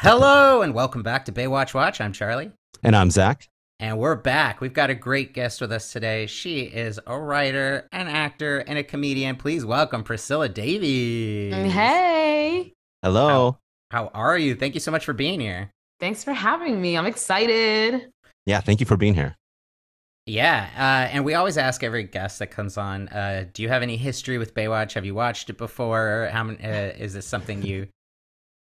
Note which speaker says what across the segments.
Speaker 1: Hello and welcome back to Baywatch Watch. I'm Charlie.
Speaker 2: And I'm Zach.
Speaker 1: And we're back. We've got a great guest with us today. She is a writer, an actor, and a comedian. Please welcome Priscilla Davies.
Speaker 3: Mm, Hey.
Speaker 2: Hello.
Speaker 1: How are you? Thank you so much for being here.
Speaker 3: Thanks for having me. I'm excited.
Speaker 2: Yeah, thank you for being here.
Speaker 1: Yeah, uh, and we always ask every guest that comes on, uh, do you have any history with Baywatch? Have you watched it before? How many, uh, is this something you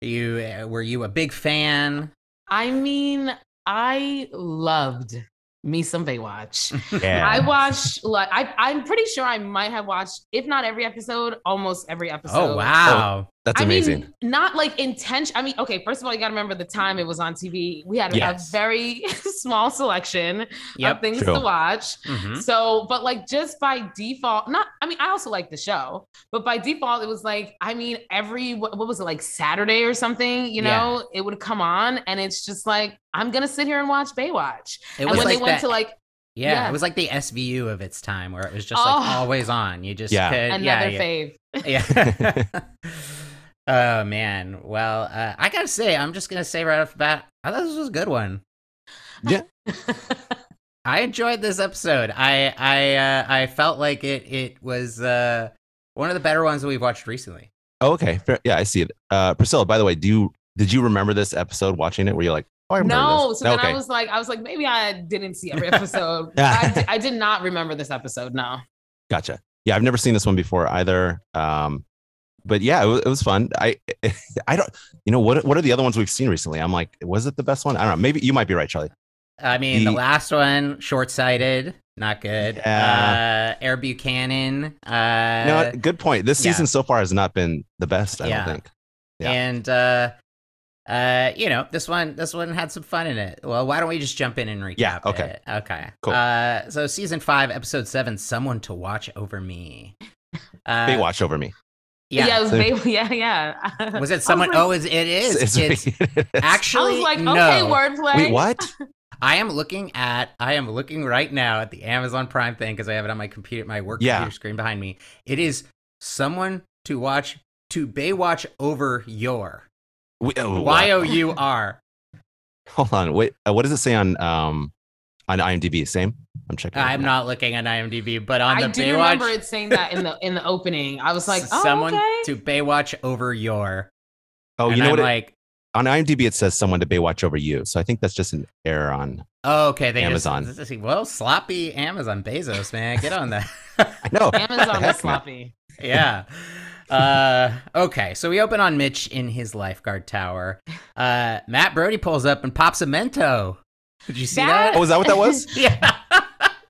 Speaker 1: you uh, were you a big fan?
Speaker 3: I mean, I loved me some Baywatch.
Speaker 2: Yeah.
Speaker 3: I watched like I I'm pretty sure I might have watched if not every episode, almost every episode.
Speaker 1: Oh wow.
Speaker 2: That's
Speaker 3: I
Speaker 2: amazing.
Speaker 3: mean, not like intention. I mean, okay, first of all, you got to remember the time it was on TV. We had
Speaker 2: Yes.
Speaker 3: a very small selection of
Speaker 1: Yep.
Speaker 3: things
Speaker 2: True.
Speaker 3: to watch.
Speaker 1: Mhm.
Speaker 3: So, but like just by default, not, I mean, I also like the show, but by default, it was like, I mean, every, what, what was it, like Saturday or something, you know, it would come on and it's just like, I'm going to sit here and watch Baywatch.
Speaker 1: It
Speaker 3: and
Speaker 1: was
Speaker 3: when
Speaker 1: like
Speaker 3: they went
Speaker 1: that-
Speaker 3: to like
Speaker 1: yeah,
Speaker 3: yeah.
Speaker 1: it was like the SVU of its time where it was just like
Speaker 3: Oh.
Speaker 1: always on. You just
Speaker 2: Yeah.
Speaker 1: could Uh, yeah,
Speaker 3: another
Speaker 1: yeah.
Speaker 3: fave,
Speaker 1: Yeah. oh man. Well, uh, I gotta say, I'm just gonna say right off the bat, I thought this was a good one.
Speaker 2: Yeah.
Speaker 1: I enjoyed this episode. I I uh, I felt like it it was uh, one of the better ones that we've watched recently.
Speaker 2: oh, okay. Fair- Yeah, I see it. Uh, Priscilla, by the way, do you did you remember this episode watching it? Were you like, oh, I remember
Speaker 3: no,
Speaker 2: this?
Speaker 3: so then I was like, I was like, maybe I didn't see every episode.
Speaker 2: Yeah.
Speaker 3: I, di- I did not remember this episode. No,
Speaker 2: Gotcha. Yeah, I've never seen this one before either. Um, but yeah, it was, it was fun. I, I don't, you know, what what are the other ones we've seen recently? I'm like, was it the best one? I don't know. Maybe you might be right, Charlie.
Speaker 1: I mean, the
Speaker 2: The-
Speaker 1: last one, short sighted, not good.
Speaker 2: Yeah.
Speaker 1: Uh, Air Buchanan. Uh,
Speaker 2: no, good point. This
Speaker 1: yeah.
Speaker 2: season so far has not been the best. I
Speaker 1: Yeah.
Speaker 2: don't think. yeah.
Speaker 1: and uh, uh, you know, this one, this one had some fun in it. Well, why don't we just jump in and recap?
Speaker 2: Yeah, okay.
Speaker 1: it? okay,
Speaker 2: Cool.
Speaker 1: Uh, so season five, episode seven, someone to watch over me. Uh,
Speaker 2: They watched over me.
Speaker 1: Yeah.
Speaker 3: yeah, it was
Speaker 2: So-
Speaker 3: Bay- yeah, yeah.
Speaker 1: Was it someone?
Speaker 3: like-
Speaker 1: oh, is, it is. It's,
Speaker 3: I
Speaker 1: actually
Speaker 3: was like, okay,
Speaker 1: no.
Speaker 3: wordplay.
Speaker 2: Wait, what?
Speaker 1: I am looking at I am looking right now at the Amazon Prime thing because I have it on my computer, my work
Speaker 2: Yeah.
Speaker 1: computer screen behind me. It is someone to watch to Baywatch over your
Speaker 2: We- oh, wow.
Speaker 1: Y O U R.
Speaker 2: Hold on. Wait. Uh, what does it say on um on IMDb? Same. I'm checking. it
Speaker 1: I'm
Speaker 2: now.
Speaker 1: not looking at IMDb, but on
Speaker 3: I
Speaker 1: the
Speaker 3: do
Speaker 1: Baywatch,
Speaker 3: remember it saying that in the in the opening. I was like,
Speaker 1: s-
Speaker 3: oh,
Speaker 1: someone
Speaker 3: okay.
Speaker 1: to Baywatch over your.
Speaker 2: Oh,
Speaker 1: and
Speaker 2: you know
Speaker 1: I'm
Speaker 2: what? it-
Speaker 1: like,
Speaker 2: on IMDb, it says someone to Baywatch over you. So I think that's just an error on.
Speaker 1: oh, okay, they
Speaker 2: Amazon.
Speaker 1: Just, well, sloppy Amazon Bezos, man, get on that.
Speaker 2: I know.
Speaker 3: Amazon was
Speaker 2: Heck no.
Speaker 3: sloppy.
Speaker 1: yeah. Uh, okay, so we open on Mitch in his lifeguard tower. Uh, Matt Brody pulls up and pops a mento. Did you see that?
Speaker 3: That-
Speaker 2: Oh, is that what that was?
Speaker 1: Yeah,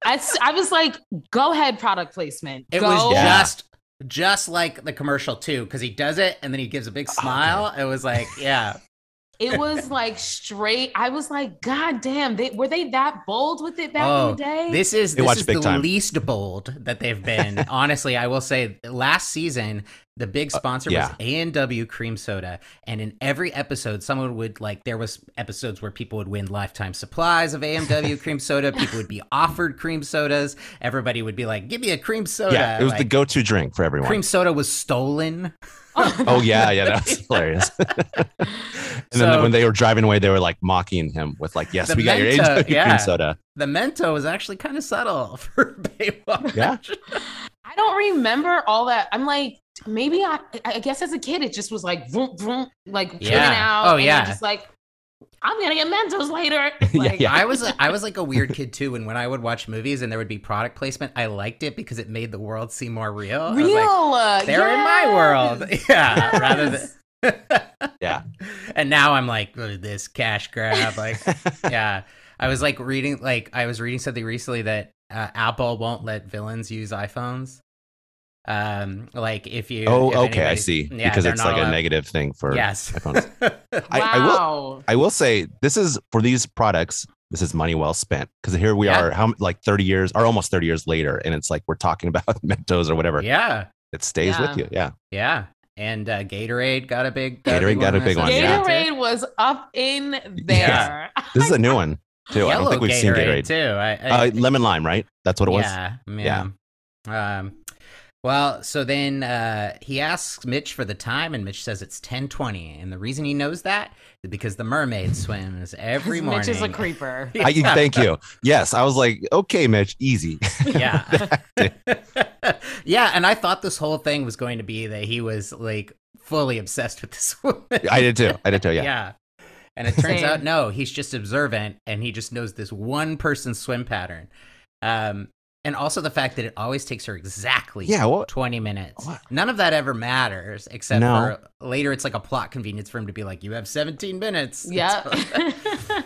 Speaker 3: I, s- I was like, go ahead, product placement.
Speaker 1: it
Speaker 3: go.
Speaker 1: was
Speaker 2: Yeah.
Speaker 1: just just like the commercial too, because he does it and then he gives a big
Speaker 2: Oh,
Speaker 1: smile. It was like, yeah,
Speaker 3: It was like straight. I was like, God damn, they were they that bold with it back
Speaker 1: Oh,
Speaker 3: in the day?
Speaker 1: This is
Speaker 2: They
Speaker 1: this
Speaker 2: watch
Speaker 1: is
Speaker 2: big
Speaker 1: the
Speaker 2: time.
Speaker 1: least bold that they've been. Honestly, I will say last season the big sponsor was
Speaker 2: Uh, yeah.
Speaker 1: A and W Cream Soda, and in every episode, someone would like there was episodes where people would win lifetime supplies of A and W Cream Soda. People would be offered cream sodas. Everybody would be like, "Give me a cream soda."
Speaker 2: Yeah, it was the
Speaker 1: Like,
Speaker 2: go-to drink for everyone.
Speaker 1: cream soda was stolen.
Speaker 2: Oh yeah, yeah, that's hilarious. and
Speaker 1: So-
Speaker 2: then when they were driving away, they were like mocking him with like, "Yes,
Speaker 1: The
Speaker 2: we got your
Speaker 1: Mento,
Speaker 2: AW
Speaker 1: yeah.
Speaker 2: cream soda."
Speaker 1: The Mento was actually kind of subtle for Baywatch.
Speaker 2: Yeah.
Speaker 1: oh.
Speaker 3: I don't remember all that. I'm like, maybe I. I guess as a kid, it just was like, vroom, vroom, like coming
Speaker 1: Yeah.
Speaker 3: out.
Speaker 1: Oh,
Speaker 3: and you're
Speaker 1: yeah.
Speaker 3: Just like, I'm gonna get Mentos later.
Speaker 2: Yeah,
Speaker 3: Like,
Speaker 2: yeah.
Speaker 1: I was I was like a weird kid too, and when I would watch movies and there would be product placement, I liked it because it made the world seem more real. I was
Speaker 3: Real.
Speaker 1: like,
Speaker 3: uh,
Speaker 1: They're in my world,
Speaker 3: yes.
Speaker 1: yeah. Rather than
Speaker 3: Yes.
Speaker 2: Yeah.
Speaker 1: And now I'm like "Ugh, this cash grab, like yeah. I was like reading like I was reading something recently that uh, Apple won't let villains use iPhones. Um, like if you if
Speaker 2: oh, okay, I
Speaker 1: anybody-
Speaker 2: see.
Speaker 1: Yeah,
Speaker 2: because
Speaker 1: they're
Speaker 2: it's
Speaker 1: not
Speaker 2: like
Speaker 1: allowed-
Speaker 2: a negative thing for
Speaker 1: yes.
Speaker 2: iPhones. I,
Speaker 3: wow.
Speaker 2: I will I will say this is for these products. This is money well spent because here we
Speaker 1: Yeah.
Speaker 2: are, how like thirty years or almost thirty years later, and it's like we're talking about Mentos or whatever.
Speaker 1: yeah,
Speaker 2: It stays
Speaker 3: Yeah.
Speaker 2: with you. Yeah,
Speaker 1: yeah. And uh, Gatorade got a big got
Speaker 2: Gatorade got a
Speaker 1: this
Speaker 2: big one, yeah.
Speaker 1: episode, too.
Speaker 3: Gatorade was up in there.
Speaker 2: this is a new one too. I don't think we've seen Gatorade.
Speaker 1: eh,
Speaker 2: Oh,
Speaker 1: too. I, I,
Speaker 2: Uh, lemon lime, right? That's what it was.
Speaker 1: yeah, yeah. Um, Well, so then uh, he asks Mitch for the time, and Mitch says it's ten twenty, and the reason he knows that is because the mermaid swims every morning.
Speaker 3: Mitch is a creeper.
Speaker 2: I, thank you. Yes, I was like, okay, Mitch, easy.
Speaker 1: yeah, yeah, and I thought this whole thing was going to be that he was like fully obsessed with this woman.
Speaker 2: I did too. I did too. Yeah.
Speaker 1: yeah. And it turns
Speaker 3: Same.
Speaker 1: out no, he's just observant and he just knows this one person's swim pattern. Um and also the fact that it always takes her exactly
Speaker 2: Yeah, what-
Speaker 1: 20 minutes.
Speaker 2: what?
Speaker 1: None of that ever matters except
Speaker 2: No.
Speaker 1: for later it's like a plot convenience for him to be like you have 17 minutes.
Speaker 3: yeah.
Speaker 1: but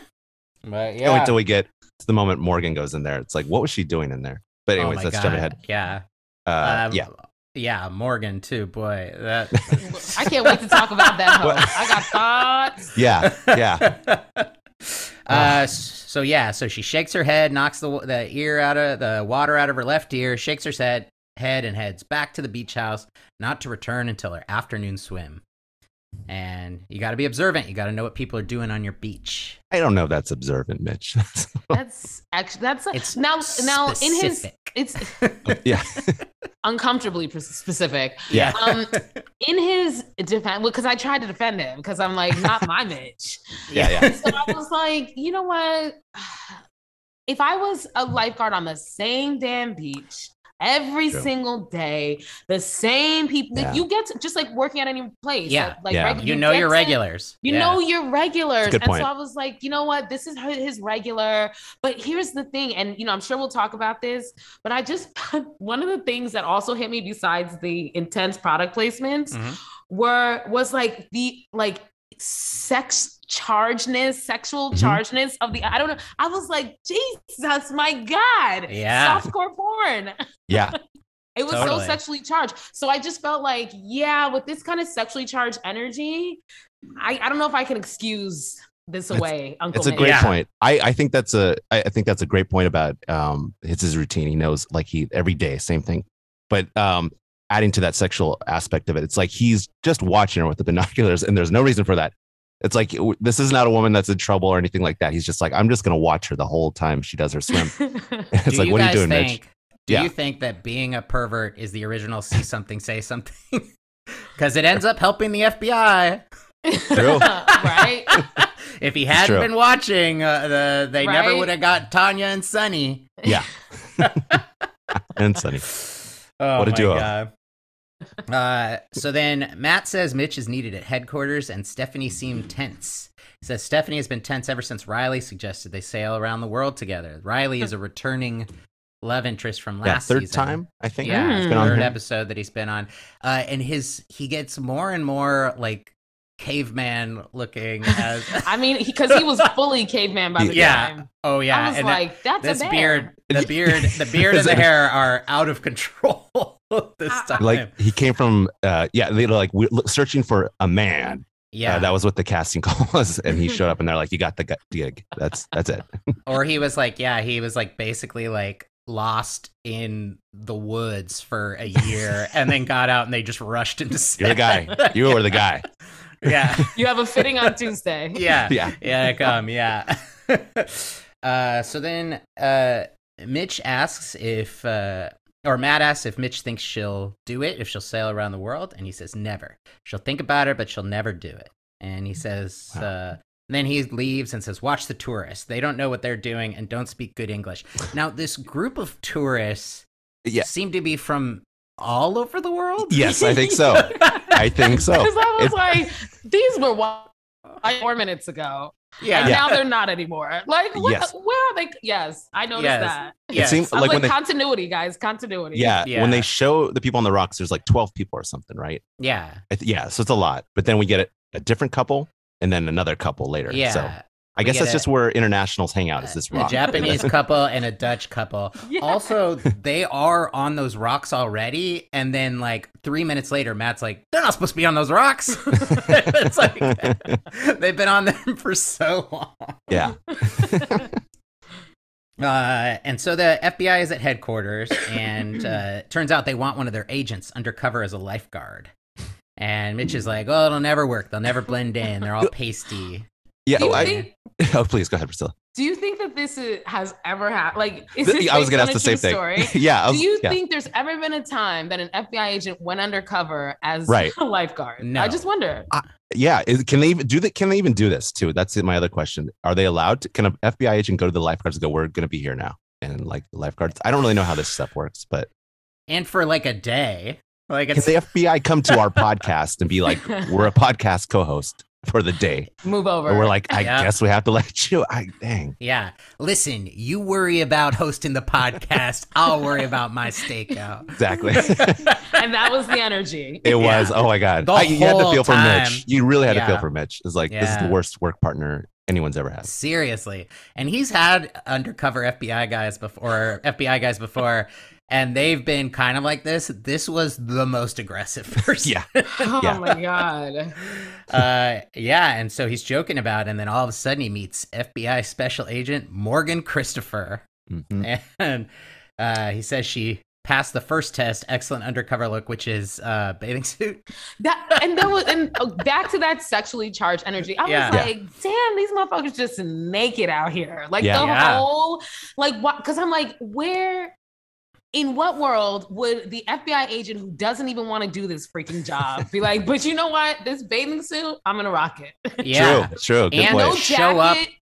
Speaker 2: Can't
Speaker 1: yeah.
Speaker 2: wait till we get to the moment Morgan goes in there. It's like, what was she doing in there? But
Speaker 1: Oh
Speaker 2: anyways,
Speaker 1: my
Speaker 2: let's
Speaker 1: God.
Speaker 2: jump ahead.
Speaker 1: Yeah.
Speaker 2: Uh,
Speaker 1: Um,
Speaker 2: yeah,
Speaker 1: Yeah, Morgan too, boy. That
Speaker 3: I can't wait to talk about that. Hoe. I got thoughts.
Speaker 2: yeah, yeah. Ah.
Speaker 1: Uh, s- so yeah, so she shakes her head, knocks the wa- the ear out of the water out of her left ear, shakes her head, head and heads back to the beach house, not to return until her afternoon swim. And you got to be observant. You got to know what people are doing on your beach.
Speaker 2: I don't know. if That's observant, Mitch.
Speaker 3: That's actually that's
Speaker 1: It's
Speaker 3: now now in his
Speaker 1: specific.
Speaker 3: it's
Speaker 2: yeah,
Speaker 3: uncomfortably pres- specific.
Speaker 2: yeah.
Speaker 3: Um, in his defense, because I tried to defend him because I'm like not my Mitch.
Speaker 2: Yeah, yeah.
Speaker 3: So I was like, you know what? If I was a lifeguard on the same damn beach every
Speaker 2: True.
Speaker 3: single day, the same people,
Speaker 2: Yeah.
Speaker 3: you get to, just like working at any place.
Speaker 1: Yeah.
Speaker 3: Like,
Speaker 2: Yeah.
Speaker 3: regu-
Speaker 1: you know
Speaker 3: get
Speaker 1: your
Speaker 3: to-
Speaker 1: regulars.
Speaker 3: you
Speaker 1: Yeah.
Speaker 3: know your regulars.
Speaker 2: That's a good
Speaker 3: and
Speaker 2: point.
Speaker 3: so I was like, you know what? This is her- his regular. But here's the thing. And, you know, I'm sure we'll talk about this, but I just, one of the things that also hit me besides the intense product placements
Speaker 2: Mm-hmm.
Speaker 1: Mhm.
Speaker 3: were, was like the, like, sex chargedness, sexual
Speaker 2: Mhm.
Speaker 3: chargedness of the, I don't know. I was like, Jesus, my God.
Speaker 1: Yeah.
Speaker 3: Softcore porn.
Speaker 2: yeah.
Speaker 3: It was
Speaker 1: Totally.
Speaker 3: so sexually charged. So I just felt like, yeah, with this kind of sexually charged energy, I, I don't know if I can excuse this
Speaker 2: That's-
Speaker 3: away, Uncle.
Speaker 2: It's a
Speaker 3: Mitch.
Speaker 2: great
Speaker 1: Yeah.
Speaker 2: point. I, I think that's a I, I think that's a great point about um it's his routine. He knows like he every day, same thing. But um adding to that sexual aspect of it, it's like he's just watching her with the binoculars and there's no reason for that. It's like w- this is not a woman that's in trouble or anything like that. He's just like, I'm just gonna watch her the whole time she does her swim. it's
Speaker 1: Do
Speaker 2: like,
Speaker 1: you
Speaker 2: what are you
Speaker 1: guys
Speaker 2: doing,
Speaker 1: think,
Speaker 2: Mitch?
Speaker 1: Do
Speaker 2: Yeah.
Speaker 1: you think that being a pervert is the original see something, say something? Because it ends up helping the FBI.
Speaker 2: True.
Speaker 3: right?
Speaker 1: if he hadn't
Speaker 2: true.
Speaker 1: been watching, uh, the, they never
Speaker 3: Right?
Speaker 1: would have got Tanya and Sunny.
Speaker 2: And Sunny.
Speaker 1: Oh,
Speaker 2: What a
Speaker 1: my
Speaker 2: duo.
Speaker 1: God. uh, so then Matt says Mitch is needed at headquarters, and Stephanie seemed tense. He says Stephanie has been tense ever since Riley suggested they sail around the world together. Riley is a returning love interest from last
Speaker 2: Yeah, third
Speaker 1: season.
Speaker 2: time, I think.
Speaker 1: Yeah,
Speaker 2: It's
Speaker 3: Mm.
Speaker 2: been on
Speaker 1: third
Speaker 2: here.
Speaker 1: episode that he's been on, uh, and his he gets more and more like caveman looking as
Speaker 3: I mean, because he, was fully caveman by the
Speaker 1: Yeah.
Speaker 3: time.
Speaker 1: oh yeah,
Speaker 3: I was
Speaker 1: and
Speaker 3: like, that's
Speaker 1: this
Speaker 3: a
Speaker 1: beard,
Speaker 3: bear.
Speaker 1: the beard, the beard and the hair are out of control this
Speaker 3: I-
Speaker 1: time.
Speaker 2: Like he came from uh yeah, they were like we're lo- searching for a man.
Speaker 1: yeah,
Speaker 2: Uh, that was what the casting call was, and he showed up, and they're like, "You got the gu- gig. That's that's it."
Speaker 1: or he was like, yeah, he was like basically like lost in the woods for a year and then got out and they just rushed into
Speaker 2: You're the guy. You were the guy.
Speaker 1: yeah,
Speaker 3: You have a fitting on Tuesday.
Speaker 1: yeah.
Speaker 2: Yeah,
Speaker 1: yeah, come, yeah. uh, so then uh, Mitch asks if, uh, or Matt asks if Mitch thinks she'll do it, if she'll sail around the world, and he says never. She'll think about it, but she'll never do it. And he says,
Speaker 2: Wow.
Speaker 1: uh, then he leaves and says, "Watch the tourists. They don't know what they're doing and don't speak good English." Now, this group of tourists
Speaker 2: Yeah.
Speaker 1: seem to be from all over the world.
Speaker 2: Yes, I think so. I think so.
Speaker 3: Because I was
Speaker 2: It-
Speaker 3: like, these were wild four minutes ago.
Speaker 1: yeah,
Speaker 3: And
Speaker 1: yeah,
Speaker 3: now they're not anymore. Like, what,
Speaker 2: Yes.
Speaker 3: where are they? Yes, I noticed
Speaker 1: Yes.
Speaker 3: that.
Speaker 2: it seemed
Speaker 3: I was
Speaker 2: like
Speaker 3: like,
Speaker 2: when they,
Speaker 3: continuity, guys, continuity.
Speaker 2: yeah, when
Speaker 1: Yeah.
Speaker 2: they show the people on the rocks, there's like twelve people or something, right?
Speaker 1: yeah,
Speaker 2: I th- yeah, so it's a lot. But then we get a, a different couple, and then another couple later.
Speaker 1: yeah.
Speaker 2: So I guess
Speaker 1: get
Speaker 2: that's
Speaker 1: a-
Speaker 2: just where internationals hang out. Is this
Speaker 1: a
Speaker 2: rock?
Speaker 1: Japanese couple and a Dutch couple.
Speaker 3: Yeah.
Speaker 2: Oh,
Speaker 1: Also, they are on those rocks already, and then like three minutes later, Matt's like, "They're not supposed to be on those rocks." it's like they've been on them for so long.
Speaker 2: yeah,
Speaker 1: Uh, and so the FBI is at headquarters, and uh, turns out they want one of their agents undercover as a lifeguard. And Mitch is like, "Oh, it'll never work. They'll never blend in. They're all pasty."
Speaker 2: yeah.
Speaker 3: Do you
Speaker 2: I-
Speaker 3: think-
Speaker 2: oh, please go ahead, Priscilla.
Speaker 3: Do you think that this is, has ever happened? Like, is
Speaker 2: Th-
Speaker 3: this
Speaker 2: I was gonna
Speaker 3: based
Speaker 2: ask the
Speaker 3: on
Speaker 2: same
Speaker 3: a true
Speaker 2: thing.
Speaker 3: Story?
Speaker 2: yeah. I was,
Speaker 3: Do you
Speaker 2: yeah.
Speaker 3: think there's ever been a time that an FBI agent went undercover as
Speaker 2: Right.
Speaker 3: a lifeguard?
Speaker 1: No.
Speaker 3: I just wonder.
Speaker 2: yeah. Is, can they even do that? Can they even do this too? That's my other question. Are they allowed to? Can an FBI agent go to the lifeguards and go, "We're going to be here now"? And like the lifeguards, I don't really know how this stuff works, but
Speaker 1: and for like a day. Like
Speaker 2: can
Speaker 1: it's
Speaker 2: the FBI come to our podcast and be like, "We're a podcast co-host for the day"?
Speaker 3: Move over.
Speaker 2: Or we're like, "I
Speaker 1: Yeah.
Speaker 2: guess we have to let you." I dang.
Speaker 1: yeah. Listen, you worry about hosting the podcast. I'll worry about my stakeout.
Speaker 2: Exactly.
Speaker 3: and that was the energy.
Speaker 2: It
Speaker 1: Yeah.
Speaker 2: was. Oh my god!
Speaker 1: The
Speaker 2: I- you had to
Speaker 1: whole
Speaker 2: feel for
Speaker 1: time.
Speaker 2: Mitch. You really had to feel
Speaker 1: Yeah.
Speaker 2: for Mitch. It's like this is the
Speaker 1: Yeah.
Speaker 2: worst work partner anyone's ever had.
Speaker 1: Seriously. And he's had undercover FBI guys before, FBI guys before, and they've been kind of like this. This was the most aggressive person.
Speaker 2: Yeah.
Speaker 3: Oh
Speaker 2: Yeah.
Speaker 3: my god.
Speaker 1: uh, yeah, and so he's joking about, it, and then all of a sudden he meets FBI Special Agent Morgan Christopher,
Speaker 2: Mhm.
Speaker 1: and uh, he says she passed the first test, excellent undercover look, which is uh, bathing suit.
Speaker 3: That and that was and uh, back to that sexually charged energy. I
Speaker 1: Yeah.
Speaker 3: was
Speaker 2: Yeah.
Speaker 3: like, damn, these motherfuckers just naked out here. Like
Speaker 2: Yeah.
Speaker 3: the
Speaker 1: Yeah.
Speaker 3: whole like what because I'm like, where in what world would the FBI agent who doesn't even want to do this freaking job be like, but you know what? This bathing suit, I'm gonna rock it.
Speaker 1: Yeah,
Speaker 2: True. True. Good
Speaker 1: And
Speaker 2: point.
Speaker 3: no
Speaker 1: Wait. Show up.
Speaker 3: jacket.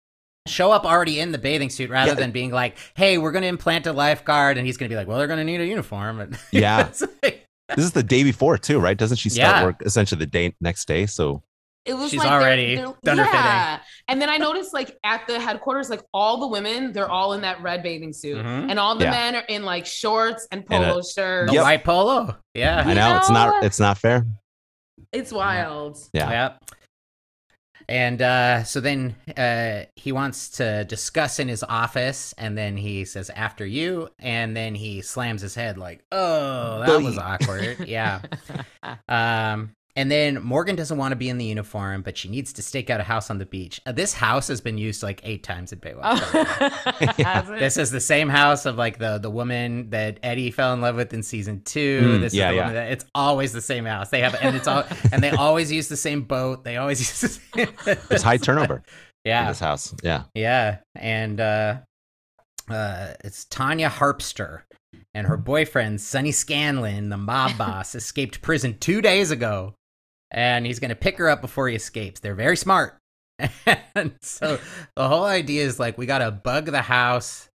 Speaker 1: show up already in the bathing suit rather
Speaker 2: Yeah.
Speaker 1: than being like, "Hey, we're gonna implant a lifeguard," and he's gonna be like, "Well, they're gonna need a uniform." And
Speaker 2: Yeah.
Speaker 1: it's like,
Speaker 2: this is the day before too, right? Doesn't she start
Speaker 1: Yeah.
Speaker 2: work essentially the day next day? So
Speaker 3: It was
Speaker 1: She's
Speaker 3: like they're-
Speaker 1: already
Speaker 3: they're-
Speaker 1: done her fitting.
Speaker 3: yeah. And then I noticed like at the headquarters, like all the women, they're all in that red bathing suit.
Speaker 1: Mhm.
Speaker 3: And all the
Speaker 2: Yeah.
Speaker 3: men are in like shorts and
Speaker 2: And a-
Speaker 3: polo shirts.
Speaker 1: the white polo. Yeah.
Speaker 2: I
Speaker 3: You
Speaker 2: know, it's not
Speaker 3: know-
Speaker 2: it's not fair.
Speaker 3: It's wild.
Speaker 2: Yeah.
Speaker 1: Yep. And uh, so then uh, he wants to discuss in his office, and then he says, "After you," and then he slams his head like, "Oh, that was
Speaker 2: Boing.
Speaker 1: awkward." yeah. Um, and then Morgan doesn't want to be in the uniform, but she needs to stake out a house on the beach. Uh, this house has been used like eight times in Baywatch. by the way.
Speaker 3: Has it?
Speaker 1: This is the same house of like the the woman that Eddie fell in love with in season two.
Speaker 2: Mm,
Speaker 1: this
Speaker 2: yeah,
Speaker 1: is the
Speaker 2: yeah.
Speaker 1: woman that it's always the same house. They have and it's all and they always use the same boat. They always use the same
Speaker 2: There's high turnover in
Speaker 1: Yeah.
Speaker 2: this house. Yeah.
Speaker 1: Yeah. And uh uh it's Tanya Harpster and her boyfriend Sonny Scanlon, the mob boss, escaped prison two days ago. And he's gonna pick her up before he escapes. They're very smart. and so the whole idea is like we gotta bug the house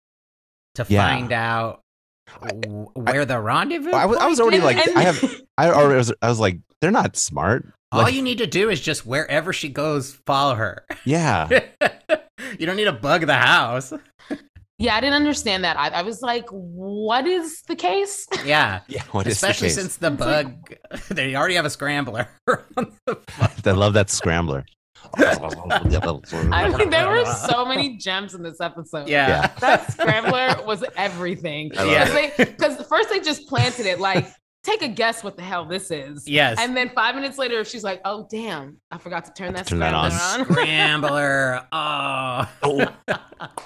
Speaker 1: to
Speaker 2: Yeah.
Speaker 1: find out w- where the rendezvous.
Speaker 2: I was, I was already
Speaker 3: And-
Speaker 2: like
Speaker 3: and-
Speaker 2: I have I already was I was like, they're not smart.
Speaker 1: All
Speaker 2: like-
Speaker 1: you need to do is just wherever she goes, follow her.
Speaker 2: Yeah.
Speaker 1: you don't need to bug the house.
Speaker 3: yeah, I didn't understand that. I, I was like, what is the case?
Speaker 1: Yeah.
Speaker 2: Yeah. What is the
Speaker 1: Especially
Speaker 2: case?
Speaker 1: since the
Speaker 3: It's
Speaker 1: bug, they already have a scrambler. on the bug.
Speaker 2: I love that scrambler.
Speaker 3: I mean, there were so many gems in this episode.
Speaker 1: yeah.
Speaker 3: That scrambler was everything.
Speaker 2: I love
Speaker 3: Because first they just planted it like, take a guess what the hell this is.
Speaker 1: Yes.
Speaker 3: And then five minutes later, she's like, oh, damn, I forgot to turn that
Speaker 2: Turn that
Speaker 3: scrambler
Speaker 2: on.
Speaker 3: on.
Speaker 1: scrambler. Oh.
Speaker 2: Oh.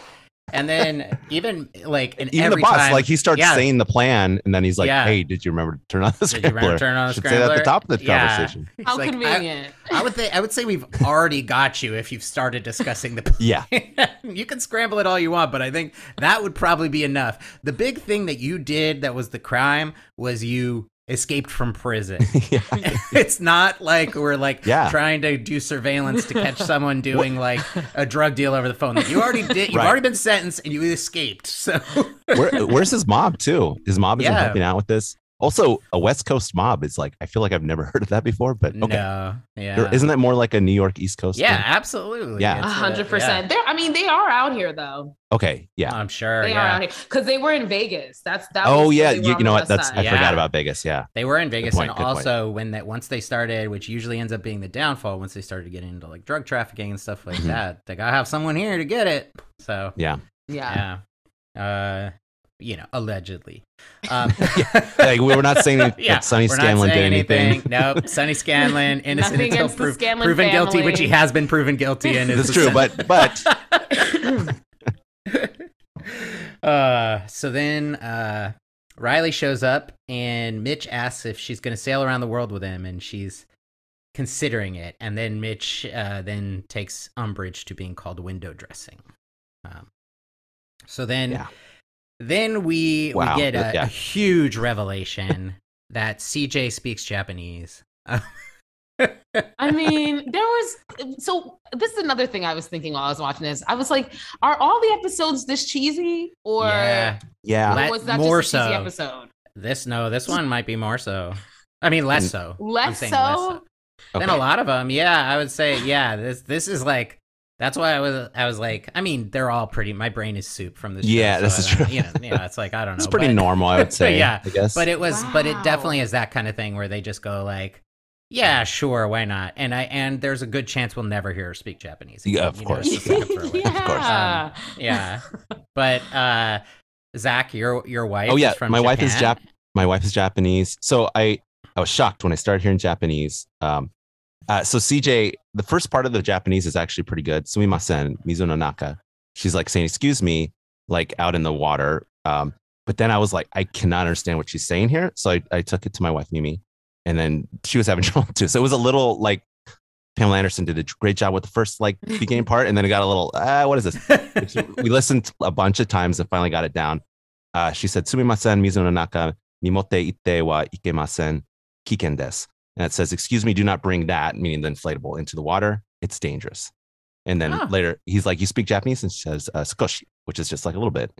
Speaker 1: And then even like in
Speaker 2: Even the
Speaker 1: every
Speaker 2: boss,
Speaker 1: time,
Speaker 2: like he starts
Speaker 1: Yeah.
Speaker 2: saying the plan, and then he's like,
Speaker 1: Yeah.
Speaker 2: "Hey, did you remember to turn on the
Speaker 1: did you
Speaker 2: scrambler?"
Speaker 1: remember to turn on the
Speaker 2: Should say
Speaker 1: scrambler?
Speaker 2: that at the top of the
Speaker 1: Yeah.
Speaker 2: conversation.
Speaker 1: He's
Speaker 3: How
Speaker 1: like, I-
Speaker 3: convenient.
Speaker 1: I, would think I would say we've already got you if you've started discussing the
Speaker 2: Yeah,
Speaker 1: you can scramble it all you want, but I think that would probably be enough. The big thing that you did that was the crime was you escaped from prison.
Speaker 2: yeah.
Speaker 1: it's not like we're like
Speaker 2: Yeah.
Speaker 1: trying to do surveillance to catch someone doing like a drug deal over the phone. Like, you already did. You've
Speaker 2: Right.
Speaker 1: already been sentenced and you escaped. So
Speaker 2: Where, where's his mob too? His mob isn't
Speaker 1: Yeah.
Speaker 2: helping out with this. Also, a West Coast mob is like I feel like I've never heard of that before, but okay,
Speaker 1: no, yeah,
Speaker 2: There- isn't that more like a New York East Coast?
Speaker 1: yeah,
Speaker 2: thing?
Speaker 1: absolutely,
Speaker 2: Yeah.
Speaker 1: It's
Speaker 3: A hundred
Speaker 1: yeah.
Speaker 3: percent. They're I mean, they are out here though.
Speaker 2: Okay. Yeah.
Speaker 1: I'm sure.
Speaker 3: they
Speaker 1: yeah,
Speaker 3: are out here because they were in Vegas. That's that. was
Speaker 2: oh
Speaker 3: where
Speaker 2: yeah.
Speaker 3: they were
Speaker 2: You,
Speaker 3: on
Speaker 2: you
Speaker 3: the
Speaker 2: know what?
Speaker 3: west
Speaker 2: That's
Speaker 3: side.
Speaker 2: I
Speaker 1: Yeah.
Speaker 2: forgot about Vegas. Yeah.
Speaker 1: they were in Vegas,
Speaker 2: point,
Speaker 1: and
Speaker 2: good point.
Speaker 1: also when that once they started, which usually ends up being the downfall, once they started getting into like drug trafficking and stuff like
Speaker 2: Mhm.
Speaker 1: that, they gotta have someone here to get it. So
Speaker 2: Yeah.
Speaker 3: yeah.
Speaker 1: yeah, uh, you know, allegedly. Um,
Speaker 2: Like we were not saying
Speaker 1: Yeah,
Speaker 2: that Sonny
Speaker 1: We're
Speaker 2: Scanlon
Speaker 1: not
Speaker 2: did
Speaker 1: saying
Speaker 2: anything.
Speaker 1: anything. nope. Sonny Scanlon, innocent
Speaker 3: Nothing
Speaker 1: until
Speaker 3: against the
Speaker 1: prov-
Speaker 3: Scanlon
Speaker 1: proven guilty,
Speaker 3: family.
Speaker 1: which he has been proven guilty in.
Speaker 2: That's true, but but
Speaker 1: uh, so then uh, Riley shows up, and Mitch asks if she's going to sail around the world with him, and she's considering it. And then Mitch uh, then takes umbrage to being called window dressing. Um, so then,
Speaker 2: Yeah.
Speaker 1: then we,
Speaker 2: Wow,
Speaker 1: we get a,
Speaker 2: yeah.
Speaker 1: a huge revelation that CJ speaks Japanese.
Speaker 3: I mean, there was so this is another thing I was thinking while I was watching this. I was like, are all the episodes this cheesy, or
Speaker 1: yeah,
Speaker 2: Yeah.
Speaker 1: Let-
Speaker 3: was that
Speaker 1: more
Speaker 3: just a cheesy
Speaker 1: so.
Speaker 3: episode?
Speaker 1: this no, this one might be more so. I mean, less
Speaker 2: Mm.
Speaker 1: so. I'm
Speaker 3: Less
Speaker 1: saying
Speaker 3: so.
Speaker 1: than a lot of them. Yeah, I would say yeah. This this is like that's why I was I was like I mean they're all pretty. My brain is soup from this. show,
Speaker 2: Yeah,
Speaker 1: so
Speaker 2: this
Speaker 1: I
Speaker 2: is
Speaker 1: don't-
Speaker 2: true.
Speaker 1: You know, you know, it's like I don't know.
Speaker 2: It's pretty
Speaker 1: but-
Speaker 2: normal, I would say.
Speaker 1: Yeah,
Speaker 2: I guess.
Speaker 1: But it was but it
Speaker 3: Wow.
Speaker 1: definitely is that kind of thing where they just go like, yeah, sure, why not? And I and there's a good chance we'll never hear her speak Japanese. again,
Speaker 2: Yeah, of
Speaker 1: you know,
Speaker 2: course.
Speaker 1: it's just like a throwaway.
Speaker 2: Of course.
Speaker 3: Yeah.
Speaker 1: yeah. But uh, Zach, your your wife.
Speaker 2: Oh, yeah,
Speaker 1: is from
Speaker 2: my wife is
Speaker 1: Japan?
Speaker 2: my wife is Japanese. So I, I was shocked when I started hearing Japanese. Um, uh, so CJ, the first part of the Japanese is actually pretty good. Sumimasen, mizu no naka. She's like saying, excuse me, like out in the water. Um, but then I was like, I cannot understand what she's saying here. So I, I took it to my wife, Mimi, and then she was having trouble too. So it was a little like Pamela Anderson did a great job with the first like beginning part. And then it got a little, ah, what is this? which we listened a bunch of times and finally got it down. Uh, she said, Sumimasen, mizu no naka, mimote itte wa ikemasen, kiken desu. And it says, excuse me, do not bring that, meaning the inflatable, into the water. It's dangerous. And then
Speaker 1: Huh.
Speaker 2: later, he's like, you speak Japanese? And she says, uh, skoshi, which is just like a little bit.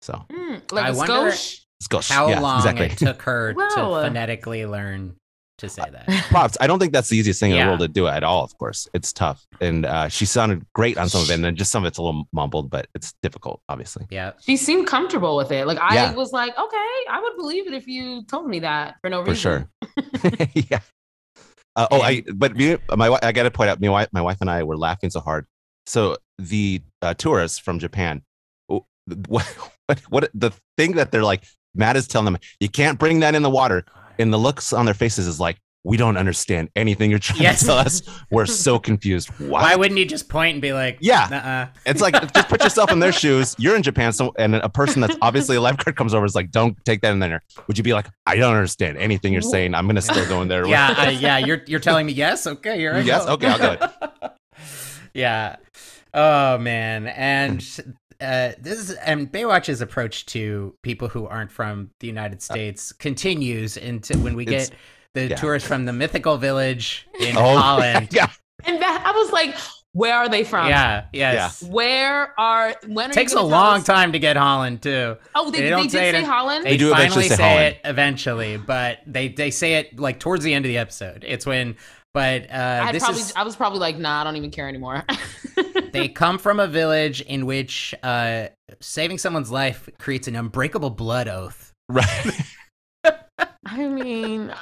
Speaker 2: So,
Speaker 3: Hmm, like
Speaker 1: I
Speaker 3: a
Speaker 1: wonder-
Speaker 3: skosh.
Speaker 2: skoshi.
Speaker 1: How
Speaker 2: yeah,
Speaker 1: long
Speaker 2: exactly.
Speaker 1: it took her
Speaker 3: Wow.
Speaker 1: to phonetically learn to say that.
Speaker 2: Props. I don't think that's the easiest thing in
Speaker 1: Yeah.
Speaker 2: the world to do at all, of course. It's tough. And uh, she sounded great on some of it. And then just some of it's a little mumbled, but it's difficult, obviously.
Speaker 1: Yeah.
Speaker 3: She seemed comfortable with it. Like I
Speaker 2: Yeah.
Speaker 3: was like, okay, I would believe it if you told me that for no
Speaker 2: for
Speaker 3: reason.
Speaker 2: sure. yeah. Uh, oh, I but me, my wi- I got to point out, me, wi- my wife and I were laughing so hard. So the uh, tourists from Japan, w- what, what what the thing that they're like, Matt is telling them, you can't bring that in the water, and the looks on their faces is like, we don't understand anything you're trying
Speaker 1: Yes.
Speaker 2: to tell us. We're so confused. Why?
Speaker 1: Why wouldn't you just point and be like,
Speaker 2: Yeah.
Speaker 1: nuh-uh.
Speaker 2: It's like just put yourself in their shoes. You're in Japan, so and a person that's obviously a lifeguard comes over is like, "Don't take that in there." Would you be like, "I don't understand anything you're saying. I'm gonna still go in there."
Speaker 1: yeah, uh, yeah. You're you're telling me yes. Okay, here I
Speaker 2: Yes,
Speaker 1: go.
Speaker 2: okay, I'll do
Speaker 1: it. yeah. Oh man,
Speaker 2: Hmm.
Speaker 1: and uh, this is and Baywatch's approach to people who aren't from the United States continues into when we
Speaker 2: Uh It's-
Speaker 1: get the
Speaker 2: yeah.
Speaker 1: tourists from the mythical village in
Speaker 2: Oh,
Speaker 1: Holland.
Speaker 2: yeah.
Speaker 3: And that I was like, where are they from?
Speaker 1: Yeah. Yes.
Speaker 3: Where are when are
Speaker 1: Takes
Speaker 3: you
Speaker 1: a
Speaker 3: gonna tell
Speaker 1: long
Speaker 3: us-
Speaker 1: time to get Holland too.
Speaker 3: Oh, they,
Speaker 1: They
Speaker 3: they,
Speaker 1: don't
Speaker 3: did
Speaker 1: say
Speaker 3: say,
Speaker 1: it in-
Speaker 3: Holland?
Speaker 1: They
Speaker 2: do
Speaker 1: finally
Speaker 2: eventually say
Speaker 1: say,
Speaker 2: Holland.
Speaker 1: it eventually, but they they say it like towards the end of the episode. It's when, but uh,
Speaker 3: I
Speaker 1: this
Speaker 3: probably
Speaker 1: is
Speaker 3: I was probably like, nah, I don't even care anymore.
Speaker 1: they come from a village in which uh, saving someone's life creates an unbreakable blood oath.
Speaker 2: Right.
Speaker 3: I mean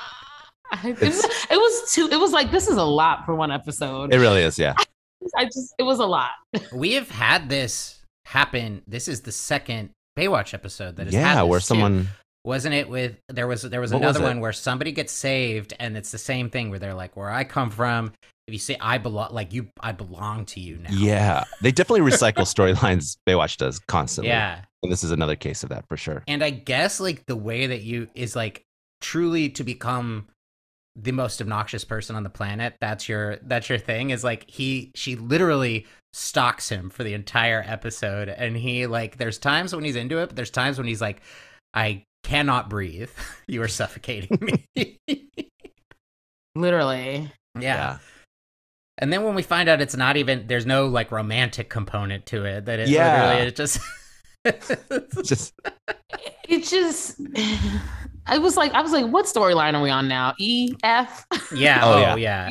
Speaker 3: I, it, was, it was too it was like this is a lot for one episode.
Speaker 2: It really is. Yeah.
Speaker 3: I just it was a lot.
Speaker 1: We have had this happen. This is the second Baywatch episode that has had
Speaker 2: yeah.
Speaker 1: this,
Speaker 2: Where
Speaker 1: too.
Speaker 2: someone,
Speaker 1: wasn't it with there was there was
Speaker 2: What was
Speaker 1: another
Speaker 2: it?
Speaker 1: one where somebody gets saved and it's the same thing where they're like where I come from. If you say I belong, like you, I belong to you now.
Speaker 2: yeah, they definitely recycle storylines Baywatch does constantly.
Speaker 1: yeah.
Speaker 2: And this is another case of that for sure.
Speaker 1: And I guess like the way that you is like truly to become the most obnoxious person on the planet. That's your that's your thing is like he she literally stalks him for the entire episode and he like there's times when he's into it, but there's times when he's like I cannot breathe. You are suffocating me.
Speaker 3: Literally.
Speaker 1: yeah. And then when we find out it's not even there's no like romantic component to it that it
Speaker 2: Yeah.
Speaker 1: literally it just Oh,
Speaker 2: It's Just
Speaker 3: It just I was like I was like, what storyline are we on now? E F
Speaker 1: yeah,
Speaker 2: Oh,
Speaker 1: oh,
Speaker 2: yeah.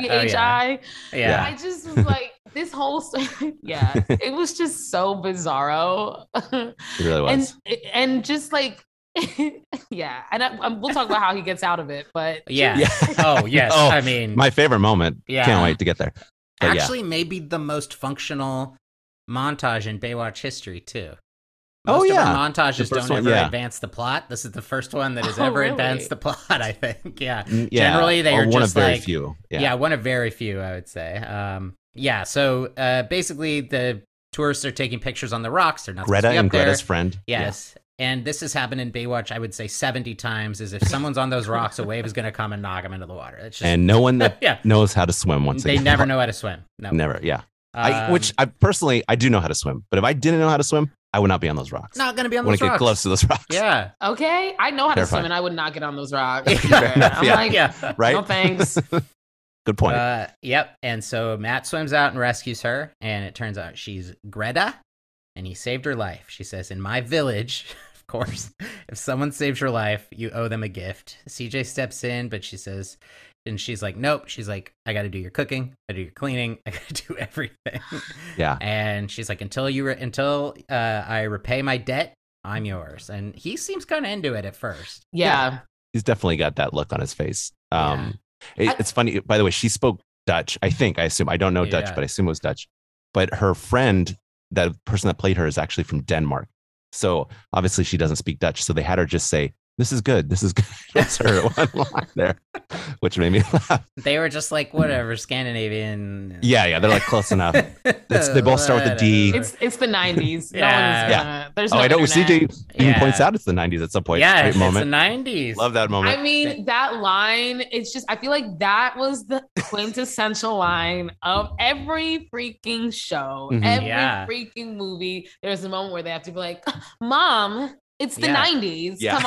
Speaker 1: yeah.
Speaker 3: E
Speaker 1: oh,
Speaker 3: H I.
Speaker 1: yeah. yeah.
Speaker 3: I just was like, this whole story, yeah, it was just so bizarro,
Speaker 2: it really was.
Speaker 3: and and just like, yeah, and I, um, we'll talk about how he gets out of it, but
Speaker 1: Yeah.
Speaker 2: Yeah.
Speaker 1: Oh yes.
Speaker 2: Oh,
Speaker 1: I mean,
Speaker 2: My favorite moment.
Speaker 1: Yeah.
Speaker 2: Can't wait to get there. But yeah.
Speaker 1: actually, maybe the most functional montage in Baywatch history too.
Speaker 2: Oh,
Speaker 1: Most
Speaker 2: yeah.
Speaker 1: of our montages
Speaker 2: first
Speaker 1: don't
Speaker 2: one,
Speaker 1: ever
Speaker 2: yeah.
Speaker 1: advance the plot. This is the first one that has
Speaker 3: Oh,
Speaker 1: ever
Speaker 3: really?
Speaker 1: advanced the plot. I think. Yeah.
Speaker 2: N- Mm, yeah.
Speaker 1: generally they
Speaker 2: or
Speaker 1: are
Speaker 2: one
Speaker 1: just
Speaker 2: of very
Speaker 1: like-
Speaker 2: few.
Speaker 1: yeah.
Speaker 2: Yeah.
Speaker 1: One of very few, I would say. Um. Yeah. So uh, basically, the tourists are taking pictures on the rocks. They're not supposed
Speaker 2: Greta
Speaker 1: to be up
Speaker 2: and Greta's
Speaker 1: there.
Speaker 2: friend.
Speaker 1: Yes. And this has happened in Baywatch, I would say, 70 times, is if someone's on those rocks, a wave is going to come and knock them into the water. It's just,
Speaker 2: Yeah. And no one that
Speaker 1: yeah,
Speaker 2: knows how to swim once
Speaker 1: they
Speaker 2: again.
Speaker 1: never know how to swim. No.
Speaker 2: Never. Yeah. I,
Speaker 1: Um,
Speaker 2: which I personally I do know how to swim, but if I didn't know how to swim, I would not be on those rocks.
Speaker 1: not gonna be on
Speaker 2: I want
Speaker 1: those
Speaker 2: to get
Speaker 1: rocks.
Speaker 2: close to those rocks.
Speaker 1: Yeah,
Speaker 3: Okay, I know how to
Speaker 2: Terrifying.
Speaker 3: swim, and I would not get on those rocks.
Speaker 1: Yeah.
Speaker 3: either.
Speaker 2: enough,
Speaker 3: I'm
Speaker 2: yeah.
Speaker 3: like,
Speaker 1: yeah.
Speaker 2: Right.
Speaker 3: no thanks.
Speaker 2: Good point.
Speaker 1: Uh, yep. And so Matt swims out and rescues her, and it turns out she's Greta, and he saved her life. She says, "In my village, of course, if someone saves your life, you owe them a gift." CJ steps in, but she says, and she's like, "Nope." She's like, "I got to do your cooking, I do your cleaning, I got to do everything."
Speaker 2: yeah.
Speaker 1: And she's like, "Until you, re- until uh, I repay my debt, I'm yours." And he seems kind of into it at first.
Speaker 3: Yeah.
Speaker 2: He's definitely got that look on his face. Um it-
Speaker 3: I-
Speaker 2: it's funny by the way, she spoke Dutch. I think I assume I don't know Dutch,
Speaker 1: Yeah.
Speaker 2: but I assume it was Dutch. But her friend, that person that played her is actually from Denmark. So obviously she doesn't speak Dutch, so they had her just say this is good. This is good. That's her one line there, which made me laugh.
Speaker 1: They were just like, "Whatever, Scandinavian."
Speaker 2: Yeah, yeah, they're like close enough. It's- they both start with a D.
Speaker 1: Whatever.
Speaker 3: It's it's the '90s.
Speaker 1: Yeah.
Speaker 3: No one's gonna, There's
Speaker 2: Oh,
Speaker 3: no
Speaker 2: I know.
Speaker 3: internet.
Speaker 2: CJ even points out it's the 90s at some point.
Speaker 1: yeah,
Speaker 2: Great
Speaker 1: it's
Speaker 2: moment.
Speaker 1: the 90s.
Speaker 2: Love that moment.
Speaker 3: I mean, that line, it's just, I feel like that was the quintessential line of every freaking show,
Speaker 2: Mhm.
Speaker 3: every
Speaker 1: Yeah.
Speaker 3: freaking movie. There's a moment where they have to be like, Mom, it's the
Speaker 1: Yeah.
Speaker 3: 90s.
Speaker 2: Yeah.
Speaker 3: Come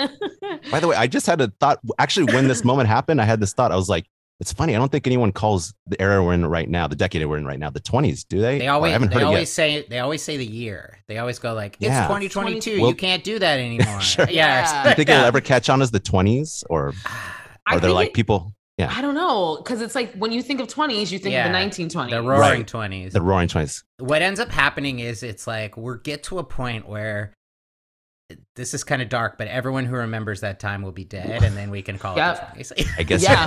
Speaker 3: on.
Speaker 2: By the way, I just had a thought. Actually, when this moment happened, I had this thought. I was like, it's funny. I don't think anyone calls the era we're in right now, the decade we're in right now, the 20s, do they?
Speaker 1: They
Speaker 2: Or I
Speaker 1: always
Speaker 2: haven't
Speaker 1: they
Speaker 2: heard
Speaker 1: always
Speaker 2: it
Speaker 1: say they always say the year. They always go like it's
Speaker 2: Yeah.
Speaker 1: 2022.
Speaker 2: Well-
Speaker 1: you can't do that anymore.
Speaker 2: Sure.
Speaker 1: Yeah.
Speaker 2: yet.
Speaker 3: Yeah.
Speaker 2: You think it'll ever catch on as the 20s? Or
Speaker 3: I
Speaker 2: are there
Speaker 3: think
Speaker 2: like
Speaker 3: it-
Speaker 2: people,
Speaker 3: I don't know. Cause it's like when you think of 20s, you think
Speaker 1: Yeah.
Speaker 3: of the 1920s.
Speaker 1: the roaring
Speaker 2: Right.
Speaker 1: 20s.
Speaker 2: the roaring 20s?
Speaker 1: what ends up happening is it's like we're get to a point where this is kind of dark, but everyone who remembers that time will be dead, and then we can call
Speaker 3: Yep.
Speaker 1: it the 20s.
Speaker 2: I guess
Speaker 3: Yeah.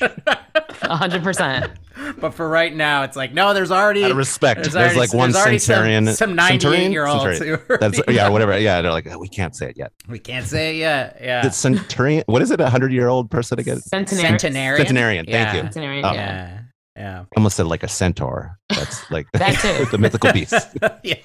Speaker 1: Yeah.
Speaker 3: 100%.
Speaker 1: but for right now, it's like no, there's already
Speaker 2: out of respect, there's, like one
Speaker 1: already some-
Speaker 2: centurion.
Speaker 1: some 98 year olds
Speaker 2: Centurion.
Speaker 1: who are-
Speaker 2: That's, yeah, whatever. Yeah, they're like, "Oh, we can't say it yet.
Speaker 1: We can't say it yet. Yeah.
Speaker 2: The centurion, what is it? A hundred year old person again?
Speaker 3: Centenary.
Speaker 1: Centenarian.
Speaker 2: Centenarian, thank
Speaker 1: Yeah.
Speaker 2: you.
Speaker 3: Centenary,
Speaker 2: Oh.
Speaker 3: yeah.
Speaker 1: Yeah. Yeah.
Speaker 2: I almost said like a centaur. That's like
Speaker 3: That too.
Speaker 2: the mythical beast.
Speaker 1: yeah.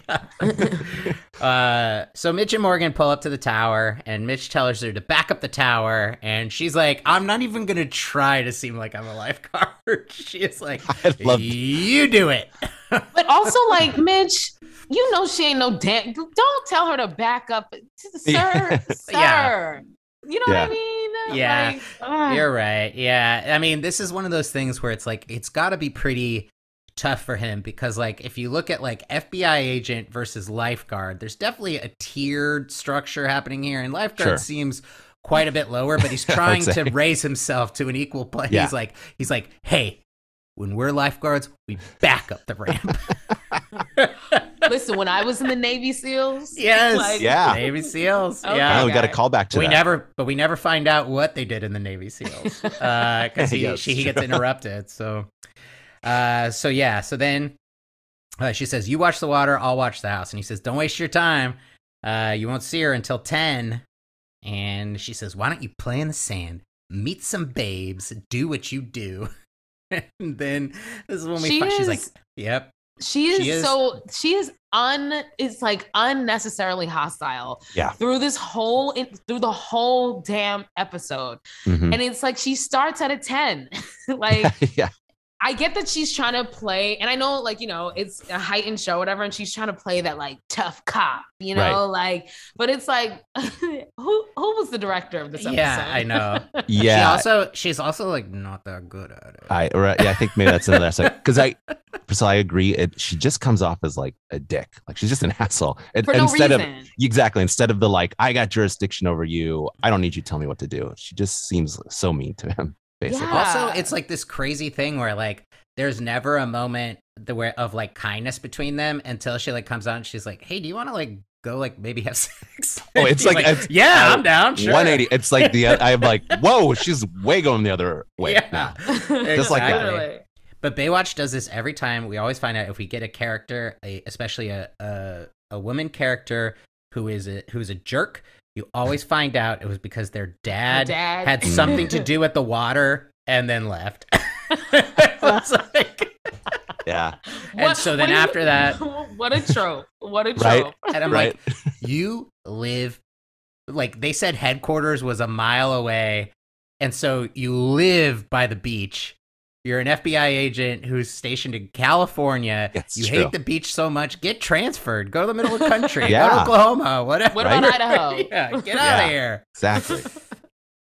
Speaker 1: Uh, so Mitch and Morgan pull up to the tower, and Mitch tells her to back up the tower, and she's like, "I'm not even gonna try to seem like I'm a lifeguard." she is like,
Speaker 2: I love
Speaker 1: "You do it."
Speaker 3: But also, like, Mitch, you know she ain't no damn. Don't tell her to back up, sir,
Speaker 2: Yeah.
Speaker 3: sir.
Speaker 1: Yeah.
Speaker 3: You know
Speaker 2: Yeah.
Speaker 3: what I mean?
Speaker 1: Yeah.
Speaker 3: Like, ugh.
Speaker 1: You're right. Yeah. I mean, this is one of those things where it's like, it's got to be pretty tough for him because, like, if you look at like FBI agent versus lifeguard, there's definitely a tiered structure happening here. And lifeguard
Speaker 2: Sure.
Speaker 1: seems quite a bit lower, but he's
Speaker 2: I would
Speaker 1: trying
Speaker 2: say.
Speaker 1: to raise himself to an equal place.
Speaker 2: Yeah.
Speaker 1: He's like, he's like, hey, when we're lifeguards, we back up the ramp.
Speaker 3: Listen, when I was in the Navy SEALs,
Speaker 1: yes.
Speaker 3: Like-
Speaker 2: Yeah.
Speaker 1: Navy SEALs.
Speaker 3: Okay.
Speaker 1: Yeah.
Speaker 2: Oh, we got a
Speaker 3: guy.
Speaker 2: call back to
Speaker 1: we
Speaker 2: that.
Speaker 1: never but we never find out what they did in the navy seals because he,
Speaker 2: Yeah, that's
Speaker 1: she, he
Speaker 2: true.
Speaker 1: gets interrupted so uh, so yeah so then uh, she says you watch the water i'll watch the house and he says don't waste your time uh, you won't see her until 10 and she says why don't you play in the sand meet some babes do what you do and then this is when we
Speaker 3: She
Speaker 1: find, she's
Speaker 3: is-
Speaker 1: like yep
Speaker 3: she is,
Speaker 1: She is-
Speaker 3: so she is un is like unnecessarily hostile.
Speaker 2: Yeah.
Speaker 3: Through this whole in, through the whole damn episode.
Speaker 2: Mhm.
Speaker 3: And it's like she starts at a 10. like
Speaker 2: yeah.
Speaker 3: I get that she's trying to play, and I know, like, you know, it's a heightened show, whatever, and she's trying to play that like tough cop, you know,
Speaker 2: Right.
Speaker 3: like, but it's like, who who was the director of this episode?
Speaker 1: yeah i know she
Speaker 2: Yeah.
Speaker 1: also she's also like not that good at it
Speaker 2: I right, yeah, I think maybe that's another aspect because I, so I agree. It, she just comes off as like a dick, like she's just an asshole. And,
Speaker 3: For
Speaker 2: and
Speaker 3: no
Speaker 2: instead
Speaker 3: reason.
Speaker 2: of exactly instead of the like, I got jurisdiction over you. I don't need you to tell me what to do. She just seems so mean to him, basically.
Speaker 3: Yeah.
Speaker 1: Also, it's like this crazy thing where like there's never a moment the where of like kindness between them until she like comes out and she's like, "Hey, do you want to like go like maybe have sex?"
Speaker 2: Oh, it's
Speaker 1: He's
Speaker 2: like- it's-
Speaker 1: "Yeah,
Speaker 2: uh,
Speaker 1: I'm down." Sure.
Speaker 2: 180. It's like the I'm like, whoa, she's way going the other way
Speaker 1: Yeah.
Speaker 2: now.
Speaker 1: Just
Speaker 2: like that.
Speaker 3: Literally.
Speaker 1: But Baywatch does this every time. We always find out if we get a character, a, especially a, a a woman character who is a who's a jerk. You always find out it was because their
Speaker 3: Her
Speaker 1: dad
Speaker 3: dad
Speaker 1: had something
Speaker 2: Mm.
Speaker 1: to do with the water and then left. It's like-
Speaker 2: Yeah,
Speaker 1: And so then
Speaker 3: do you-
Speaker 1: after that-
Speaker 3: what a trope! What a trope!
Speaker 2: Right.
Speaker 1: and I'm like,
Speaker 2: right.
Speaker 1: you live like they said headquarters was a mile away and so you live by the beach You're an FBI agent who's stationed in California.
Speaker 2: It's
Speaker 1: you
Speaker 2: true.
Speaker 1: hate the beach so much. Get transferred. Go to the middle of the country. Go to
Speaker 2: Yeah.
Speaker 1: Oklahoma. Whatever.
Speaker 3: What about
Speaker 1: Right?
Speaker 3: Idaho?
Speaker 1: yeah, get out
Speaker 2: Yeah.
Speaker 1: of here.
Speaker 2: Exactly.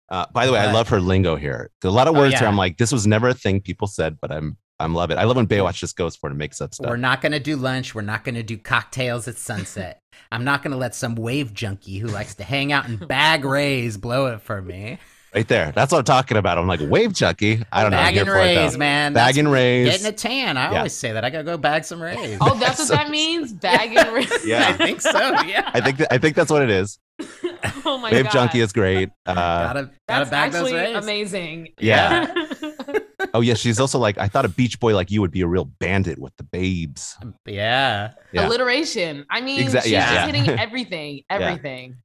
Speaker 2: Uh, by the way, I
Speaker 1: But-
Speaker 2: love her lingo here. There's a lot of
Speaker 1: Oh,
Speaker 2: words here.
Speaker 1: yeah.
Speaker 2: I'm like, this was never a thing people said, but I'm I'm love it. I love when Baywatch just goes for it and makes up stuff.
Speaker 1: We're not going to do lunch. We're not going to do cocktails at sunset. I'm not going to let some wave junkie who likes to hang out in bag rays blow it for me.
Speaker 2: right there. That's what I'm talking about. I'm like, wave Chucky. I don't know. I'm
Speaker 1: bag
Speaker 2: here
Speaker 1: and
Speaker 2: for it, though.
Speaker 1: rays, man.
Speaker 2: Bag and
Speaker 1: That's
Speaker 2: raise.
Speaker 1: getting a tan. I
Speaker 2: Yeah.
Speaker 1: always say that. I got to go bag some rays.
Speaker 3: Oh, that's what that means? Bag and wrist.
Speaker 1: I
Speaker 2: Yeah.
Speaker 1: think so. Yeah.
Speaker 2: I think that, I think that's what it is.
Speaker 3: oh my
Speaker 2: Wave
Speaker 3: god.
Speaker 2: junkie is great. Uh,
Speaker 1: gotta gotta
Speaker 3: That's
Speaker 1: bag those
Speaker 3: actually
Speaker 1: rays.
Speaker 3: amazing.
Speaker 2: Yeah. oh yeah, she's also like I thought a Beach Boy like you would be a real bandit with the babes.
Speaker 1: Yeah.
Speaker 2: Yeah.
Speaker 3: Alliteration. I mean,
Speaker 2: Exact-
Speaker 3: she's
Speaker 1: yeah,
Speaker 3: just
Speaker 2: yeah.
Speaker 3: hitting everything. Everything.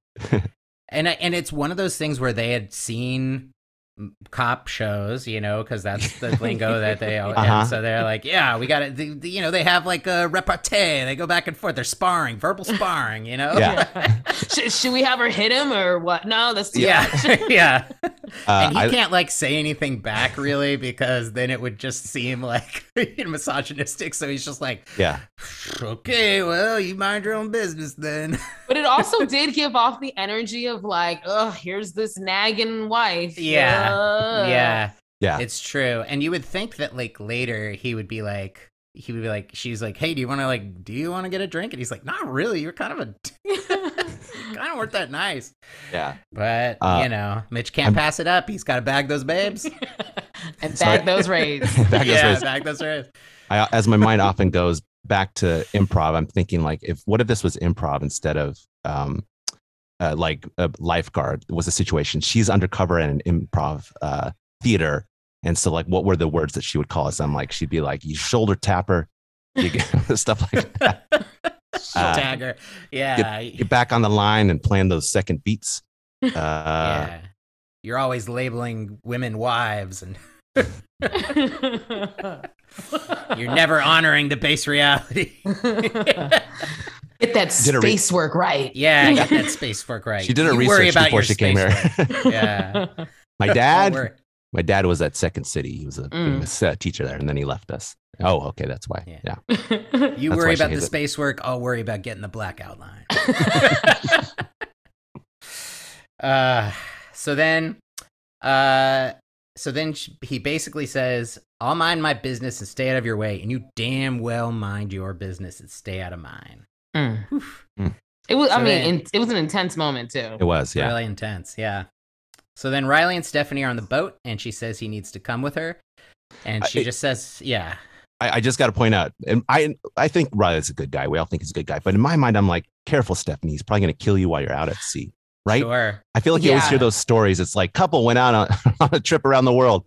Speaker 1: and I- and it's one of those things where they had seen m- cop shows, you know, because that's the lingo that they. all
Speaker 2: Uh-huh.
Speaker 1: And so they're like, yeah, we got it. You know, they have like a repartee. They go back and forth. They're sparring, verbal sparring. You know.
Speaker 2: Yeah.
Speaker 3: should, should we have her hit him or what? No, that's too
Speaker 1: Yeah,
Speaker 3: much.
Speaker 1: yeah,
Speaker 2: Uh,
Speaker 1: and he
Speaker 2: I,
Speaker 1: can't like say anything back really because then it would just seem like misogynistic. So he's just like,
Speaker 2: yeah,
Speaker 1: okay, well, you mind your own business then.
Speaker 3: But it also did give off the energy of like, oh, here's this nagging wife.
Speaker 1: Yeah.
Speaker 3: Ugh.
Speaker 1: yeah
Speaker 2: Yeah.
Speaker 1: it's true and you would think that like later he would be like he would be like she's like hey do you want to like do you want to get a drink and he's like not really you're kind of a kind of weren't that nice
Speaker 2: yeah.
Speaker 1: but
Speaker 2: Uh,
Speaker 1: you know mitch can't
Speaker 2: I'm-
Speaker 1: pass it up he's got to bag those babes
Speaker 3: and
Speaker 2: Sorry.
Speaker 3: bag those rays.
Speaker 2: Back this
Speaker 1: yeah
Speaker 2: way.
Speaker 1: bag those rays
Speaker 2: I, as my mind often goes back to improv, I'm thinking like, if what if this was improv instead of um, uh, like a lifeguard was a situation? She's undercover in an improv uh, theater, and so like, what were the words that she would call us? I'm like, she'd be like, you shoulder tapper, you get, stuff like that. Uh,
Speaker 1: tagger yeah
Speaker 2: Get back on the line and plan those second beats. Uh, yeah.
Speaker 1: yeah you're always labeling women wives and you're never honoring the base reality
Speaker 3: Get that
Speaker 2: Did a re-
Speaker 3: space work right.
Speaker 1: yeah i got that space work right
Speaker 2: She did her
Speaker 1: You worry
Speaker 2: research
Speaker 1: about
Speaker 2: before
Speaker 1: your
Speaker 2: she came
Speaker 1: space
Speaker 2: here.
Speaker 1: work. Yeah.
Speaker 2: my
Speaker 1: Don't
Speaker 2: dad,
Speaker 1: worry.
Speaker 2: my dad was at Second City. He was a
Speaker 3: Mm.
Speaker 2: famous uh, teacher there, and then he left us. Oh, okay, that's why.
Speaker 1: Yeah.
Speaker 2: yeah.
Speaker 1: You
Speaker 2: That's
Speaker 1: worry
Speaker 2: why she
Speaker 1: about the
Speaker 2: hates it.
Speaker 1: space work. I'll worry about getting the blackout line. uh, so then, uh, so then sh he basically says, "I'll mind my business and stay out of your way, and you damn well mind your business and stay out of mine."
Speaker 3: Mm.
Speaker 1: Oof.
Speaker 3: It was.
Speaker 1: So
Speaker 3: I mean,
Speaker 1: then-
Speaker 3: in, it was an intense moment too.
Speaker 2: It was, yeah.
Speaker 1: Really intense, yeah. So then Riley and Stephanie are on the boat, and she says he needs to come with her, and
Speaker 2: I-
Speaker 1: she
Speaker 2: it-
Speaker 1: just says, "Yeah,
Speaker 2: I, I just got to point out, and I I think Riley's a good guy. We all think he's a good guy, but in my mind, I'm like, careful, Stephanie. He's probably going to kill you while you're out at sea, right?
Speaker 1: sure."
Speaker 2: I feel like you always
Speaker 3: Yeah.
Speaker 2: hear those stories. It's like couple went out on, on a trip around the world,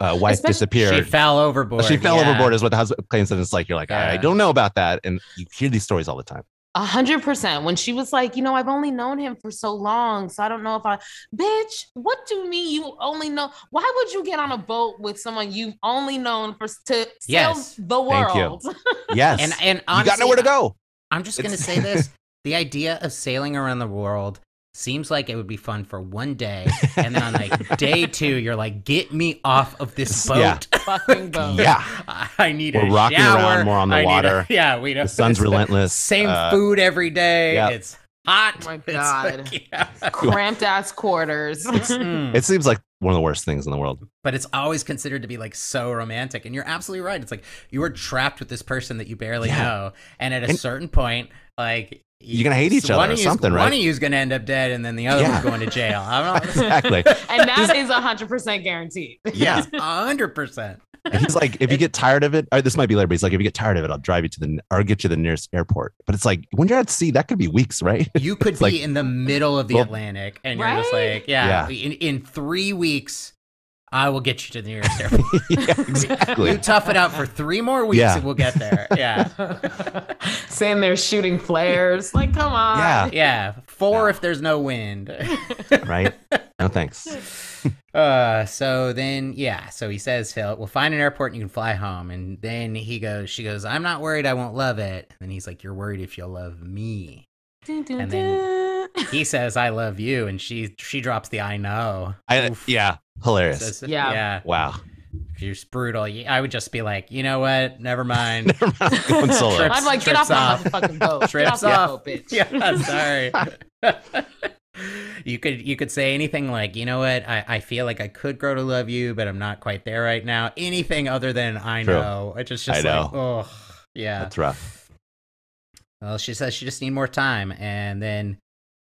Speaker 2: uh, wife
Speaker 1: She
Speaker 3: Especially-
Speaker 2: disappeared.
Speaker 1: fell
Speaker 2: She,
Speaker 1: overboard.
Speaker 2: fell
Speaker 1: yeah.
Speaker 2: overboard is what the husband claims, and it's like you're like, I
Speaker 1: Yeah.
Speaker 2: don't know about that, and you hear these stories all the time.
Speaker 3: A hundred percent. When she was like, you know, I've only known him for so long, so I don't know if I, bitch. What do you mean you only know? Why would you get on a boat with someone you've only known for to
Speaker 1: Yes.
Speaker 3: sail the
Speaker 2: Thank you.
Speaker 3: world?
Speaker 2: Yes,
Speaker 1: And and
Speaker 2: you got
Speaker 1: honestly,
Speaker 2: nowhere to go.
Speaker 1: I'm just going to
Speaker 2: It's-
Speaker 1: say this. The idea of sailing around the world seems like it would be fun for one day. And then on like day two, you're like, get me off of this boat.
Speaker 2: Yeah.
Speaker 3: Fucking boat.
Speaker 2: yeah,
Speaker 1: I need
Speaker 2: We're
Speaker 1: a
Speaker 2: rocking
Speaker 1: shower.
Speaker 2: around, we're on the
Speaker 1: I need a-
Speaker 2: water.
Speaker 1: yeah, we know.
Speaker 2: the sun's
Speaker 1: it's
Speaker 2: relentless.
Speaker 1: Same
Speaker 2: Uh,
Speaker 1: food every day.
Speaker 2: yeah.
Speaker 1: It's hot.
Speaker 3: Oh my
Speaker 1: It's like,
Speaker 3: God.
Speaker 1: yeah.
Speaker 3: Cramped ass quarters.
Speaker 1: Mm.
Speaker 2: It seems like one of the worst things in the world.
Speaker 1: but it's always considered to be like so romantic. And you're absolutely right. It's like you are trapped with this person that you barely
Speaker 2: Yeah.
Speaker 1: know, and at a
Speaker 2: And-
Speaker 1: certain point, like
Speaker 2: You're gonna hate each
Speaker 1: one
Speaker 2: other or
Speaker 1: of you's-
Speaker 2: something,
Speaker 1: One
Speaker 2: right?
Speaker 1: of you's gonna end up dead, and then the other
Speaker 2: Yeah.
Speaker 1: one's going to jail. I don't know.
Speaker 2: Exactly.
Speaker 3: and that is a hundred percent guaranteed.
Speaker 2: Yeah.
Speaker 1: hundred percent.
Speaker 2: And he's like, if you get tired of it, or this might be later, but he's like, if you get tired of it, I'll drive you to the or get you to the nearest airport. But it's like when you're at sea, that could be weeks, right?
Speaker 1: You could
Speaker 2: It's
Speaker 1: be
Speaker 2: like-
Speaker 1: in the middle of the
Speaker 2: Well-
Speaker 1: Atlantic, and you're just
Speaker 3: Right?
Speaker 1: like, yeah. In, in three weeks, I will get you to the nearest airport.
Speaker 2: yeah,
Speaker 1: you
Speaker 2: exactly.
Speaker 1: tough it out for three more weeks,
Speaker 2: Yeah.
Speaker 1: and we'll get there. Yeah.
Speaker 3: Saying they're shooting flares. Like, come on.
Speaker 2: Yeah,
Speaker 1: Yeah, four
Speaker 2: Yeah.
Speaker 1: if there's no wind.
Speaker 2: right. No thanks.
Speaker 1: Uh, so then, yeah. So he says he'll we'll find an airport and you can fly home. And then he goes, she goes, I'm not worried. I won't love it. And he's like, You're worried if you'll love me.
Speaker 3: Dun, dun,
Speaker 1: And then-
Speaker 3: dun.
Speaker 1: He says, I love you, and she she drops the I know.
Speaker 2: I,
Speaker 1: Oof.
Speaker 2: yeah, hilarious.
Speaker 1: So- so-
Speaker 3: Yeah.
Speaker 1: yeah.
Speaker 2: wow.
Speaker 1: She- you're brutal, you- I would just be like, you know what? Never mind.
Speaker 2: Never mind, going solo.
Speaker 1: Trips-
Speaker 3: I'm like, get off,
Speaker 1: trips off.
Speaker 3: my motherfucking boat. Get off
Speaker 1: Trips
Speaker 3: my
Speaker 1: off.
Speaker 3: boat, bitch.
Speaker 1: yeah, sorry. you could you could say anything like, you know what? I, I feel like I could grow to love you, but I'm not quite there right now. Anything other than I
Speaker 2: True.
Speaker 1: know. It's just, just
Speaker 2: I
Speaker 1: like, oh, yeah.
Speaker 2: That's rough.
Speaker 1: Well, she says she just need more time, and then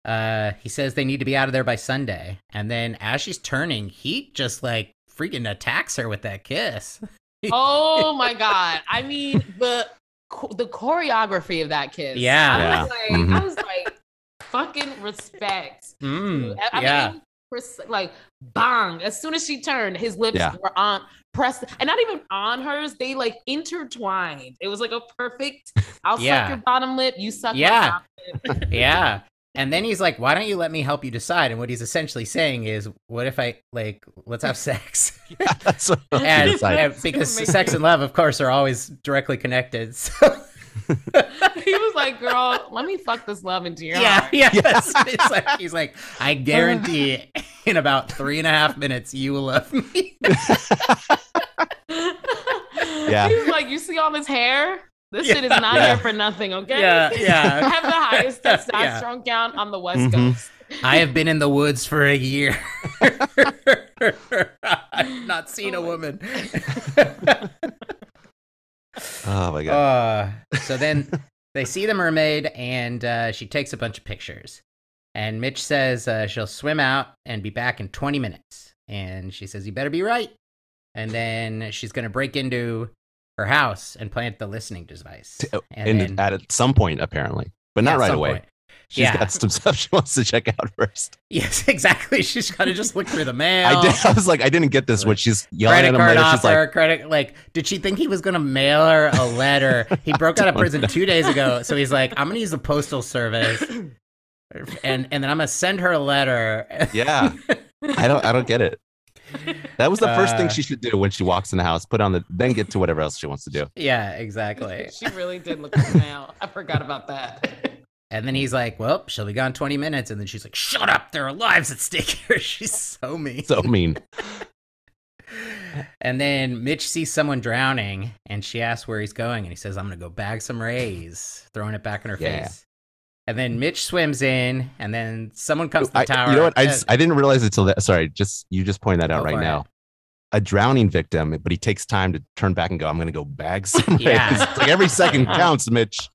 Speaker 1: uh, he says they need to be out of there by Sunday. And then as she's turning, he just like freaking attacks her with that kiss.
Speaker 3: Oh my god! I mean the cho- the choreography of that kiss.
Speaker 1: Yeah.
Speaker 3: I was
Speaker 2: Yeah.
Speaker 3: like, I
Speaker 2: Mhm.
Speaker 3: was like, fucking respect.
Speaker 1: Mm,
Speaker 3: I- I
Speaker 1: yeah,
Speaker 3: mean, pres- like bang! As soon as she turned, his lips
Speaker 2: Yeah.
Speaker 3: were on pressed, and not even on hers. They like intertwined. It was like a perfect. I'll
Speaker 1: Yeah.
Speaker 3: suck your bottom lip. You suck.
Speaker 1: Yeah.
Speaker 3: My top lip.
Speaker 1: yeah. And then he's like, "Why don't you let me help you decide?" And what he's essentially saying is, "What if I like let's have sex?"
Speaker 2: That's what I'm
Speaker 1: and,
Speaker 2: excited.
Speaker 1: and because
Speaker 3: Amazing.
Speaker 1: sex and love, of course, are always directly connected. So
Speaker 3: he was like, "Girl, let me fuck this love into your
Speaker 1: yeah,
Speaker 3: heart."
Speaker 1: yeah. It's, it's like he's like, "I guarantee it, in about three and a half minutes, you will love me."
Speaker 3: yeah. He was like, "You see all this hair? This shit is
Speaker 1: Yeah.
Speaker 3: not
Speaker 2: Yeah.
Speaker 3: here for nothing." Okay.
Speaker 1: Yeah, yeah.
Speaker 3: I have the highest
Speaker 1: Yeah. Mm-hmm.
Speaker 3: testosterone count on the West
Speaker 2: Mhm.
Speaker 3: Coast.
Speaker 1: I have been in the woods for a year. I've not seen
Speaker 3: Oh
Speaker 1: a
Speaker 3: my
Speaker 1: woman.
Speaker 2: oh my god.
Speaker 1: uh, so then they see the mermaid, and uh, she takes a bunch of pictures. And Mitch says uh, she'll swim out and be back in 20 minutes. And she says, You better be right. And then she's going to break into her house and plant the listening device.
Speaker 2: T- oh,
Speaker 1: And
Speaker 2: and
Speaker 1: then-
Speaker 2: at some point, apparently, but not
Speaker 1: at
Speaker 2: right
Speaker 1: some
Speaker 2: away.
Speaker 1: point.
Speaker 2: She's
Speaker 1: Yeah.
Speaker 2: got some stuff she wants to check out first.
Speaker 1: Yes, exactly. She's got to just look through the mail.
Speaker 2: I did. I was like, I didn't get this. When she's yelling at
Speaker 1: credit
Speaker 2: him
Speaker 1: card
Speaker 2: later, she's
Speaker 1: offer,
Speaker 2: like,
Speaker 1: credit like did she think he was gonna mail her a letter? He broke out of
Speaker 2: don't
Speaker 1: prison two days ago, so he's like, I'm gonna use the postal service and and then I'm gonna send her a letter.
Speaker 2: yeah. I don't. I don't get it. That was the first
Speaker 1: Uh,
Speaker 2: thing she should do when she walks in the house. Put on the then get to whatever else she wants to do.
Speaker 1: yeah, exactly.
Speaker 3: she really did look at the mail. I forgot about that.
Speaker 1: And then he's like, Well, she'll be gone twenty minutes, and then she's like, Shut up, there are lives at stake here. She's so mean.
Speaker 2: So mean.
Speaker 1: And then Mitch sees someone drowning and she asks where he's going. And he says, I'm going to go bag some rays, throwing it back in her
Speaker 2: Yeah.
Speaker 1: face. And then Mitch swims in and then someone comes to the
Speaker 2: I-
Speaker 1: tower.
Speaker 2: You know what? I,
Speaker 1: Uh,
Speaker 2: just, I didn't realize it till that. Sorry, just you just pointed that out
Speaker 1: Go
Speaker 2: right
Speaker 1: for it.
Speaker 2: now. A drowning victim, but he takes time to turn back and go. I'm going to go bag some.
Speaker 1: Yeah.
Speaker 2: rays." It's like every second counts, Mitch.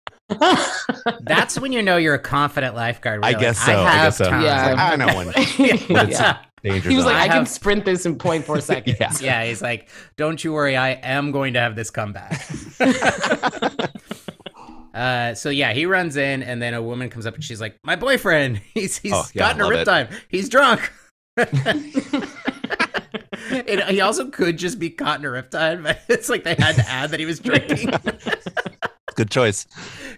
Speaker 1: that's when you know you're a confident lifeguard. where
Speaker 2: I
Speaker 1: you're
Speaker 2: guess
Speaker 1: like,
Speaker 2: so. I,
Speaker 1: have
Speaker 2: guess so.
Speaker 1: time.
Speaker 2: Yeah.
Speaker 3: Yeah.
Speaker 2: I know one
Speaker 1: Yeah.
Speaker 2: But it's-
Speaker 3: yeah.
Speaker 2: danger.
Speaker 3: He was
Speaker 2: zone.
Speaker 3: like, I,
Speaker 1: I
Speaker 3: can
Speaker 1: have-
Speaker 3: sprint this in 0.4 seconds.
Speaker 2: Yeah.
Speaker 1: Yeah, he's like, don't you worry, I am going to have this comeback. uh, so yeah, he runs in, and then a woman comes up and she's like, my boyfriend, he's he's
Speaker 2: Oh, yeah,
Speaker 1: gotten a
Speaker 2: love
Speaker 1: rip
Speaker 2: it.
Speaker 1: time. He's drunk. and he also could just be caught in a rip time, but it's like they had to add that he was drinking.
Speaker 2: good choice.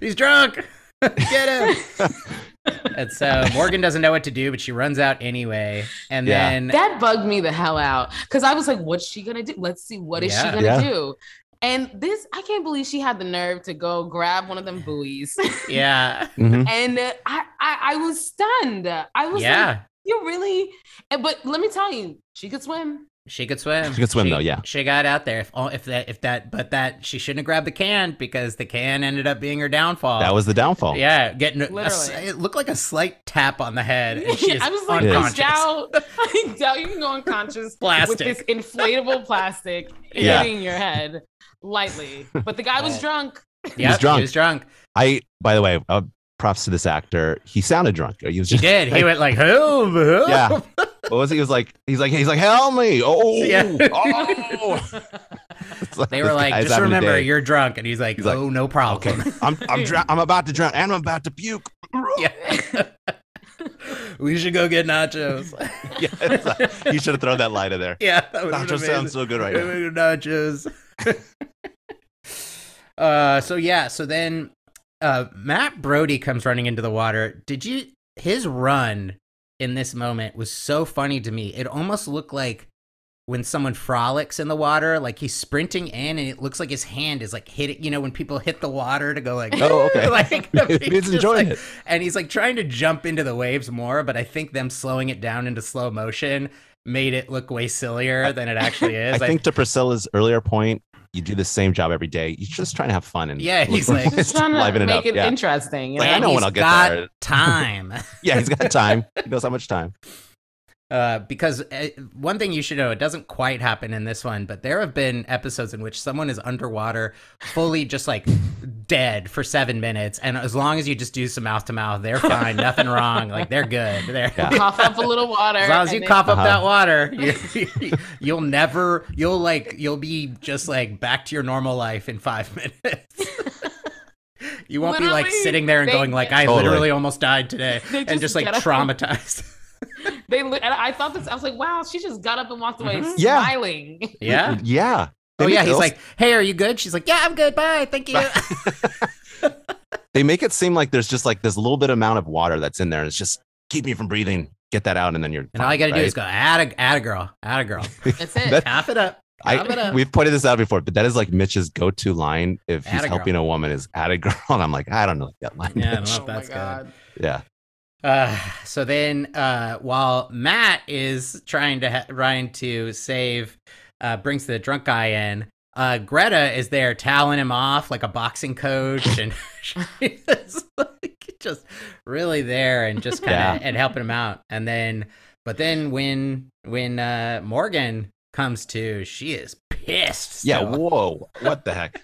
Speaker 1: he's drunk. Get him. and so Morgan doesn't know what to do, but she runs out anyway. And
Speaker 2: Yeah.
Speaker 1: then
Speaker 3: That bugged me the hell out because I was like, what's she gonna do? Let's see, what is she
Speaker 1: Yeah.
Speaker 3: gonna
Speaker 2: Yeah.
Speaker 3: do? And this, I can't believe she had the nerve to go grab one of them buoys.
Speaker 1: yeah.
Speaker 2: Mhm.
Speaker 3: and uh, I, I, I was stunned. I was like,
Speaker 1: Yeah.
Speaker 3: you really? and- But let me tell you, she could swim.
Speaker 1: She could swim.
Speaker 2: She could swim, though, yeah.
Speaker 1: She got out there. If all if that if that but that she shouldn't have grabbed the can because the can ended up being her downfall.
Speaker 2: That was the downfall.
Speaker 1: "Oh, yeah, getting a- a s-
Speaker 3: Literally.
Speaker 1: it looked like a slight tap on the head. And she is
Speaker 3: I was like, I
Speaker 1: unconscious.
Speaker 3: doubt, I doubt you can go unconscious with this
Speaker 1: Plastic.
Speaker 3: inflatable plastic
Speaker 2: Yeah.
Speaker 3: hitting your head lightly. But the guy was drunk.
Speaker 1: Yep, he was drunk.
Speaker 2: drunk.
Speaker 1: He was drunk.
Speaker 2: I. By the way, uh, props to this actor. He sounded drunk. He was
Speaker 1: He
Speaker 2: just.
Speaker 1: did. He went like, help, help.
Speaker 2: Yeah. What was he? He was like. He's like. He's like. Help me! Oh.
Speaker 1: Yeah.
Speaker 2: oh. It's
Speaker 1: They
Speaker 2: this
Speaker 1: were like,
Speaker 2: guy's
Speaker 1: just
Speaker 2: having a
Speaker 1: remember,
Speaker 2: day.
Speaker 1: you're drunk. And he's like,
Speaker 2: He's like,
Speaker 1: oh, no problem.
Speaker 2: I'm. I'm. Dr- I'm about to drown, and I'm about to puke.
Speaker 1: Yeah. we should go get nachos.
Speaker 2: yeah, it's like- you should have thrown that line in there.
Speaker 1: yeah, that would have
Speaker 2: Nacho
Speaker 1: been amazing.
Speaker 2: sounds so good right now.
Speaker 1: Nachos. uh, so yeah, so then uh, Matt Brody comes running into the water. Did you? His run in this moment was so funny to me. It almost looked like when someone frolics in the water, like he's sprinting in, and it looks like his hand is like hitting. You know, when people hit the water to go like.
Speaker 2: Oh, okay.
Speaker 1: Like,
Speaker 2: He's
Speaker 1: just,
Speaker 2: enjoying
Speaker 1: like-
Speaker 2: it.
Speaker 1: and he's like trying to jump into the waves more, but I think them slowing it down into slow motion made it look way sillier than it actually is.
Speaker 2: I think to Priscilla's earlier point, you do the same job every day. You're just trying to have fun and
Speaker 1: Yeah,
Speaker 2: look
Speaker 1: he's like-
Speaker 3: Just trying to
Speaker 2: liven it
Speaker 3: make
Speaker 2: up.
Speaker 3: it
Speaker 2: yeah.
Speaker 3: interesting. You
Speaker 2: Like,
Speaker 3: know?
Speaker 2: I know
Speaker 1: And
Speaker 2: when
Speaker 1: he's
Speaker 2: I'll get
Speaker 1: got
Speaker 2: there.
Speaker 1: Time.
Speaker 2: yeah, he's got time. He knows how much time.
Speaker 1: Uh, because uh, one thing you should know, it doesn't quite happen in this one, but there have been episodes in which someone is underwater, fully just like dead for seven minutes, and as long as you just do some mouth to mouth, they're fine, nothing wrong, like they're good. They're,
Speaker 2: Yeah.
Speaker 3: cough up a little water.
Speaker 1: As long as
Speaker 3: and
Speaker 1: you
Speaker 3: then-
Speaker 1: cough up
Speaker 2: Uh-huh.
Speaker 1: that water, you, you'll never, you'll like, you'll be just like back to your normal life in five minutes. you won't be like
Speaker 3: Literally,
Speaker 1: sitting there and
Speaker 3: they-
Speaker 1: going like, I
Speaker 2: Totally.
Speaker 1: literally almost died today,
Speaker 3: They
Speaker 1: and just like
Speaker 3: get up-
Speaker 1: traumatized.
Speaker 3: They, li- and I thought this. I was like, wow, she just got up and walked away
Speaker 2: Mhm. Yeah.
Speaker 3: smiling.
Speaker 1: yeah.
Speaker 2: Yeah. They
Speaker 1: Oh
Speaker 2: make
Speaker 1: yeah, he's
Speaker 2: Ilse-
Speaker 1: like, "Hey, are you good?" She's like, "Yeah, I'm good. Bye, thank you."
Speaker 2: they make it seem like there's just like this little bit amount of water that's in there, and it's just keep me from breathing. Get that out, and then you're.
Speaker 1: and all you gotta
Speaker 2: right?
Speaker 1: do is go, "Add a, add a girl, add a girl,
Speaker 3: That's it.
Speaker 2: That-
Speaker 1: half it up, half it
Speaker 2: I,
Speaker 1: up."
Speaker 2: we've pointed this out before, but that is like Mitch's go-to line if he's
Speaker 1: Atta girl.
Speaker 2: helping a woman is "at a girl," and I'm like, I don't know what that line.
Speaker 1: Yeah, I don't
Speaker 2: is.
Speaker 3: Oh
Speaker 1: know if that's good.
Speaker 2: yeah.
Speaker 1: Uh, so then, uh, while Matt is trying to ha- trying to save, uh, brings the drunk guy in. Uh, Greta is there toweling him off like a boxing coach, and she's like just really there and just kind of and helping him out. And then, but then when when uh, Morgan comes to, she is pissed.
Speaker 2: Yeah.
Speaker 1: still.
Speaker 2: Whoa. What the heck?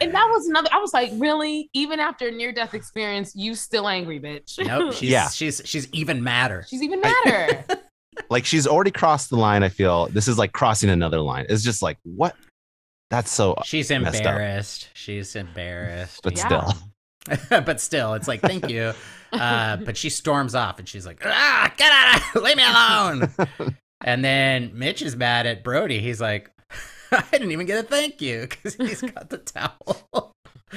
Speaker 3: And that was another. I was like, really? Even after a near death experience, you still angry, bitch?
Speaker 1: Nope. She's,
Speaker 2: Yeah.
Speaker 1: She's she's even madder.
Speaker 3: She's even madder.
Speaker 2: Like she's already crossed the line. I feel this is like crossing another line. It's just like what? That's so.
Speaker 1: She's
Speaker 2: Messed up.
Speaker 1: embarrassed. She's embarrassed.
Speaker 2: But
Speaker 3: Yeah.
Speaker 2: still,
Speaker 1: but still, it's like thank you. Uh, but she storms off and she's like, ah, get out, of, leave me alone. and then Mitch is mad at Brody. He's like, I didn't even get a thank you because he's got the towel.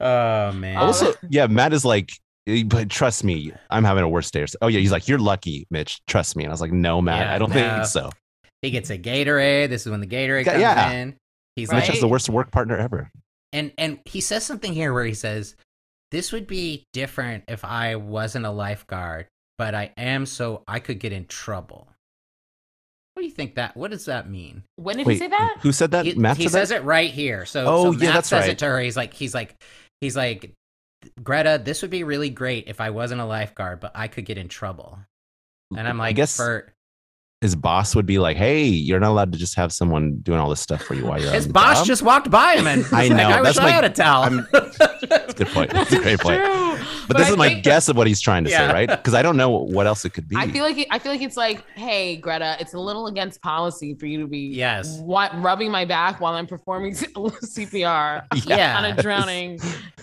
Speaker 1: oh man.
Speaker 3: Oh,
Speaker 2: also, yeah. Matt is like, "Eh, but trust me, I'm having a worse day. Or so. Oh yeah, he's like, you're lucky, Mitch. Trust me. And I was like, no, Matt,
Speaker 1: Yeah,
Speaker 2: I don't
Speaker 1: no.
Speaker 2: think so.
Speaker 1: he gets a Gatorade. This is when the Gatorade
Speaker 2: Yeah,
Speaker 1: comes
Speaker 2: yeah.
Speaker 1: in. He's
Speaker 3: Right.
Speaker 2: Mitch is the worst work partner ever.
Speaker 1: and and he says something here where he says this would be different if i wasn't a lifeguard but i am so i could get in trouble what do you think that what does that mean
Speaker 3: when did
Speaker 2: Wait,
Speaker 3: he say that?
Speaker 2: who said that?
Speaker 1: he,
Speaker 2: Matt
Speaker 1: he
Speaker 2: said
Speaker 1: says
Speaker 2: that.
Speaker 1: it right here so,
Speaker 2: Oh,
Speaker 1: so
Speaker 2: yeah,
Speaker 1: Matt
Speaker 2: that's
Speaker 1: says it
Speaker 2: right.
Speaker 1: to her he's like he's like he's like greta this would be really great if i wasn't a lifeguard but i could get in trouble and i'm like
Speaker 2: I guess
Speaker 1: for
Speaker 2: his boss would be like, "Hey, you're not allowed to just have someone doing all this stuff for you while you're
Speaker 1: his
Speaker 2: on the
Speaker 1: boss
Speaker 2: job."
Speaker 1: just walked by him and
Speaker 2: I
Speaker 1: he's like,
Speaker 2: know,
Speaker 1: i wish
Speaker 2: that's
Speaker 1: i
Speaker 2: my-
Speaker 1: had a towel
Speaker 2: I'm- Good point. That's a
Speaker 3: That's
Speaker 2: great point.
Speaker 3: true.
Speaker 2: But this
Speaker 3: I
Speaker 2: is my
Speaker 3: think-
Speaker 2: guess of what he's trying to
Speaker 1: Yeah.
Speaker 2: say, right? Because I don't know what else it could be.
Speaker 3: I feel like it, I feel like it's like, hey, Greta, it's a little against policy for you to be
Speaker 1: Yes.
Speaker 3: what rubbing my back while I'm performing CPR
Speaker 1: yeah
Speaker 3: on a drowning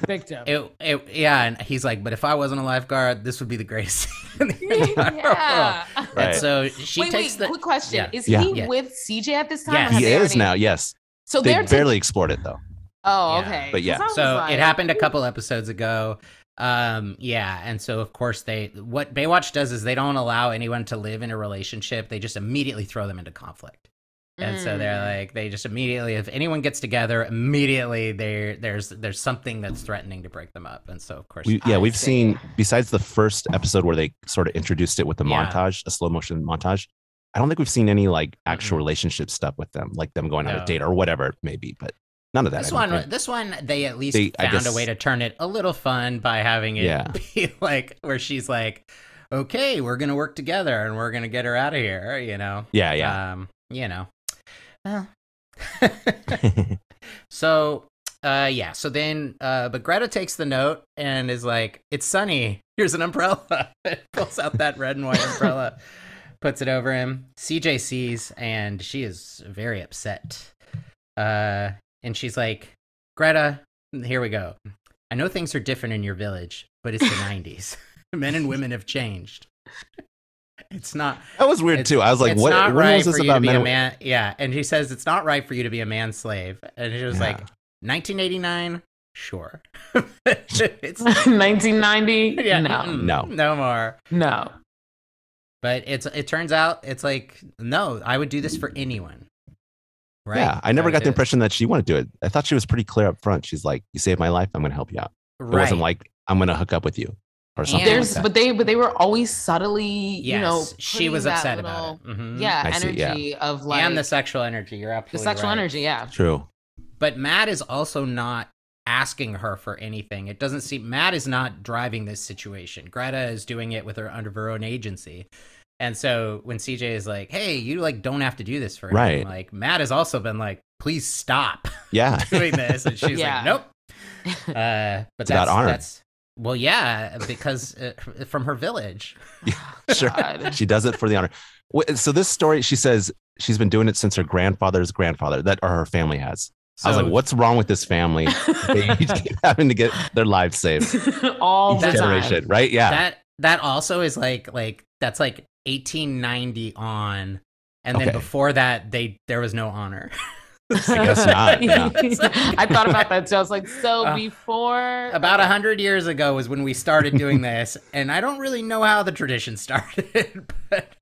Speaker 3: victim.
Speaker 1: It, it, yeah, and he's like, but if I wasn't a lifeguard, this would be the greatest thing in the entire world.
Speaker 3: yeah.
Speaker 1: And
Speaker 2: Right.
Speaker 1: so she
Speaker 3: wait,
Speaker 1: takes
Speaker 3: wait,
Speaker 1: the.
Speaker 3: quick question:
Speaker 1: yeah.
Speaker 3: Is
Speaker 2: Yeah.
Speaker 3: he
Speaker 1: Yeah.
Speaker 3: with CJ at this time?
Speaker 1: Yes.
Speaker 3: or have
Speaker 2: he
Speaker 3: they
Speaker 2: is
Speaker 3: already-
Speaker 2: now. Yes,
Speaker 3: So
Speaker 2: they
Speaker 3: they're ta-
Speaker 2: barely explored it though.
Speaker 3: Oh,
Speaker 1: Yeah.
Speaker 3: okay.
Speaker 2: But yeah.
Speaker 3: 'Cause I was
Speaker 1: so
Speaker 3: like-
Speaker 1: it happened a couple episodes ago. Um, yeah, and so of course they what Baywatch does is they don't allow anyone to live in a relationship. They just immediately throw them into conflict. And so they're
Speaker 3: Mm.
Speaker 1: like they just immediately if anyone gets together, immediately there there's there's something that's threatening to break them up. And so of course
Speaker 2: We, yeah,
Speaker 3: I
Speaker 2: we've
Speaker 3: see.
Speaker 2: seen besides the first episode where they sort of introduced it with the
Speaker 1: Yeah.
Speaker 2: montage, a slow motion montage. I don't think we've seen any like actual
Speaker 1: Mm-mm.
Speaker 2: relationship stuff with them, like them going on
Speaker 1: No.
Speaker 2: a date or whatever it may be. But none of that.
Speaker 1: This
Speaker 2: I don't
Speaker 1: one,
Speaker 2: think.
Speaker 1: this one, they at least
Speaker 2: They- I
Speaker 1: found a
Speaker 2: guess-
Speaker 1: way to turn it a little fun by having it
Speaker 2: Yeah.
Speaker 1: be like where she's like, "Okay, we're gonna work together and we're gonna get her out of here," you know.
Speaker 2: Yeah, yeah.
Speaker 1: Um, you know. Well. Uh, so, uh, yeah. So then, uh, but Greta takes the note and is like, "It's sunny. Here's an umbrella." Pulls out that red and white umbrella, puts it over him. CJ sees, and she is very upset. Uh, and she's like, "Greta, here we go. I know things are different in your village, but it's the '90s. Men and women have changed." It's not
Speaker 2: that was weird
Speaker 1: it's-
Speaker 2: too. I was like,
Speaker 1: it's
Speaker 2: what?
Speaker 1: not
Speaker 2: when
Speaker 1: right
Speaker 2: was this
Speaker 1: for you
Speaker 2: about
Speaker 1: to be
Speaker 2: men
Speaker 1: a
Speaker 2: and-
Speaker 1: man. Yeah, and he says it's not right for you to be a man slave, and he was
Speaker 2: Yeah.
Speaker 1: like, 1989, sure. it's
Speaker 3: 1990.
Speaker 1: yeah,
Speaker 3: hmm. No,
Speaker 1: mm,
Speaker 2: No.
Speaker 1: no more.
Speaker 3: no.
Speaker 1: But it's it turns out it's like no, I would do this for anyone. Right?
Speaker 2: Yeah, I never
Speaker 1: would
Speaker 2: got
Speaker 1: do
Speaker 2: the
Speaker 1: this-
Speaker 2: impression that she wanted to do it. I thought she was pretty clear up front. She's like, "You saved my life. I'm going to help you out." It
Speaker 1: Right.
Speaker 2: wasn't like, "I'm going to hook up with you." or something.
Speaker 3: There's,
Speaker 2: like that.
Speaker 3: but they, but they were always subtly, you know,
Speaker 1: Yes, she was
Speaker 3: putting that
Speaker 1: upset
Speaker 3: little-
Speaker 1: about it. Mhm.
Speaker 3: Yeah,
Speaker 2: I see,
Speaker 3: energy
Speaker 2: yeah.
Speaker 3: of like
Speaker 1: and the sexual energy. You're
Speaker 3: the
Speaker 1: absolutely
Speaker 3: sexual
Speaker 1: right.
Speaker 3: energy. Yeah,
Speaker 2: True.
Speaker 1: But Matt is also not asking her for anything. It doesn't seem Matt is not driving this situation. Greta is doing it with her under her own agency. And so when CJ is like, "Hey, you like don't have to do this for him,"
Speaker 2: Right.
Speaker 1: Like Matt has also been like, "Please stop
Speaker 2: Yeah.
Speaker 1: doing this," and she's
Speaker 3: Yeah.
Speaker 1: like, "Nope." Uh, but
Speaker 2: about
Speaker 1: that's
Speaker 2: honor.
Speaker 1: that's well, yeah, because uh, from her village.
Speaker 2: Sure.
Speaker 3: God.
Speaker 2: she does it for the honor. Wh- So this story, she says she's been doing it since her grandfather's grandfather that or her family has. I was
Speaker 1: So-
Speaker 2: like, what's wrong with this family? They keep having to get their lives saved.
Speaker 3: all
Speaker 2: Each
Speaker 3: the
Speaker 2: generation,
Speaker 3: time.
Speaker 2: right? Yeah.
Speaker 1: that that also is like like that's like 1890 on and then
Speaker 2: Okay.
Speaker 1: before that they there was no honor
Speaker 2: I guess not, yeah.
Speaker 3: I thought about that too. I was like, so
Speaker 1: Uh,
Speaker 3: before
Speaker 1: about 100 years ago was when we started doing this and i don't really know how the tradition started but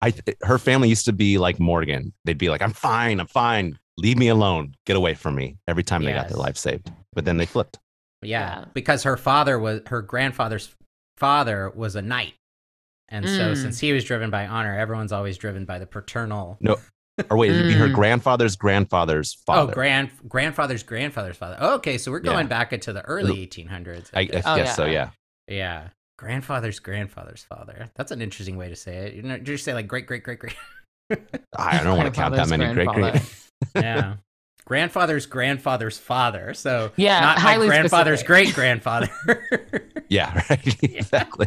Speaker 2: I her family used to be like Morgan. They'd be like, "I'm fine, I'm fine, leave me alone, get away from me." Every time they got
Speaker 1: Yes.
Speaker 2: their life saved, but then they flipped.
Speaker 1: yeah,
Speaker 3: Yeah.
Speaker 1: because her father was her grandfather's father was a knight and so
Speaker 3: Mm.
Speaker 1: since he was driven by honor everyone's always driven by the paternal
Speaker 2: Or wait, it'd be her
Speaker 3: Mm.
Speaker 2: grandfather's grandfather's
Speaker 1: oh
Speaker 2: father.
Speaker 1: grand grandfather's grandfather's father oh, okay so we're
Speaker 2: Yeah.
Speaker 1: going back into the early 1800s
Speaker 2: I, I
Speaker 1: at this
Speaker 2: guess
Speaker 3: Oh,
Speaker 2: so.
Speaker 3: yeah.
Speaker 2: Yeah.
Speaker 1: Yeah. Grandfather's grandfather's father. That's an interesting way to say it. You know, just say like great, great, great, great.
Speaker 2: I don't want to count that
Speaker 3: Grandfather's
Speaker 2: many. Great,
Speaker 3: grandfather.
Speaker 2: great.
Speaker 1: Yeah. grandfather's grandfather's father. So
Speaker 3: Yeah,
Speaker 1: not my
Speaker 3: highly
Speaker 1: grandfather's
Speaker 3: specific.
Speaker 1: great grandfather.
Speaker 2: Yeah. Right. exactly.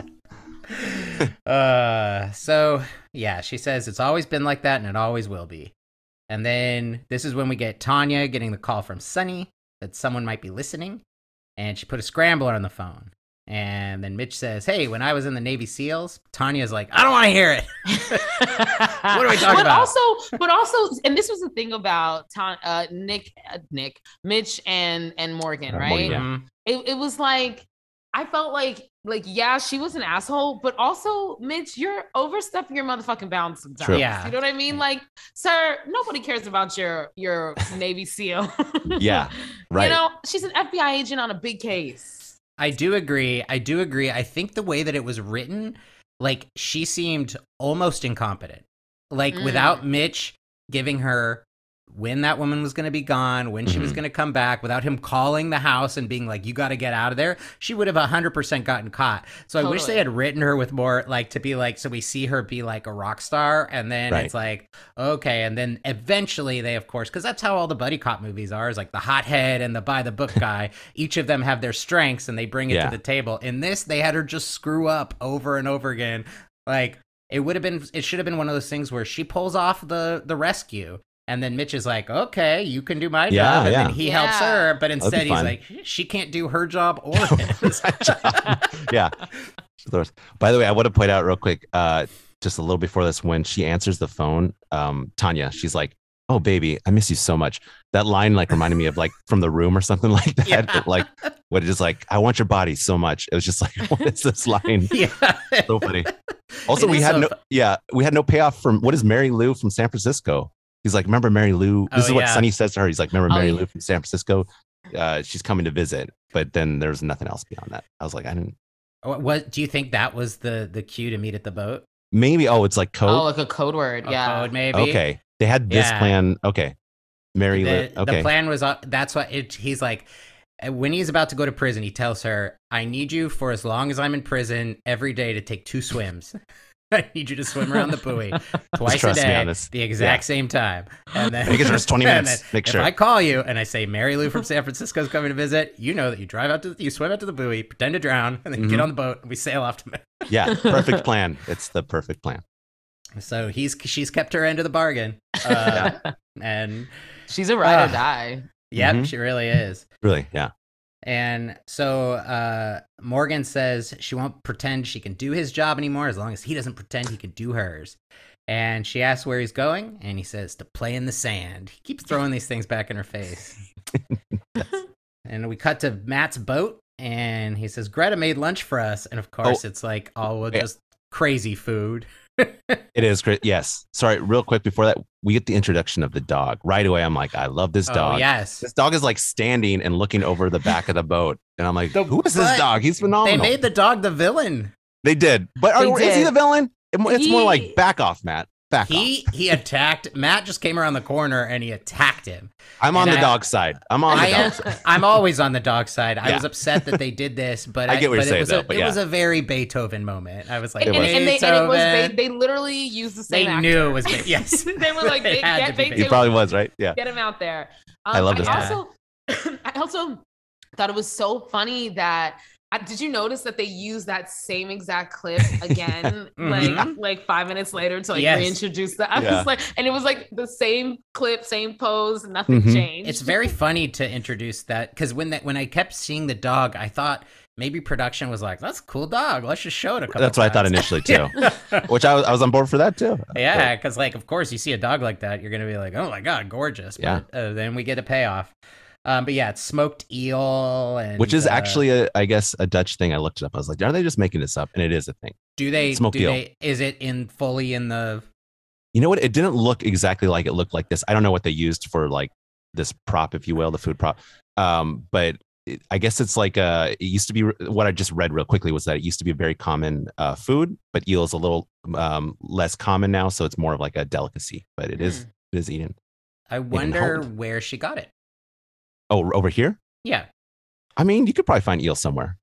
Speaker 1: uh, so yeah, she says it's always been like that and it always will be. And then this is when we get Tanya getting the call from Sunny that someone might be listening. And she put a scrambler on the phone. And then Mitch says, Hey, when I was in the Navy SEALs, Tanya's like, I don't want to hear it.
Speaker 3: what
Speaker 1: are we talking
Speaker 3: but
Speaker 1: about?
Speaker 3: also, but also, and this was the thing about Ton uh, Nick, uh, Nick, Mitch, and and Morgan,
Speaker 2: Uh,
Speaker 3: right?
Speaker 2: Morgan, yeah.
Speaker 1: Mhm.
Speaker 3: It, it was like I felt like like yeah, she was an asshole, but also Mitch, you're overstepping your motherfucking bounds sometimes.
Speaker 2: True.
Speaker 1: Yeah.
Speaker 3: you know what I mean. Like, sir, nobody cares about your your Navy SEAL.
Speaker 2: Yeah, Right.
Speaker 3: You know, she's an FBI agent on a big case.
Speaker 1: I do agree. I do agree. I think the way that it was written, like she seemed almost incompetent. Like
Speaker 3: Mm.
Speaker 1: without Mitch giving her when that woman was going to be gone, when she was
Speaker 2: Mhm.
Speaker 1: going to come back, without him calling the house and being like, you got to get out of there, she would have 100% gotten caught. So I wish they
Speaker 3: Totally.
Speaker 1: had written her with more, like, to be like, so we see her be like a rock star. And then
Speaker 2: Right.
Speaker 1: it's like, okay. And then eventually they, of course, because that's how all the buddy cop movies are is like the hothead and the by the book guy. each of them have their strengths and they bring it
Speaker 2: Yeah.
Speaker 1: to the table. In this, they had her just screw up over and over again. Like it would have been, it should have been one of those things where she pulls off the the rescue, and then Mitch is like, "Okay, you can do my
Speaker 2: Yeah,
Speaker 1: job," and
Speaker 2: yeah.
Speaker 1: then he
Speaker 3: Yeah.
Speaker 1: helps her, but
Speaker 2: be
Speaker 1: instead he's
Speaker 2: fun.
Speaker 1: like, "She can't do her job or his."
Speaker 2: yeah. She's the worst. By the way, I want to point out real quick, uh, just a little before this, when she answers the phone, um, Tanya, she's like, "Oh, baby, I miss you so much." That line like reminded me of like from the room or something like that.
Speaker 1: Yeah.
Speaker 2: Like what it is like, "I want your body so much." It was just like, what is this line?
Speaker 1: yeah.
Speaker 2: So funny. Also,
Speaker 1: It
Speaker 2: we
Speaker 1: is
Speaker 2: had
Speaker 1: so
Speaker 2: no,
Speaker 1: fu-
Speaker 2: yeah, we had no payoff from what is Mary Lou from San Francisco. He's like, remember Mary Lou? This
Speaker 1: Oh,
Speaker 2: is what
Speaker 1: yeah.
Speaker 2: Sonny says to her. He's like, remember
Speaker 3: Oh,
Speaker 2: Mary
Speaker 3: yeah.
Speaker 2: Lou from San Francisco? Uh, she's coming to visit. But then there was nothing else beyond that. I was like, I didn't.
Speaker 1: What, what do you think that was the the cue to meet at the boat?
Speaker 2: Maybe. Oh, it's like
Speaker 3: Oh,
Speaker 2: code.
Speaker 3: like a code word.
Speaker 1: A
Speaker 3: yeah.
Speaker 1: code maybe.
Speaker 2: okay, they had this
Speaker 1: Yeah.
Speaker 2: plan. Okay, Mary Lou.
Speaker 1: the, the
Speaker 2: Okay,
Speaker 1: plan was uh, that's what it, he's like uh, when he's about to go to prison he tells her i need you for as long as i'm in prison every day to take two swims i need you to swim around the buoy twice a
Speaker 2: trust me
Speaker 1: day
Speaker 2: on this.
Speaker 1: the exact same time and then
Speaker 2: Make it just 20
Speaker 1: and
Speaker 2: minutes.
Speaker 1: then
Speaker 2: Make
Speaker 1: if
Speaker 2: sure.
Speaker 1: i call you and i say mary lou from san francisco's coming to visit you know that you drive out to you swim out to the buoy pretend to drown and then you get
Speaker 2: Mhm.
Speaker 1: on the boat and we sail off to Mexico.
Speaker 2: yeah, perfect plan. It's the perfect plan.
Speaker 1: so he's she's kept her end of the bargain uh, and
Speaker 3: She's a ride
Speaker 1: Ah.
Speaker 3: or die.
Speaker 1: yep
Speaker 2: Mhm.
Speaker 1: she really is
Speaker 2: Really, yeah.
Speaker 1: And so uh, Morgan says she won't pretend she can do his job anymore as long as he doesn't pretend he can do hers. And she asks where he's going, and he says to play in the sand. He keeps throwing these things back in her face. and we cut to Matt's boat, and he says, Greta made lunch for us. And of course, it's like all
Speaker 2: Oh. yeah.
Speaker 1: just crazy food.
Speaker 2: It is great. Yes. Sorry, real quick before that, we get the introduction of the dog. Right away, I'm like, I love this dog.
Speaker 1: Oh, yes.
Speaker 2: This dog is like standing and looking over the back of the boat. And I'm like,
Speaker 1: The-
Speaker 2: who is this
Speaker 1: but
Speaker 2: dog? He's
Speaker 1: They
Speaker 2: phenomenal. They,
Speaker 1: made the dog the villain.
Speaker 2: did. But
Speaker 3: They
Speaker 2: are, is he
Speaker 3: did.
Speaker 2: the villain? It- It's more
Speaker 3: He-
Speaker 2: like back off, Matt. Back off.
Speaker 1: He he attacked Matt just came around the corner and he attacked him.
Speaker 2: I'm on
Speaker 1: and
Speaker 2: the
Speaker 1: I-
Speaker 2: dog side. I'm on the
Speaker 1: I
Speaker 2: dog
Speaker 1: am,
Speaker 2: side.
Speaker 1: I'm always on the dog side. I
Speaker 2: Yeah.
Speaker 1: was upset that they did this, but
Speaker 2: I get what you're
Speaker 1: but
Speaker 2: saying,
Speaker 1: it was a,
Speaker 2: though, but
Speaker 1: It
Speaker 2: yeah.
Speaker 1: was a very Beethoven moment. I was like,
Speaker 3: and, and,
Speaker 2: was.
Speaker 3: and they, and it was they,
Speaker 1: Beethoven.
Speaker 3: they literally used the
Speaker 1: They
Speaker 3: same actor.
Speaker 1: knew it was Ba- yes.
Speaker 3: they were like,
Speaker 1: It
Speaker 3: get,
Speaker 1: had to
Speaker 3: get,
Speaker 1: be
Speaker 3: they,
Speaker 2: He
Speaker 1: Bateman.
Speaker 2: probably was, right? Yeah.
Speaker 3: get him out there.
Speaker 2: I love this
Speaker 1: guy.
Speaker 3: Also, I also thought it was so funny that I, did you notice that they used that same exact clip again,
Speaker 1: Mhm.
Speaker 3: like like five minutes later to like
Speaker 1: Yes.
Speaker 3: reintroduce that? I
Speaker 2: Mm-hmm. Yeah.
Speaker 3: was like, and it was like the same clip, same pose, nothing
Speaker 2: Mhm.
Speaker 3: changed.
Speaker 1: It's very funny to introduce that because when that when I kept seeing the dog, I thought maybe production was like, "That's a cool dog. Let's just show it a couple."
Speaker 2: That's what I thought
Speaker 1: times."
Speaker 2: initially, too.
Speaker 1: Yeah.
Speaker 2: Which I was, I was on board for that, too.
Speaker 1: Yeah, because like of course you see a dog like that, you're gonna be like, oh my god, gorgeous.
Speaker 2: Yeah.
Speaker 1: But, uh, then we get a payoff. Um, but yeah, it's smoked eel, and
Speaker 2: Which is
Speaker 1: uh,
Speaker 2: actually, a, I guess, a Dutch thing. I looked it up. I was like, are they just making this up? And it is a thing.
Speaker 1: do they do
Speaker 2: smoked eel.
Speaker 1: they is it in fully in the
Speaker 2: You know what? It didn't look exactly like it looked like this. I don't know what they used for like this prop, if you will, the food prop. Um, but it, I guess it's like uh, it used to be. What I just read real quickly was that it used to be a very common uh, food, but eel is a little um, less common now, so it's more of like a delicacy. But it
Speaker 1: Hmm.
Speaker 2: is it is eaten.
Speaker 1: I wonder
Speaker 2: hold.
Speaker 1: where she got it.
Speaker 2: Oh, over here.
Speaker 1: Yeah,
Speaker 2: I mean, you could probably find eel somewhere.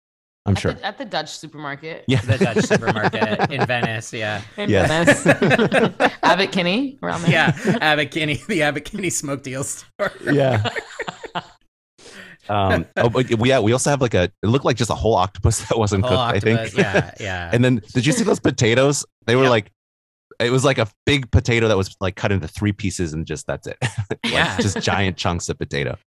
Speaker 2: I'm
Speaker 3: at
Speaker 2: sure.
Speaker 3: the, at the Dutch supermarket.
Speaker 2: yeah,
Speaker 1: the Dutch supermarket in Venice. Yeah,
Speaker 3: in
Speaker 2: Yes.
Speaker 3: Venice. Abbott Kinney ramen.
Speaker 1: yeah, Abbott Kinney, the Abbott Kinney smoked eel store.
Speaker 2: yeah. um, oh, but we- yeah, we also have like a. It looked like just a whole octopus that wasn't
Speaker 1: Whole
Speaker 2: cooked. I
Speaker 1: octopus.
Speaker 2: think.
Speaker 1: Yeah, yeah.
Speaker 2: And then did you see those potatoes? They were
Speaker 1: Yep.
Speaker 2: like it was like a big potato that was like cut into three pieces and just that's it. Like,
Speaker 1: Yeah.
Speaker 2: just giant chunks of potato.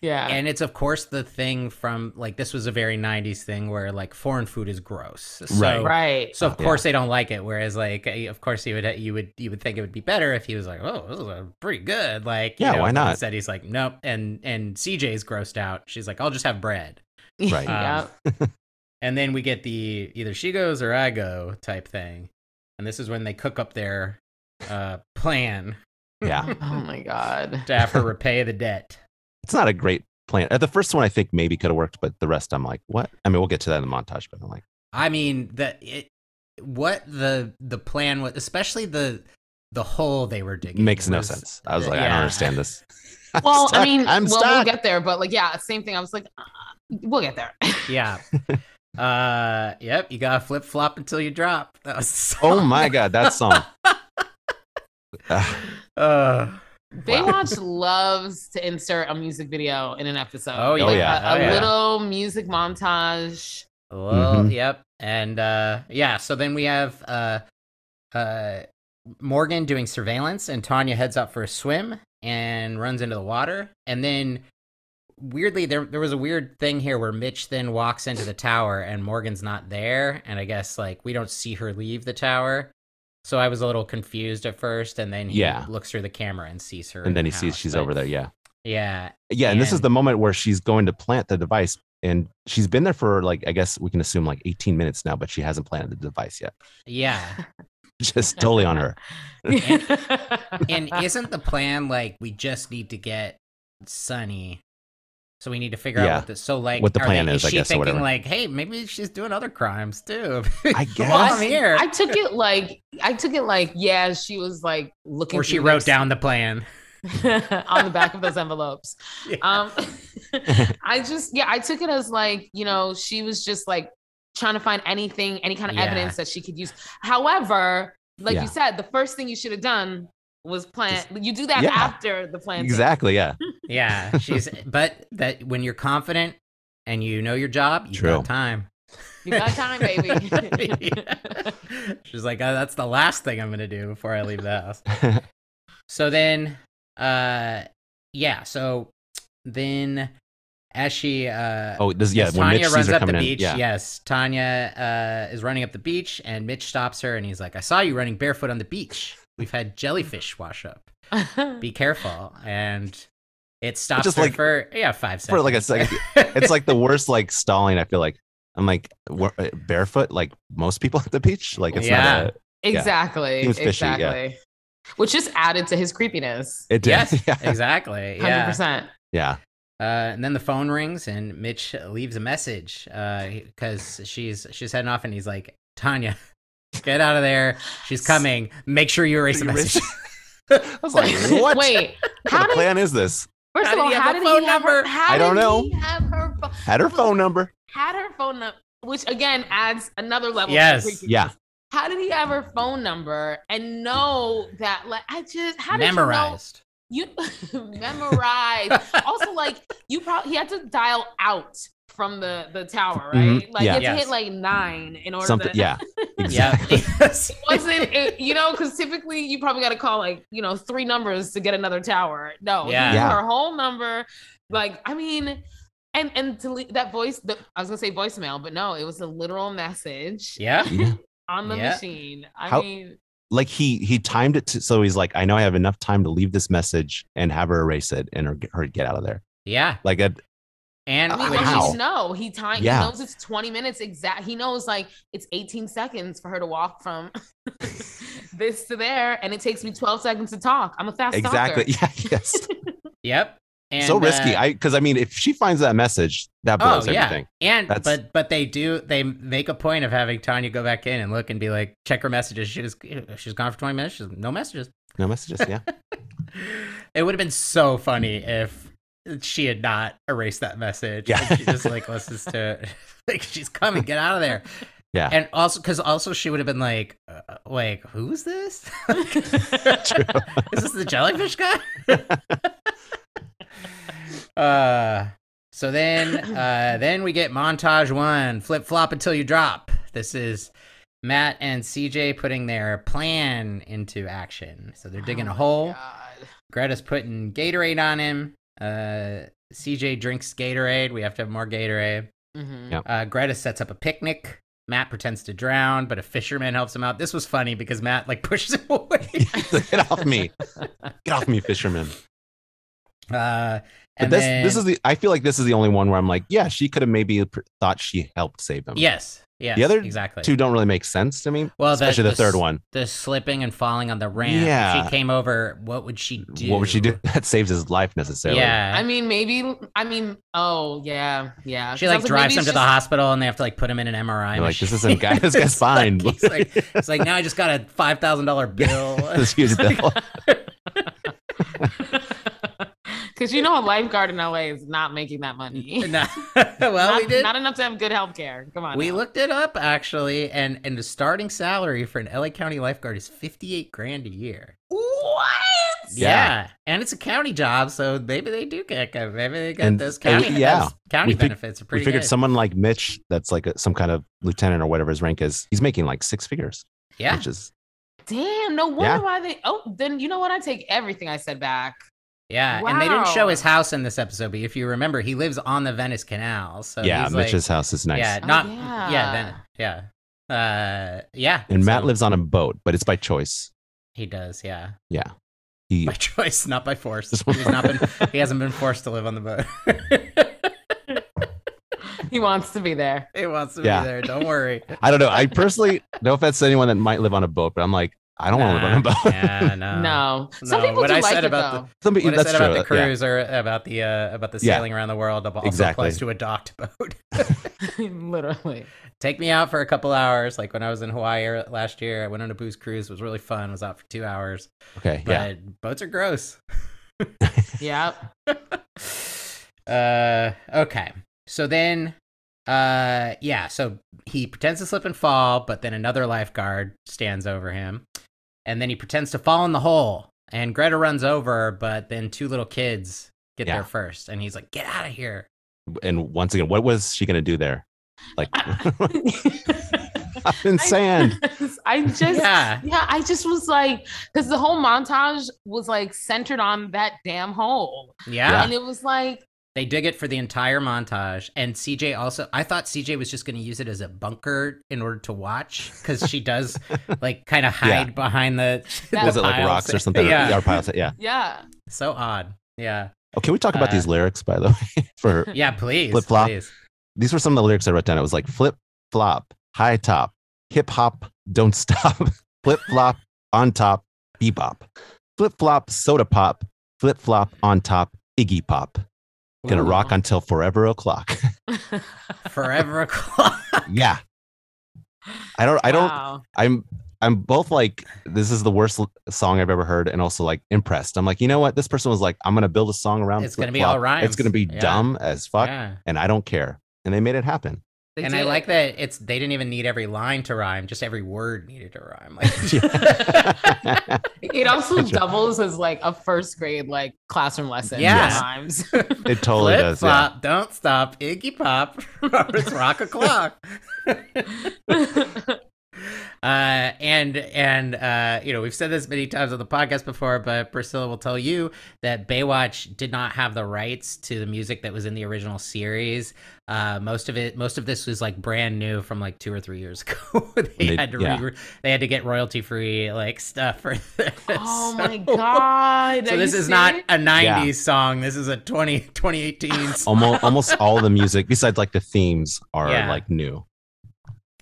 Speaker 3: yeah.
Speaker 1: and it's of course the thing from like this was a very 90s thing where like foreign food is gross so
Speaker 2: Right.
Speaker 3: right.
Speaker 1: so of
Speaker 2: Yeah.
Speaker 1: course they don't like it whereas like eh, of course you would you would you would think it would be better if he was like oh this is uh, pretty good like you
Speaker 2: Yeah,
Speaker 1: know,
Speaker 2: why
Speaker 1: but
Speaker 2: not?
Speaker 1: instead he's like nope and and cj's grossed out she's like i'll just have bread
Speaker 2: Right.
Speaker 3: yeah.
Speaker 1: Um, and then we get the either she goes or i go type thing and this is when they cook up their uh plan
Speaker 2: Um, Yeah.
Speaker 3: oh my god.
Speaker 1: to have her repay the debt
Speaker 2: It's not a great plan. Uh, The first one I think maybe could have worked, but the rest I'm like, what? I mean, we'll get to that in the montage, but I'm like,
Speaker 1: I mean that it what the the plan was especially the the hole they were digging
Speaker 2: makes no
Speaker 1: was-
Speaker 2: sense. I was like, I don't
Speaker 1: yeah.
Speaker 2: understand this. I'm
Speaker 3: Well, I
Speaker 2: stuck.
Speaker 3: mean,
Speaker 2: I'm
Speaker 3: well, we'll
Speaker 2: stuck.
Speaker 3: get there, but like, yeah, same thing. I was like, uh, we'll get there.
Speaker 1: Yeah. uh yep, you gotta flip flop until you drop. That was so,
Speaker 2: oh my god, that song. Uh,
Speaker 1: uh,
Speaker 3: Baywatch loves to insert a music video in an episode.
Speaker 1: Oh,
Speaker 3: Like,
Speaker 2: yeah. Oh, yeah.
Speaker 3: a, a
Speaker 1: Oh, yeah.
Speaker 3: little music montage.
Speaker 1: well,
Speaker 2: Mhm.
Speaker 1: yep. And uh yeah, so then we have uh uh Morgan doing surveillance and Tanya heads out for a swim and runs into the water and then weirdly there there was a weird thing here where Mitch then walks into the tower and Morgan's not there and I guess like we don't see her leave the tower. So I was a little confused at first and then he
Speaker 2: Yeah.
Speaker 1: looks through the camera and sees her. in
Speaker 2: and then
Speaker 1: the
Speaker 2: he sees
Speaker 1: house,
Speaker 2: she's
Speaker 1: but-
Speaker 2: over there. Yeah.
Speaker 1: Yeah.
Speaker 2: Yeah, and, this is
Speaker 1: And-
Speaker 2: the moment where she's going to plant the device, and she's been there for like I guess we can assume like 18 minutes now, but she hasn't planted the device yet.
Speaker 1: Yeah.
Speaker 2: Just totally on her.
Speaker 1: And isn't the plan like we just need to get Sunny? So we need to figure
Speaker 2: Yeah.
Speaker 1: out what the so like
Speaker 2: What the
Speaker 1: are
Speaker 2: plan
Speaker 1: they,
Speaker 2: is, I
Speaker 1: she
Speaker 2: guess, or
Speaker 1: thinking
Speaker 2: whatever.
Speaker 1: like, hey, maybe she's doing other crimes too.
Speaker 2: I
Speaker 1: While I'm
Speaker 2: guess.
Speaker 1: here,
Speaker 3: I took it like, I took it like, yeah, she was like looking.
Speaker 1: or she
Speaker 3: through
Speaker 1: wrote
Speaker 3: their-
Speaker 1: down the plan.
Speaker 3: on the back of those envelopes.
Speaker 1: Yeah.
Speaker 3: Um, I just, yeah, I took it as like, you know, she was just like trying to find anything, any kind of
Speaker 1: Yeah.
Speaker 3: evidence that she could use. However, like
Speaker 2: Yeah.
Speaker 3: you said, the first thing you should have done was plant. you do that
Speaker 2: Yeah.
Speaker 3: after the planting.
Speaker 2: exactly. Yeah.
Speaker 1: yeah, she's but that when you're confident and you know your job, you
Speaker 2: True.
Speaker 1: got time.
Speaker 3: You got time, baby.
Speaker 1: she's like, oh, that's the last thing I'm gonna do before I leave the house. So then, uh, yeah. So then, as she, uh,
Speaker 2: oh, this yeah.
Speaker 1: as
Speaker 2: When
Speaker 1: Tanya
Speaker 2: Mitch sees
Speaker 1: runs
Speaker 2: her
Speaker 1: up the
Speaker 2: coming in,
Speaker 1: beach.
Speaker 2: yeah.
Speaker 1: Yes, Tanya uh, is running up the beach, and Mitch stops her, and he's like, "I saw you running barefoot on the beach. We've had jellyfish wash up. Be careful." And it stops
Speaker 2: just
Speaker 1: her
Speaker 2: like-
Speaker 1: for yeah five seconds.
Speaker 2: for like a second. It's like the worst like stalling. I feel like I'm like we're- uh, barefoot like most people at the beach. Like it's
Speaker 1: Yeah.
Speaker 2: not
Speaker 3: Exactly.
Speaker 2: He was fishy, yeah.
Speaker 3: exactly. Which just added to his creepiness.
Speaker 2: It did.
Speaker 1: Yes,
Speaker 2: yeah.
Speaker 1: exactly.
Speaker 3: Hundred
Speaker 1: Yeah.
Speaker 3: percent.
Speaker 2: yeah.
Speaker 1: Uh, and then the phone rings and Mitch leaves a message because she's she's heading off and he's like, Tanya, get out of there. She's coming. Make sure you erase the
Speaker 2: You erase-
Speaker 1: message.
Speaker 2: I was like, what?
Speaker 3: Wait,
Speaker 2: What
Speaker 3: how
Speaker 2: the
Speaker 3: did?
Speaker 2: plan is this?
Speaker 3: First
Speaker 1: How
Speaker 3: of
Speaker 1: did
Speaker 3: all,
Speaker 1: he have
Speaker 3: how
Speaker 1: the
Speaker 3: did
Speaker 1: phone
Speaker 3: he have her?
Speaker 1: number?
Speaker 3: How
Speaker 2: I don't
Speaker 3: did
Speaker 2: know.
Speaker 3: He have her. pho-
Speaker 2: Had her phone number.
Speaker 3: Had her phone number, which again adds another level.
Speaker 1: Yes.
Speaker 3: Of creepiness.
Speaker 2: Yeah.
Speaker 3: How did he have her phone number and know that? Like, I just how did
Speaker 1: Memorized.
Speaker 3: you know you memorize? also, like you probably he had to dial out from the the tower, right?
Speaker 2: Mhm. Yeah.
Speaker 3: Like you had to
Speaker 1: Yes.
Speaker 3: hit like nine in order.
Speaker 2: Something.
Speaker 3: to,
Speaker 2: Yeah.
Speaker 1: Yeah.
Speaker 2: Exactly.
Speaker 1: Yes.
Speaker 3: wasn't it, you know because typically you probably got to call like you know three numbers to get another tower no he
Speaker 1: Yeah.
Speaker 3: knew
Speaker 2: Yeah.
Speaker 3: her whole number like i mean and and to le- that voice the, i was gonna say voicemail but no it was a literal message
Speaker 1: Yeah.
Speaker 2: Yeah.
Speaker 3: on the
Speaker 1: Yeah.
Speaker 3: machine i
Speaker 2: How-
Speaker 3: mean
Speaker 2: Like he he timed it to, so he's like, I know I have enough time to leave this message and have her erase it and her, her get out of there.
Speaker 1: Yeah.
Speaker 2: Like that.
Speaker 1: And
Speaker 3: I mean,
Speaker 2: Ah, Wow.
Speaker 1: which
Speaker 3: how
Speaker 1: is-
Speaker 3: does he know? He time.
Speaker 2: Yeah.
Speaker 3: He knows it's twenty minutes exact. He knows like it's eighteen seconds for her to walk from this to there, and it takes me twelve seconds to talk. I'm a fast
Speaker 2: Exactly.
Speaker 3: talker.
Speaker 2: Yeah. Yes.
Speaker 1: Yep. And,
Speaker 2: so risky.
Speaker 1: uh,
Speaker 2: I because I mean, if she finds that message, that blows
Speaker 1: oh yeah.
Speaker 2: everything.
Speaker 1: And
Speaker 2: That's-
Speaker 1: but but they do they make a point of having Tanya go back in and look and be like, check her messages. She was she's gone for twenty minutes. She's no messages.
Speaker 2: No messages. Yeah.
Speaker 1: it would have been so funny if she had not erased that message.
Speaker 2: Yeah.
Speaker 1: And she just like listens to it. like she's coming, get out of there.
Speaker 2: Yeah.
Speaker 1: And also because also she would have been like, uh, like who's this? Is this the jellyfish guy? uh, so then, uh, then we get montage one: flip flop until you drop. This is Matt and CJ putting their plan into action. So they're digging
Speaker 3: Oh
Speaker 1: a
Speaker 3: my
Speaker 1: hole.
Speaker 3: God.
Speaker 1: Greta's putting Gatorade on him. Uh, CJ drinks Gatorade. We have to have more Gatorade.
Speaker 3: Mhm.
Speaker 2: Yeah.
Speaker 1: Uh, Greta sets up a picnic. Matt pretends to drown, but a fisherman helps him out. This was funny because Matt like pushes him away.
Speaker 2: get off me. Get off me, fisherman.
Speaker 1: Uh,
Speaker 2: But
Speaker 1: and
Speaker 2: this
Speaker 1: then,
Speaker 2: this is the I feel like this is the only one where I'm like, yeah, she could have maybe pr- thought she helped save him.
Speaker 1: yes, yes,
Speaker 2: other
Speaker 1: exactly.
Speaker 2: Two don't really make sense to me.
Speaker 1: well,
Speaker 2: Especially the,
Speaker 1: s-
Speaker 2: third one.
Speaker 1: the slipping and falling on the ramp. if
Speaker 2: Yeah.
Speaker 1: she came over. What would she do?
Speaker 2: What would she do? That saves his life necessarily.
Speaker 1: Yeah,
Speaker 3: I mean, maybe. I mean, oh yeah, yeah.
Speaker 1: she
Speaker 3: 'Cause I
Speaker 1: like
Speaker 3: was
Speaker 1: drives him
Speaker 3: maybe
Speaker 1: to
Speaker 3: it's
Speaker 1: the
Speaker 3: just-
Speaker 1: hospital, and they have to like put him in an MRI.
Speaker 2: You're like, this
Speaker 1: machine.
Speaker 2: isn't guy. This guy's
Speaker 1: It's like-
Speaker 2: fine.
Speaker 1: he's like, it's like now I just got a five thousand dollar bill.
Speaker 2: This huge bill.
Speaker 3: Because you know, a lifeguard in LA is not making that money.
Speaker 1: No. well,
Speaker 3: not,
Speaker 1: we did.
Speaker 3: not enough to have good health care. Come on.
Speaker 1: we
Speaker 3: now.
Speaker 1: looked it up actually, and and the starting salary for an LA County lifeguard is fifty eight grand a year.
Speaker 3: What?
Speaker 1: Yeah.
Speaker 2: Yeah.
Speaker 1: and it's a county job, so maybe they do get maybe they get
Speaker 2: And-
Speaker 1: those
Speaker 2: and
Speaker 1: county
Speaker 2: we- yeah.
Speaker 1: those county
Speaker 2: We fig-
Speaker 1: benefits are
Speaker 2: we
Speaker 1: pretty
Speaker 2: figured
Speaker 1: good.
Speaker 2: someone like Mitch, that's like a, some kind of lieutenant or whatever his rank is, he's making like six figures.
Speaker 1: yeah,
Speaker 2: Which is
Speaker 3: Damn. No wonder
Speaker 2: Yeah.
Speaker 3: why they. Oh, then you know what? I take everything I said back.
Speaker 1: yeah, and they didn't show
Speaker 3: Wow.
Speaker 1: his house in this episode, but if you remember, he lives on the Venice Canal, so
Speaker 2: yeah,
Speaker 1: he's
Speaker 2: Mitch's
Speaker 1: like,
Speaker 2: house is nice.
Speaker 1: yeah,
Speaker 3: Oh,
Speaker 1: not yeah,
Speaker 3: yeah.
Speaker 1: Ven- yeah, uh, yeah,
Speaker 2: And Matt
Speaker 1: so
Speaker 2: lives on a boat, but it's by choice.
Speaker 1: He does, yeah.
Speaker 2: He
Speaker 1: by choice, not by force. He's not been, he hasn't been forced to live on the boat.
Speaker 3: He wants to be there.
Speaker 1: he wants to
Speaker 2: Yeah.
Speaker 1: be there. Don't worry.
Speaker 2: I don't know. I personally, no offense to anyone that might live on a boat, but I'm like, I don't want to live on a boat.
Speaker 1: Yeah, no.
Speaker 3: no. Some
Speaker 1: Uh, no,
Speaker 3: people
Speaker 1: what
Speaker 3: do
Speaker 1: I
Speaker 3: like
Speaker 1: said
Speaker 3: it
Speaker 1: about the-
Speaker 3: though.
Speaker 2: Somebody,
Speaker 1: What I
Speaker 2: that's
Speaker 1: said about
Speaker 2: true.
Speaker 1: the
Speaker 2: Yeah.
Speaker 1: cruise or about the uh, about the
Speaker 2: Yeah.
Speaker 1: sailing around the world also
Speaker 2: Exactly.
Speaker 1: applies to a docked boat.
Speaker 3: Literally.
Speaker 1: Take me out for a couple hours. Like when I was in Hawaii er- last year, I went on a booze cruise. It was really fun. Was out for two hours.
Speaker 2: Okay.
Speaker 1: But
Speaker 2: Yeah.
Speaker 1: boats are gross.
Speaker 3: Yep.
Speaker 1: uh, okay. So then, uh, yeah. So he pretends to slip and fall, but then another lifeguard stands over him, and then he pretends to fall in the hole. And Greta runs over, but then two little kids get
Speaker 2: Yeah.
Speaker 1: there first, and he's like, "Get out of here!"
Speaker 2: And once again, what was she going to do there? Like, I'm in sand.
Speaker 3: I just.
Speaker 1: yeah,
Speaker 3: Yeah, I just was like, because the whole montage was like centered on that damn hole.
Speaker 1: yeah,
Speaker 2: Yeah.
Speaker 3: And it was like,
Speaker 1: They dig it for the entire montage, and CJ also. I thought CJ was just going to use it as a bunker in order to watch because she does like kind of hide behind the.
Speaker 3: That-
Speaker 1: the
Speaker 2: was it like
Speaker 1: piles.
Speaker 2: rocks or something?
Speaker 1: Yeah.
Speaker 2: Or piles, yeah.
Speaker 3: yeah.
Speaker 1: So odd. Yeah.
Speaker 2: Oh, can we talk about
Speaker 1: Uh,
Speaker 2: these lyrics, by the way? For
Speaker 1: Yeah. Please.
Speaker 2: Flip flop.
Speaker 1: please.
Speaker 2: these were some of the lyrics I wrote down. It was like flip flop, high top, hip hop, don't stop, Flip flop on top, bebop. Flip flop, soda pop. Flip flop on top, Iggy pop. Gonna
Speaker 1: Ooh.
Speaker 2: rock until forever o'clock.
Speaker 1: forever o'clock.
Speaker 2: yeah. I don't. I don't.
Speaker 3: Wow.
Speaker 2: I'm. I'm both like this is the worst l- song I've ever heard, and also like impressed. I'm like, you know what? This person was like, I'm gonna build a song around.
Speaker 1: It's gonna
Speaker 2: flip
Speaker 1: be all
Speaker 2: flop. It's
Speaker 1: rhymes."
Speaker 2: gonna be
Speaker 1: Yeah.
Speaker 2: dumb as fuck,
Speaker 1: Yeah.
Speaker 2: and I don't care. And they made it happen.
Speaker 3: They
Speaker 1: and I
Speaker 3: did.
Speaker 1: like that it's they didn't even need every line to rhyme, just every word needed to rhyme. Like,
Speaker 2: Yeah.
Speaker 3: it also
Speaker 2: Good job.
Speaker 3: doubles as like a first grade like classroom lesson.
Speaker 1: Yeah.
Speaker 3: sometimes.
Speaker 2: It totally
Speaker 1: Flip
Speaker 2: does. Yeah.
Speaker 1: flop, don't stop, Iggy Pop, Robert's Rock O'Clock. Uh, and and uh, you know we've said this many times on the podcast before, but Priscilla will tell you that Baywatch did not have the rights to the music that was in the original series. Uh, most of it, most of this was like brand new from like two or three years ago. they,
Speaker 2: They-
Speaker 1: had to
Speaker 2: yeah.
Speaker 1: re- they had to get royalty free like stuff for this.
Speaker 3: oh
Speaker 1: So-
Speaker 3: my god!
Speaker 1: So
Speaker 3: Are
Speaker 1: this
Speaker 3: you
Speaker 1: is not
Speaker 3: serious?
Speaker 1: a '90s song. This is a 20, 2018 song.
Speaker 2: almost almost all the music besides like the themes are
Speaker 1: Yeah.
Speaker 2: like new.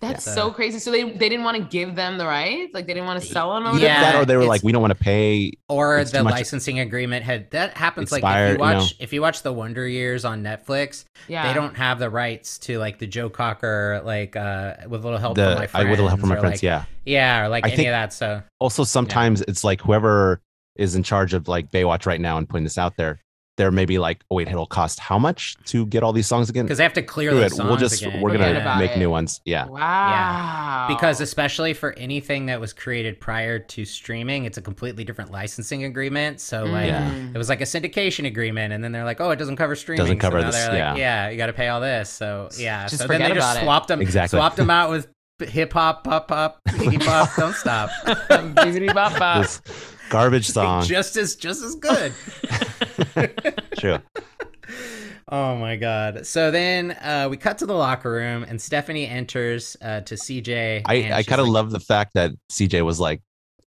Speaker 3: That's
Speaker 1: Yeah.
Speaker 3: so crazy. So they they didn't want to give them the rights, like they didn't want to sell them. Or
Speaker 2: Either
Speaker 3: whatever?
Speaker 1: Yeah,
Speaker 2: that or they were
Speaker 1: it's-
Speaker 2: like, we don't want to pay.
Speaker 1: or
Speaker 2: It's
Speaker 1: the
Speaker 2: too much-
Speaker 1: licensing agreement had that happens like if
Speaker 2: Expired, you
Speaker 1: you watch if you watch the Wonder Years on Netflix,
Speaker 3: yeah.
Speaker 1: they don't have the rights to like the Joe Cocker like uh with a little help from my
Speaker 2: The I
Speaker 1: friends.
Speaker 2: would help from my
Speaker 1: or,
Speaker 2: friends.
Speaker 1: like-
Speaker 2: yeah.
Speaker 1: yeah, or like
Speaker 2: I
Speaker 1: any
Speaker 2: think-
Speaker 1: of that. So
Speaker 2: Also, sometimes it's like whoever is in charge of like Baywatch right now and putting this out there, they're maybe like, oh wait, it'll cost how much to get all these songs again?
Speaker 1: because they have to clear
Speaker 2: Screw
Speaker 1: the
Speaker 2: it.
Speaker 1: songs
Speaker 2: We'll just
Speaker 1: again.
Speaker 2: we're
Speaker 3: Forget
Speaker 2: gonna
Speaker 3: about
Speaker 2: make
Speaker 3: it.
Speaker 2: new ones. Yeah.
Speaker 3: Wow.
Speaker 1: because especially for anything that was created prior to streaming, it's a completely different licensing agreement. So like.
Speaker 3: Mm.
Speaker 2: Yeah.
Speaker 1: It was like a syndication agreement, and then they're like, "Oh, it doesn't cover streaming."
Speaker 2: Doesn't cover
Speaker 1: so now
Speaker 2: this,
Speaker 1: they're Like, yeah, you got to pay all this. So yeah,
Speaker 3: Just
Speaker 1: so then they
Speaker 3: forget
Speaker 1: just
Speaker 3: about it.
Speaker 1: swapped them,
Speaker 2: Exactly.
Speaker 1: swapped them out with hip hop, pop pop, Iggy pop, don't stop.
Speaker 3: Biggity bop bop.
Speaker 2: This garbage
Speaker 1: Ah.
Speaker 2: song.
Speaker 1: just as just as good.
Speaker 2: True.
Speaker 1: Oh my god. So then uh, we cut to the locker room, and Stephanie enters uh, to CJ.
Speaker 2: I,
Speaker 1: and
Speaker 2: I
Speaker 1: she's
Speaker 2: kind of
Speaker 1: like-
Speaker 2: love the fact that CJ was like,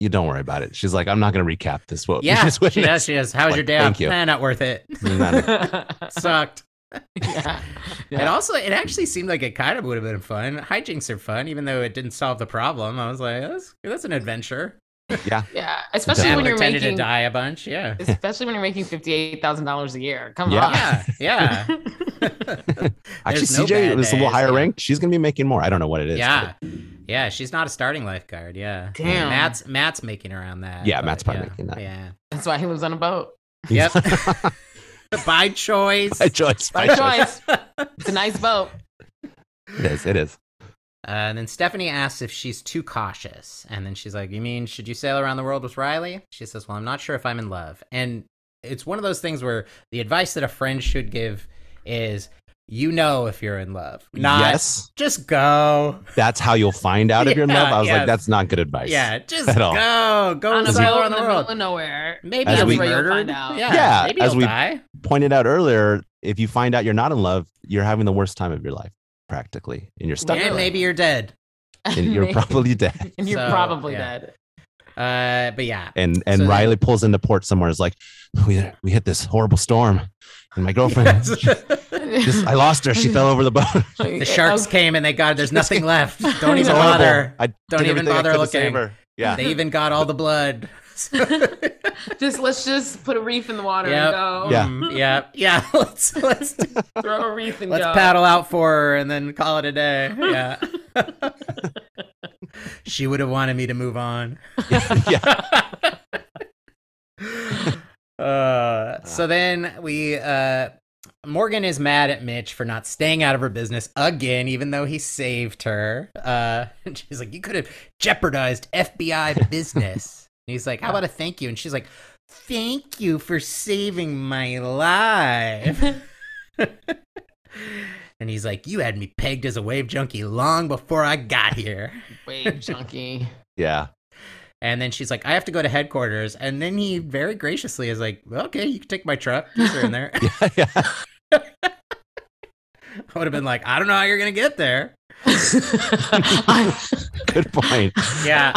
Speaker 2: you don't worry about it. She's like, I'm not gonna recap this. What
Speaker 1: Yeah,
Speaker 2: this
Speaker 1: she does. She does. How was
Speaker 2: Like,
Speaker 1: your day?
Speaker 2: thank
Speaker 1: off?
Speaker 2: you.
Speaker 1: Nah, not worth it.
Speaker 2: Not-
Speaker 1: Sucked.
Speaker 3: yeah.
Speaker 1: And also, it actually seemed like it kind of would have been fun. Hijinks are fun, even though it didn't solve the problem. I was like, that's, that's an adventure.
Speaker 3: Yeah. Especially
Speaker 1: Dad
Speaker 3: when you're
Speaker 1: pretended
Speaker 3: making
Speaker 1: to die a bunch. Yeah.
Speaker 3: especially when you're making fifty eight thousand dollars a year. Come
Speaker 2: Yeah.
Speaker 1: Yeah. Yeah.
Speaker 2: Actually,
Speaker 1: There's no
Speaker 2: CJ
Speaker 1: bad
Speaker 2: was a little
Speaker 1: days,
Speaker 2: higher
Speaker 1: yeah.
Speaker 2: ranked. She's gonna be making more. I don't know what it is.
Speaker 1: yeah. Yeah. She's not a starting lifeguard. Yeah.
Speaker 3: Damn.
Speaker 1: Matt's Matt's making on that.
Speaker 2: Yeah,
Speaker 1: but
Speaker 2: Matt's probably
Speaker 1: yeah.
Speaker 2: making that.
Speaker 1: Yeah.
Speaker 3: That's why he lives on a boat.
Speaker 1: Yep. By choice.
Speaker 2: By choice.
Speaker 3: By
Speaker 2: By choice.
Speaker 3: choice. It's a nice boat.
Speaker 2: It is. It is.
Speaker 1: Uh, and then Stephanie asks if she's too cautious. And then she's like, You mean, should you sail around the world with Riley? She says, Well, I'm not sure if I'm in love. And it's one of those things where the advice that a friend should give is, You know, if you're in love. Not
Speaker 2: Yes.
Speaker 1: just go.
Speaker 2: That's how you'll find out if you're in love.
Speaker 1: Yeah,
Speaker 2: I was
Speaker 1: yes.
Speaker 2: like, that's not good advice.
Speaker 1: Yeah, just
Speaker 2: At all.
Speaker 1: go. Go
Speaker 3: On
Speaker 1: and
Speaker 3: a
Speaker 1: sail
Speaker 3: boat
Speaker 1: around
Speaker 3: in the
Speaker 1: the
Speaker 3: middle of
Speaker 1: world.
Speaker 3: nowhere.
Speaker 1: Maybe
Speaker 2: As
Speaker 1: you'll
Speaker 2: we-
Speaker 1: be
Speaker 2: That's
Speaker 3: where you'll
Speaker 1: murdered.
Speaker 3: find out.
Speaker 1: Yeah,
Speaker 2: Yeah,
Speaker 1: maybe
Speaker 2: as
Speaker 1: you'll
Speaker 2: we-
Speaker 1: die.
Speaker 2: Pointed out earlier, if you find out you're not in love, you're having the worst time of your life, practically, and you're stuck.
Speaker 3: Yeah,
Speaker 1: And
Speaker 2: there.
Speaker 1: maybe you're dead.
Speaker 2: And you're probably dead.
Speaker 3: and you're
Speaker 1: So,
Speaker 3: probably
Speaker 1: yeah.
Speaker 3: dead.
Speaker 1: Uh, but yeah,
Speaker 2: And and
Speaker 1: So-
Speaker 2: Riley pulls into port somewhere. Is like, we we hit this horrible storm, and my girlfriend. Just, I lost her. She fell over the boat.
Speaker 1: the sharks came and they got there's nothing left. Don't
Speaker 2: It's
Speaker 1: even
Speaker 2: horrible.
Speaker 1: bother.
Speaker 2: I
Speaker 1: Don't
Speaker 2: did
Speaker 1: even
Speaker 2: everything I
Speaker 1: bother
Speaker 2: could to
Speaker 1: looking.
Speaker 2: save her. Yeah.
Speaker 1: They even got all the blood.
Speaker 3: Just let's just put a reef in the water
Speaker 1: Yep.
Speaker 3: and go.
Speaker 2: Yeah.
Speaker 1: Um, yeah, yeah. Let's let's
Speaker 3: Throw a reef and
Speaker 1: let's
Speaker 3: go.
Speaker 1: paddle out for her and then call it a day. Yeah. she would have wanted me to move on.
Speaker 2: yeah.
Speaker 1: Uh, so then we uh Morgan is mad at Mitch for not staying out of her business again, even though he saved her. Uh, and she's like, "You could have jeopardized FBI business." and he's like, "How about a thank you?" And she's like, "Thank you for saving my life." and he's like, "You had me pegged as a wave junkie long before I got here."
Speaker 3: Wave junkie.
Speaker 2: Yeah.
Speaker 1: And then she's like, I have to go to headquarters. And then he very graciously is like, well, okay, you can take my truck. Keys are in there.
Speaker 2: Yeah. Yeah.
Speaker 1: I would have been like, I don't know how you're going to get there.
Speaker 3: I,
Speaker 2: Good point.
Speaker 1: Yeah.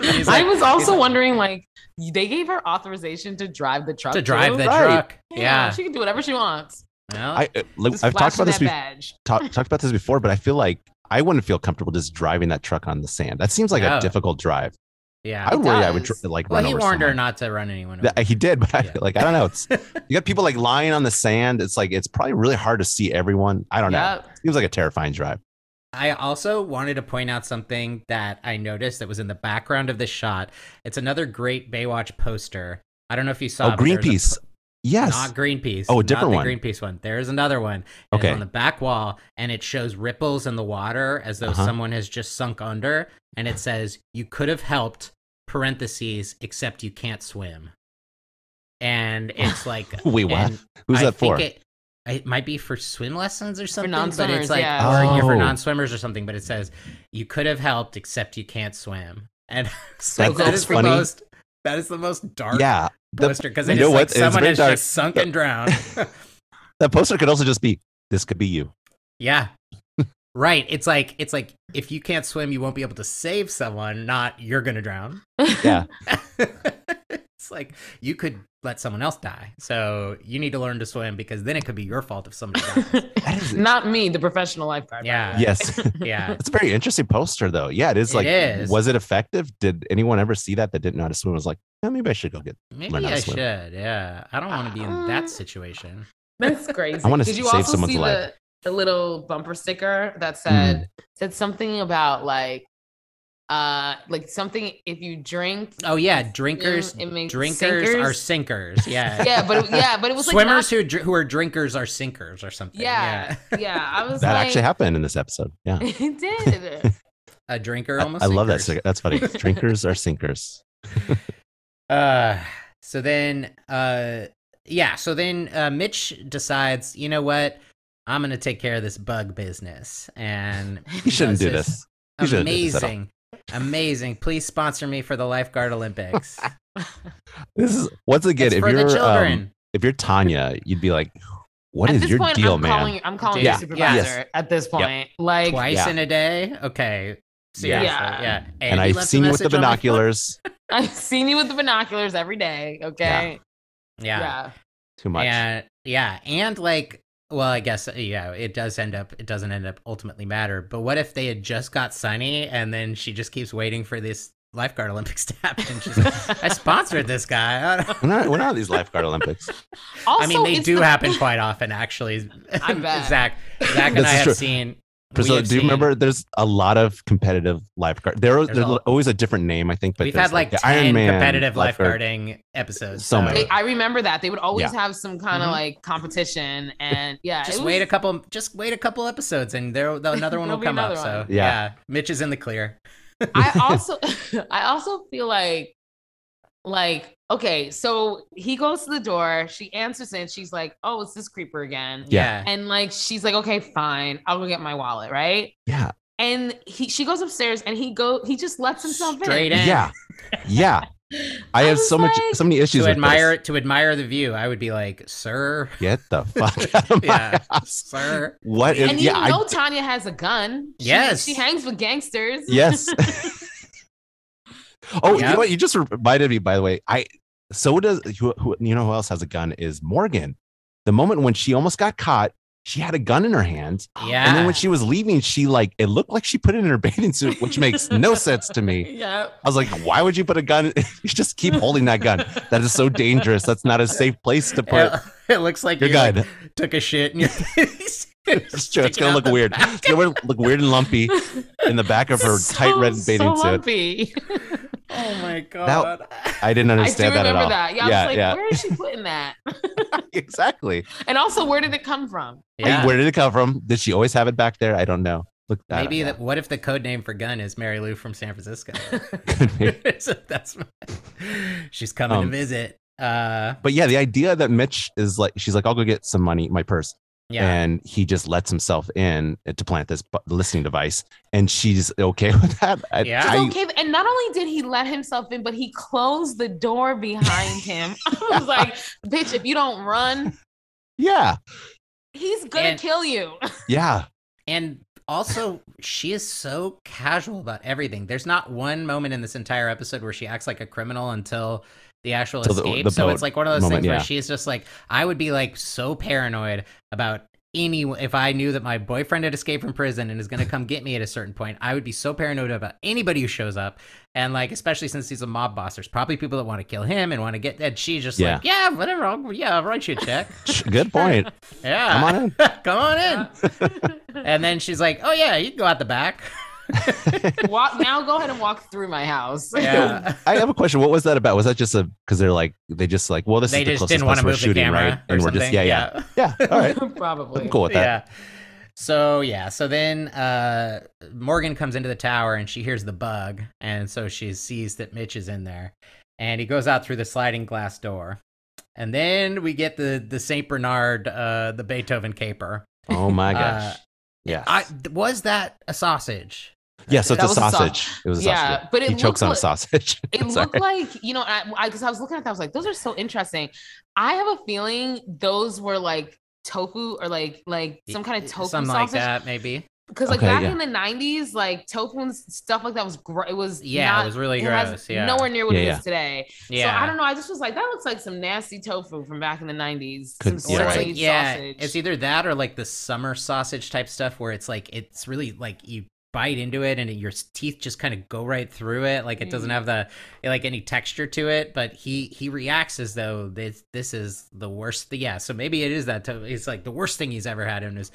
Speaker 1: He's
Speaker 3: I
Speaker 1: like,
Speaker 3: was also
Speaker 1: like-
Speaker 3: wondering, like, they gave her authorization to drive the truck.
Speaker 1: to drive
Speaker 3: too?
Speaker 1: the
Speaker 2: Right.
Speaker 1: truck. Yeah.
Speaker 3: she can do whatever she wants.
Speaker 1: Well,
Speaker 2: I uh, look,
Speaker 3: Just
Speaker 2: I've talked
Speaker 3: flash
Speaker 2: about
Speaker 3: that
Speaker 2: this. Be-
Speaker 3: badge.
Speaker 2: talk, talked about this before, but I feel like I wouldn't feel comfortable just driving that truck on the sand. That seems like
Speaker 1: No.
Speaker 2: a difficult drive.
Speaker 1: Yeah.
Speaker 2: I would worry I would
Speaker 3: does.
Speaker 2: dr- like
Speaker 1: well,
Speaker 2: run
Speaker 1: he
Speaker 2: over
Speaker 1: warned her
Speaker 2: someone.
Speaker 1: not to run anyone.
Speaker 2: That-
Speaker 1: over.
Speaker 2: He did, but I
Speaker 1: Yeah.
Speaker 2: feel like I don't know. It's you got people like lying on the sand. It's like it's probably really hard to see everyone. I don't know.
Speaker 3: Yep.
Speaker 2: Seems like a terrifying drive.
Speaker 1: I also wanted to point out something that I noticed that was in the background of this shot. It's another great Baywatch poster. I don't know if you saw.
Speaker 2: oh,
Speaker 1: but there's a
Speaker 2: Greenpeace.
Speaker 1: po-
Speaker 2: yes.
Speaker 1: Not Greenpeace.
Speaker 2: Oh, a
Speaker 1: not
Speaker 2: different
Speaker 1: the
Speaker 2: one.
Speaker 1: Greenpeace one. There's another one. and
Speaker 2: Okay.
Speaker 1: It's on the back wall, and it shows ripples in the water as though
Speaker 2: Uh-huh.
Speaker 1: someone has just sunk under, and it says, "You could have helped." Parentheses, except you can't swim. And it's like
Speaker 2: Wait, what?
Speaker 1: and
Speaker 2: Who's
Speaker 1: I
Speaker 2: that
Speaker 1: think
Speaker 2: for?
Speaker 1: It, it might be for swim lessons or something. but
Speaker 3: non-swimmers,
Speaker 1: it's like,
Speaker 3: yeah.
Speaker 1: or yeah, for
Speaker 2: Oh.
Speaker 1: non-swimmers or something. But it says you could have helped, except you can't swim. And so
Speaker 2: That's-
Speaker 1: that
Speaker 2: that's
Speaker 1: is
Speaker 2: funny.
Speaker 1: the most that is the most dark
Speaker 2: yeah. The-
Speaker 1: poster because
Speaker 2: you
Speaker 1: it's
Speaker 2: know
Speaker 1: like
Speaker 2: what? It's
Speaker 1: someone
Speaker 2: been
Speaker 1: has
Speaker 2: dark.
Speaker 1: just sunk and drowned.
Speaker 2: That poster could also just be this could be you.
Speaker 1: yeah, right. It's like it's like if you can't swim, you won't be able to save someone. Not you're gonna drown.
Speaker 2: Yeah.
Speaker 1: it's like you could let someone else die. So you need to learn to swim because then it could be your fault if somebody dies.
Speaker 2: That is
Speaker 3: Not me, the professional lifeguard. by the
Speaker 1: Yeah.
Speaker 3: way.
Speaker 2: yes.
Speaker 1: yeah.
Speaker 2: It's a very interesting poster though. Yeah, it is
Speaker 1: It
Speaker 2: like
Speaker 1: is.
Speaker 2: was it effective? Did anyone ever see that that didn't know how to swim? It was like, yeah, maybe I should go get Learn
Speaker 1: Maybe
Speaker 2: how to
Speaker 1: I
Speaker 2: swim.
Speaker 1: should. Yeah. I don't want to be in
Speaker 3: Um,
Speaker 1: that situation.
Speaker 3: That's crazy.
Speaker 2: I wanna
Speaker 3: Did you
Speaker 2: save
Speaker 3: also
Speaker 2: someone's
Speaker 3: see
Speaker 2: life. Hmm.
Speaker 3: The, the little bumper sticker that said said something about like uh like something if you drink
Speaker 1: Oh yeah, drinkers.
Speaker 3: it makes
Speaker 1: drinkers are
Speaker 3: sinkers.
Speaker 1: sinkers. Yeah.
Speaker 3: yeah, but it, yeah, but it was like not-
Speaker 1: Swimmers who dr- who are drinkers are sinkers or something.
Speaker 3: yeah,
Speaker 1: Yeah.
Speaker 3: yeah, I was
Speaker 2: that
Speaker 3: like,
Speaker 2: actually happened in this episode. Yeah.
Speaker 3: It did.
Speaker 1: A drinker
Speaker 2: I,
Speaker 1: almost.
Speaker 2: I love that.
Speaker 1: sinkers.
Speaker 2: sticker. That's funny. Drinkers are sinkers.
Speaker 1: Uh, so then, uh, yeah. So then, uh, Mitch decides. You know what? I'm gonna take care of this bug business, and
Speaker 2: He shouldn't
Speaker 1: does
Speaker 2: do this. He shouldn't do this at all.
Speaker 1: Amazing, amazing. Please sponsor me for the lifeguard Olympics.
Speaker 2: This is once again,
Speaker 1: It's
Speaker 2: if
Speaker 1: for the
Speaker 2: you're
Speaker 1: children.
Speaker 2: um, if you're Tanya, you'd be like, "What
Speaker 3: at
Speaker 2: is
Speaker 3: this
Speaker 2: your
Speaker 3: point,
Speaker 2: deal,
Speaker 3: I'm
Speaker 2: man?"
Speaker 3: calling I'm calling
Speaker 1: Yeah,
Speaker 3: your supervisor
Speaker 2: yes.
Speaker 3: at this point. Like
Speaker 1: twice
Speaker 2: um, Yeah.
Speaker 1: in a day. Okay. Seriously. Yeah.
Speaker 3: Yeah.
Speaker 1: yeah.
Speaker 2: and
Speaker 1: he
Speaker 2: I've
Speaker 1: left a
Speaker 2: seen you with the
Speaker 1: message on my phone.
Speaker 2: binoculars
Speaker 3: I've seen you with the binoculars every day. Okay.
Speaker 1: Yeah.
Speaker 2: too much.
Speaker 1: And yeah, and like well, I guess uh, yeah, it does end up it doesn't end up ultimately matter. But what if they had just got Sunny and then she just keeps waiting for this lifeguard Olympics to happen? And she's like, I sponsored this guy. I don't-
Speaker 2: We're not, we're not at these lifeguard Olympics.
Speaker 3: also,
Speaker 1: I mean, they
Speaker 3: it's
Speaker 1: do
Speaker 3: the-
Speaker 1: happen quite often, actually.
Speaker 3: I bet.
Speaker 1: Zach, Zach and
Speaker 2: This
Speaker 1: I
Speaker 2: is
Speaker 1: have
Speaker 2: true.
Speaker 1: seen. we
Speaker 2: Priscilla,
Speaker 1: have
Speaker 2: do you
Speaker 1: seen-
Speaker 2: remember? There's a lot of competitive lifeguard. There, there's,
Speaker 1: There's a-
Speaker 2: always a different name, I think. But
Speaker 1: We've
Speaker 2: there's,
Speaker 1: had like,
Speaker 2: the
Speaker 1: ten
Speaker 2: Iron Man
Speaker 1: competitive
Speaker 2: lifeguard.
Speaker 1: lifeguarding episodes.
Speaker 2: So many.
Speaker 3: They, I remember that they would always have some
Speaker 2: Mm-hmm.
Speaker 3: kind of
Speaker 1: Mhm.
Speaker 3: like competition, and yeah,
Speaker 1: just
Speaker 3: it
Speaker 1: wait a
Speaker 3: was-
Speaker 1: couple just wait a couple episodes and there the, another one will
Speaker 3: There'll be
Speaker 1: come up
Speaker 3: another
Speaker 1: so
Speaker 3: one.
Speaker 2: Yeah.
Speaker 1: yeah. mitch is in the clear
Speaker 3: I also, I also feel like, like okay, so he goes to the door, she answers it, and she's like, "Oh, it's this creeper again,"
Speaker 2: Yeah.
Speaker 1: yeah,
Speaker 3: and like she's like, "Okay, fine, I'll go get my wallet," right?
Speaker 2: Yeah,
Speaker 3: And he, she goes upstairs, and he go, he just lets himself
Speaker 1: Straight
Speaker 3: in.
Speaker 1: in.
Speaker 2: yeah, yeah. I
Speaker 3: I
Speaker 2: have
Speaker 3: was
Speaker 2: so
Speaker 3: like-
Speaker 2: much, so many issues.
Speaker 1: to
Speaker 2: with
Speaker 1: admire
Speaker 2: this.
Speaker 1: to admire the view i would be like sir
Speaker 2: Get the fuck out of my
Speaker 1: Yeah.
Speaker 2: house.
Speaker 1: sir
Speaker 2: What is?
Speaker 3: And
Speaker 2: yeah,
Speaker 3: you
Speaker 2: I-
Speaker 3: know Tanya has a gun. She-
Speaker 1: Yes.
Speaker 3: she hangs with gangsters.
Speaker 2: Yes. oh, you
Speaker 1: Yep.
Speaker 2: know what? You just reminded me. By the way, I so does who, who you know who else has a gun is Morgan. The moment when she almost got caught, she had a gun in her hand,
Speaker 1: yeah
Speaker 2: and then when she was leaving, she like it looked like she put it in her bathing suit, which makes no sense to me.
Speaker 3: yeah.
Speaker 2: I was like, why would you put a gun? you just keep holding that gun. That is so dangerous. That's not a safe place to put.
Speaker 1: it, it looks like
Speaker 2: You're
Speaker 1: you like,
Speaker 2: good.
Speaker 1: took a shit and you're
Speaker 2: It's true. It's gonna look weird. It's gonna look weird and lumpy in the back of her tight red bathing suit.
Speaker 3: lumpy.
Speaker 1: oh my god
Speaker 2: I didn't
Speaker 3: I do
Speaker 2: understand that
Speaker 3: remember
Speaker 2: at all.
Speaker 3: that. Yeah, I
Speaker 2: yeah,
Speaker 3: was like,
Speaker 2: yeah.
Speaker 3: where is she putting that?
Speaker 2: exactly.
Speaker 3: And also, where did it come from?
Speaker 2: Like,
Speaker 1: yeah.
Speaker 2: where did it come from? Did she always have it back there? I don't know. Look, I don't
Speaker 1: maybe
Speaker 2: know.
Speaker 1: that what if the code name for gun is mary lou from san francisco
Speaker 2: Could be.
Speaker 1: so that's she's coming
Speaker 2: Um,
Speaker 1: to visit uh
Speaker 2: But yeah, the idea that Mitch is like, she's like, I'll go get some money, my purse,
Speaker 1: yeah
Speaker 2: and he just lets himself in to plant this bu- listening device, and she's okay with that. I,
Speaker 1: Yeah.
Speaker 3: She's
Speaker 2: I-
Speaker 3: okay. And not only did he let himself in, but he closed the door behind him. I was like, bitch, if you don't run,
Speaker 2: yeah,
Speaker 3: he's gonna
Speaker 1: And-
Speaker 3: kill you.
Speaker 2: yeah.
Speaker 1: And also, she is so casual about everything. There's not one moment in this entire episode where she acts like a criminal until the actual
Speaker 2: Till the-
Speaker 1: escape.
Speaker 2: the
Speaker 1: so
Speaker 2: boat
Speaker 1: it's like one of those
Speaker 2: moment,
Speaker 1: things
Speaker 2: yeah.
Speaker 1: where she's just like, I would be like so paranoid about any if I knew that my boyfriend had escaped from prison and is going to come get me at a certain point, I would be so paranoid about anybody who shows up. And like, especially since he's a mob boss, there's probably people that want to kill him and want to get. And she's just
Speaker 2: Yeah.
Speaker 1: like, yeah, whatever, I'll, yeah, I'll write you a check.
Speaker 2: Good point.
Speaker 1: Yeah,
Speaker 2: Come on in.
Speaker 1: come on in. And then she's like, oh yeah, you can go out the back.
Speaker 3: walk now. Go ahead and walk through my house.
Speaker 1: Yeah.
Speaker 2: I have a question. What was that about? Was that just a because they're like they just like well this
Speaker 1: they
Speaker 2: is the
Speaker 1: just
Speaker 2: closest
Speaker 1: didn't want
Speaker 2: place
Speaker 1: to
Speaker 2: we're
Speaker 1: move the
Speaker 2: shooting
Speaker 1: camera
Speaker 2: right
Speaker 1: or
Speaker 2: and we're
Speaker 1: something.
Speaker 2: just yeah yeah
Speaker 1: yeah.
Speaker 2: yeah, all right
Speaker 3: Probably.
Speaker 2: I'm cool with that
Speaker 1: Yeah. So yeah, so then uh, Morgan comes into the tower and she hears the bug, and so she sees that Mitch is in there, and he goes out through the sliding glass door, and then we get the the Saint Bernard, uh, the Beethoven caper.
Speaker 2: oh my
Speaker 1: Uh,
Speaker 2: gosh yeah
Speaker 1: I th- was that a sausage?
Speaker 2: yeah so
Speaker 3: That
Speaker 2: it's a
Speaker 3: was a sau-
Speaker 2: sausage it was a
Speaker 3: Yeah,
Speaker 2: sausage
Speaker 3: but it
Speaker 2: he chokes
Speaker 3: looked
Speaker 2: on a
Speaker 3: like-
Speaker 2: sausage
Speaker 3: It
Speaker 2: Sorry.
Speaker 3: looked like you know, because I, because I was looking at that, I was like, those are so interesting. I have a feeling those were like tofu or like like some kind of tofu
Speaker 1: something like
Speaker 3: sausage.
Speaker 1: that, maybe.
Speaker 3: Because like
Speaker 2: Okay,
Speaker 3: back
Speaker 2: yeah.
Speaker 3: in the '90s, like tofu and stuff like that was gr- it was
Speaker 1: Yeah,
Speaker 3: not-
Speaker 1: it was really
Speaker 3: it has
Speaker 1: gross. Yeah,
Speaker 3: nowhere near what
Speaker 2: Yeah,
Speaker 3: it
Speaker 2: yeah.
Speaker 3: is today.
Speaker 1: yeah.
Speaker 3: So I don't know. I just was like, that looks like some nasty tofu from back in the '90s.
Speaker 2: Could-
Speaker 3: some
Speaker 1: Or
Speaker 2: Yeah,
Speaker 1: it's
Speaker 2: right.
Speaker 1: like,
Speaker 3: soy
Speaker 1: yeah,
Speaker 3: sausage.
Speaker 1: it's either that or like the summer sausage type stuff where it's like it's really like you bite into it and your teeth just kind of go right through it. Like it doesn't
Speaker 3: Mm.
Speaker 1: have the like any texture to it. But he he reacts as though this this is the worst. Yeah, so maybe it is that. To, it's like the worst thing he's ever had in his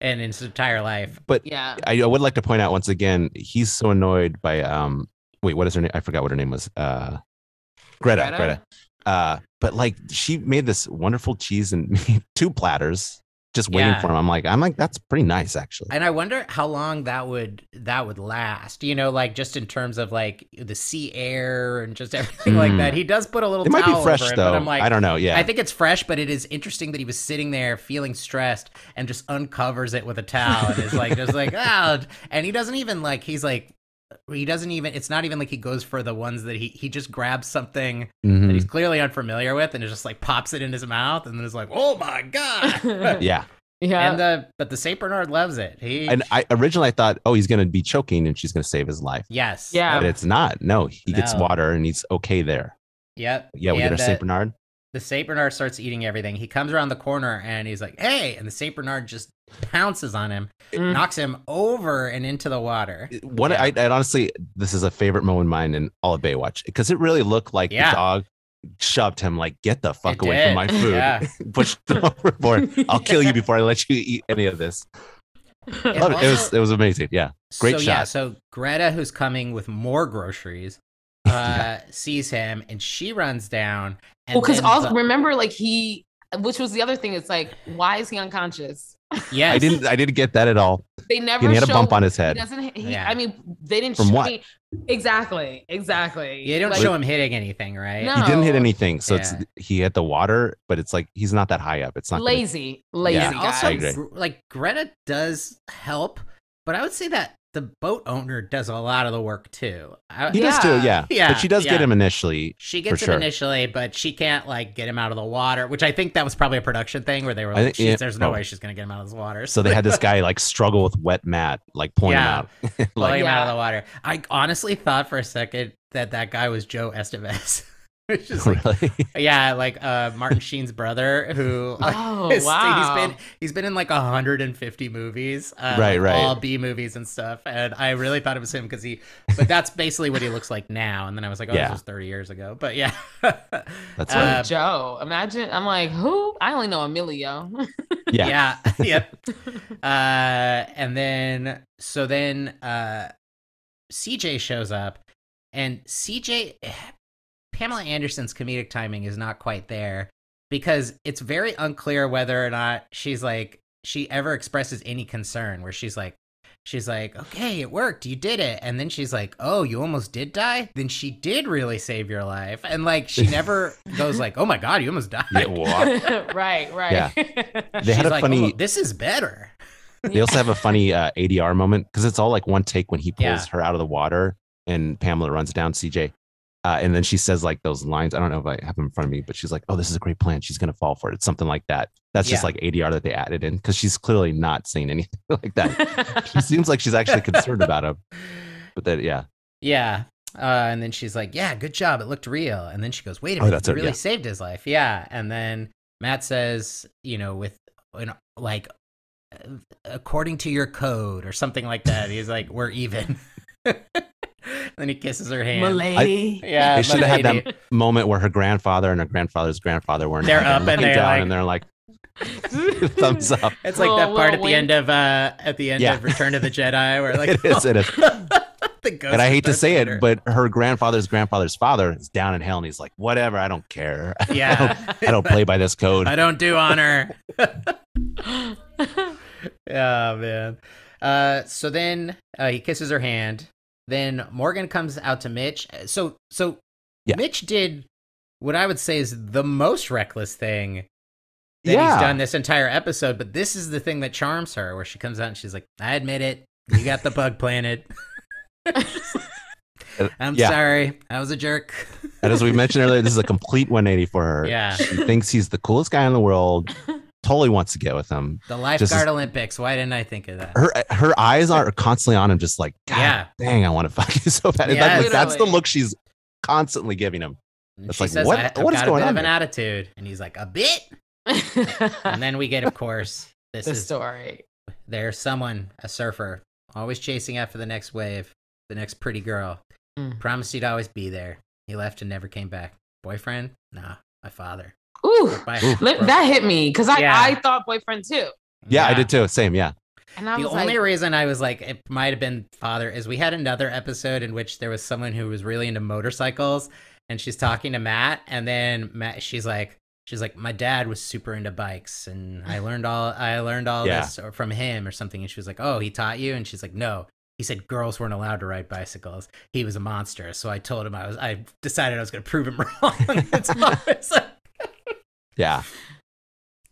Speaker 1: and in his entire life.
Speaker 3: yeah.
Speaker 2: I, I would like to point out once again he's so annoyed by um wait what is her name I forgot what her name was uh Greta Greta,
Speaker 3: Greta?
Speaker 2: uh but like she made this wonderful cheese and two platters just waiting
Speaker 1: Yeah.
Speaker 2: for him I'm like I'm like that's pretty nice actually
Speaker 1: And I wonder how long that would that would last. You know, like just in terms of like the sea air and just everything like
Speaker 2: Mm.
Speaker 1: that. He does put a little.
Speaker 2: it might be
Speaker 1: towel
Speaker 2: fresh
Speaker 1: over it,
Speaker 2: though
Speaker 1: But I'm like,
Speaker 2: I don't know yeah
Speaker 1: I think it's fresh, but it is interesting that he was sitting there feeling stressed and just uncovers it with a towel and is like, just like, ah. And he doesn't even like, he's like, he doesn't even, it's not even like he goes for the ones that he, he just grabs something that
Speaker 2: Mhm.
Speaker 1: he's clearly unfamiliar with and it just like pops it in his mouth and then is like, oh my God.
Speaker 2: yeah
Speaker 3: yeah.
Speaker 1: and the, but the St. Bernard loves it. He,
Speaker 2: and I originally I thought, oh, he's gonna be choking and she's gonna save his life.
Speaker 1: yes.
Speaker 3: Yeah.
Speaker 2: But it's not. No, he gets
Speaker 1: No.
Speaker 2: water and he's okay there.
Speaker 1: Yep.
Speaker 2: Yeah, we get our
Speaker 1: And
Speaker 2: Saint
Speaker 1: the-
Speaker 2: Bernard.
Speaker 1: the Saint Bernard starts eating everything. He comes around the corner and he's like, "Hey!" And the Saint Bernard just pounces on him,
Speaker 3: Mm.
Speaker 2: Mm-hmm.
Speaker 1: knocks him over and into the water.
Speaker 2: What
Speaker 1: Yeah.
Speaker 2: I, I honestly, this is a favorite moment of mine in all of Baywatch because it really looked like
Speaker 1: Yeah.
Speaker 2: the dog shoved him like, get the fuck
Speaker 1: It
Speaker 2: away
Speaker 1: did.
Speaker 2: from my food,
Speaker 1: Yeah.
Speaker 2: pushed him overboard. I'll kill you before I let you eat any of this.
Speaker 1: It
Speaker 2: Loved it. It was
Speaker 1: also-
Speaker 2: it was amazing. Yeah, Great
Speaker 1: so, Yeah,
Speaker 2: shot.
Speaker 1: so Greta, who's coming with more groceries, uh, sees him and she runs down. And
Speaker 3: well, because
Speaker 1: then
Speaker 3: also
Speaker 1: the-
Speaker 3: remember, like he, which was the other thing. It's like, why is he unconscious?
Speaker 1: yes,
Speaker 2: I didn't I didn't get that at all.
Speaker 3: They never.
Speaker 2: And he had a
Speaker 3: show-
Speaker 2: bump on his
Speaker 3: He
Speaker 2: head.
Speaker 3: doesn't. He,
Speaker 1: Yeah.
Speaker 3: I mean, they didn't.
Speaker 2: From
Speaker 3: show
Speaker 2: what?
Speaker 3: me- exactly. Exactly.
Speaker 1: You don't
Speaker 3: Like,
Speaker 1: show him hitting anything, right?
Speaker 3: No.
Speaker 2: He didn't hit
Speaker 3: Oh.
Speaker 2: anything, so it's
Speaker 1: Yeah.
Speaker 2: he hit the water, but it's like he's not that high up. It's not gonna-
Speaker 3: lazy, lazy
Speaker 2: Yeah,
Speaker 1: And
Speaker 3: guys.
Speaker 1: also,
Speaker 2: agree.
Speaker 1: Gr- like Greta does help, but I would say that the boat owner does a lot of the work too. I,
Speaker 2: He does
Speaker 3: Yeah.
Speaker 2: too, yeah.
Speaker 1: Yeah,
Speaker 2: but she does get
Speaker 1: yeah.
Speaker 2: him initially.
Speaker 1: She gets him
Speaker 2: sure.
Speaker 1: initially, but she can't like get him out of the water, which I think that was probably a production thing where they were
Speaker 2: I
Speaker 1: like,
Speaker 2: think-
Speaker 1: "She's-
Speaker 2: yeah,
Speaker 1: "There's no
Speaker 2: probably.
Speaker 1: way she's gonna get him out of the water."
Speaker 2: So they had this guy like struggle with wet mat, like pulling
Speaker 1: Yeah.
Speaker 2: him out.
Speaker 1: pulling
Speaker 2: like
Speaker 1: him out of
Speaker 3: Yeah.
Speaker 1: the water. I honestly thought for a second that that guy was Joe Estevez. It's just like,
Speaker 2: really?
Speaker 1: yeah, like uh, Martin Sheen's brother, who like,
Speaker 3: Oh
Speaker 1: is-
Speaker 3: wow.
Speaker 1: he's been he's been in like 150 movies, uh,
Speaker 2: Right,
Speaker 1: like,
Speaker 2: right.
Speaker 1: all B movies and stuff. And I really thought it was him because he, but that's basically what he looks like now. And then I was like, oh,
Speaker 2: Yeah.
Speaker 1: this was 30 years ago. But yeah,
Speaker 2: That's
Speaker 1: Uh,
Speaker 2: right.
Speaker 3: Poor Joe. Imagine. I'm like, who? I only know Emilio.
Speaker 2: Yeah.
Speaker 1: yeah, yep. Uh, and then so then uh, CJ shows up, and CJ Pamela Anderson's comedic timing is not quite there because it's very unclear whether or not she's like she ever expresses any concern where she's like she's like okay it worked you did it and then she's like oh you almost did die then she did really save your life and like she never goes like oh my god you almost died
Speaker 2: Yeah, well,
Speaker 3: right. Right.
Speaker 2: Yeah. They had
Speaker 1: She's
Speaker 2: a
Speaker 1: like,
Speaker 2: funny.
Speaker 1: "Oh, this is better.
Speaker 2: They also have a funny uh, ADR moment because it's all like one take when he pulls
Speaker 1: Yeah.
Speaker 2: her out of the water and Pamela runs down CJ, uh, and then she says like those lines. I don't know if I have them in front of me, but she's like, "Oh, this is a great plan. She's gonna fall for it." It's something like that. That's just
Speaker 1: Yeah.
Speaker 2: like ADR that they added in because she's clearly not saying anything like that. she seems like she's actually concerned about him, but then yeah,
Speaker 1: Yeah. Uh, and then she's like, "Yeah, good job. It looked real." And then she goes, "Wait a
Speaker 2: Oh,
Speaker 1: minute,
Speaker 2: that's
Speaker 1: you
Speaker 2: it,
Speaker 1: really
Speaker 2: yeah.
Speaker 1: saved his life." Yeah. And then Matt says, "You know, with an, like according to your code or something like that. He's like, we're even. then he kisses her hand.
Speaker 3: Milady.
Speaker 1: yeah,
Speaker 2: They should have had
Speaker 1: milady.
Speaker 2: that moment where her grandfather and her grandfather's grandfather were in
Speaker 1: They're
Speaker 2: heaven,
Speaker 1: up and
Speaker 2: looking
Speaker 1: they're
Speaker 2: down,
Speaker 1: like-
Speaker 2: and they're like thumbs up.
Speaker 1: It's like that
Speaker 3: Little-
Speaker 1: part
Speaker 3: little
Speaker 1: at the
Speaker 3: wink.
Speaker 1: end of uh at the end
Speaker 2: Yeah.
Speaker 1: of Return of the Jedi where like
Speaker 2: It is, it is.
Speaker 1: the ghost
Speaker 2: And I hate to
Speaker 1: of
Speaker 2: say
Speaker 1: Darth
Speaker 2: it, but her grandfather's grandfather's father is down in hell, and he's like, "Whatever, I don't care.
Speaker 1: Vader. yeah,
Speaker 2: I don't play by this code."
Speaker 1: I don't do honor. Yeah, Oh, man. Uh, so then uh, he kisses her hand. Then Morgan comes out to Mitch. So so
Speaker 2: Yeah.
Speaker 1: Mitch did what I would say is the most reckless thing that he's done this entire episode. But this is the thing that charms her, where she comes out and she's like, "I admit it. You got the bug planted. I'm
Speaker 2: Uh, Yeah.
Speaker 1: sorry. I was a jerk."
Speaker 2: And as we mentioned earlier, this is a complete 180 for her.
Speaker 1: Yeah,
Speaker 2: She thinks he's the coolest guy in the world. Totally wants to get with him.
Speaker 1: the lifeguard Olympics. Why didn't I think of that?
Speaker 2: Her her eyes are constantly on him, just like, God
Speaker 1: Yeah.
Speaker 2: dang, I want to fuck you so bad. It's
Speaker 1: Yeah,
Speaker 2: like, like, that's the
Speaker 3: literally.
Speaker 2: look she's constantly giving him.
Speaker 1: And
Speaker 2: It's
Speaker 1: she
Speaker 2: like,
Speaker 1: says,
Speaker 2: what-
Speaker 1: I, have
Speaker 2: what is
Speaker 1: got
Speaker 2: going
Speaker 1: a bit of
Speaker 2: on
Speaker 1: an
Speaker 2: here?
Speaker 1: attitude, and he's like, "A bit." And then we get, of course, this
Speaker 3: the
Speaker 1: is
Speaker 3: story.
Speaker 1: There's someone, a surfer, always chasing after the next wave, the next pretty girl.
Speaker 3: Mm.
Speaker 1: Promised he'd always be there. He left and never came back. Boyfriend? Nah, my father.
Speaker 3: Ooh,
Speaker 1: My-
Speaker 2: Oof.
Speaker 3: li- that hit me because I,
Speaker 1: Yeah.
Speaker 3: I thought boyfriend too,
Speaker 2: Yeah, I did too. Same, yeah.
Speaker 3: and I
Speaker 1: The
Speaker 3: was
Speaker 1: only
Speaker 3: like,
Speaker 1: reason I was like it might have been father is we had another episode in which there was someone who was really into motorcycles and she's talking to Matt and then Matt she's like she's like my dad was super into bikes and I learned all I learned all
Speaker 2: Yeah.
Speaker 1: this from him or something and she was like oh he taught you and she's like no he said girls weren't allowed to ride bicycles he was a monster so I told him I was I decided I was going to prove him wrong That's all it's like-
Speaker 2: Yeah.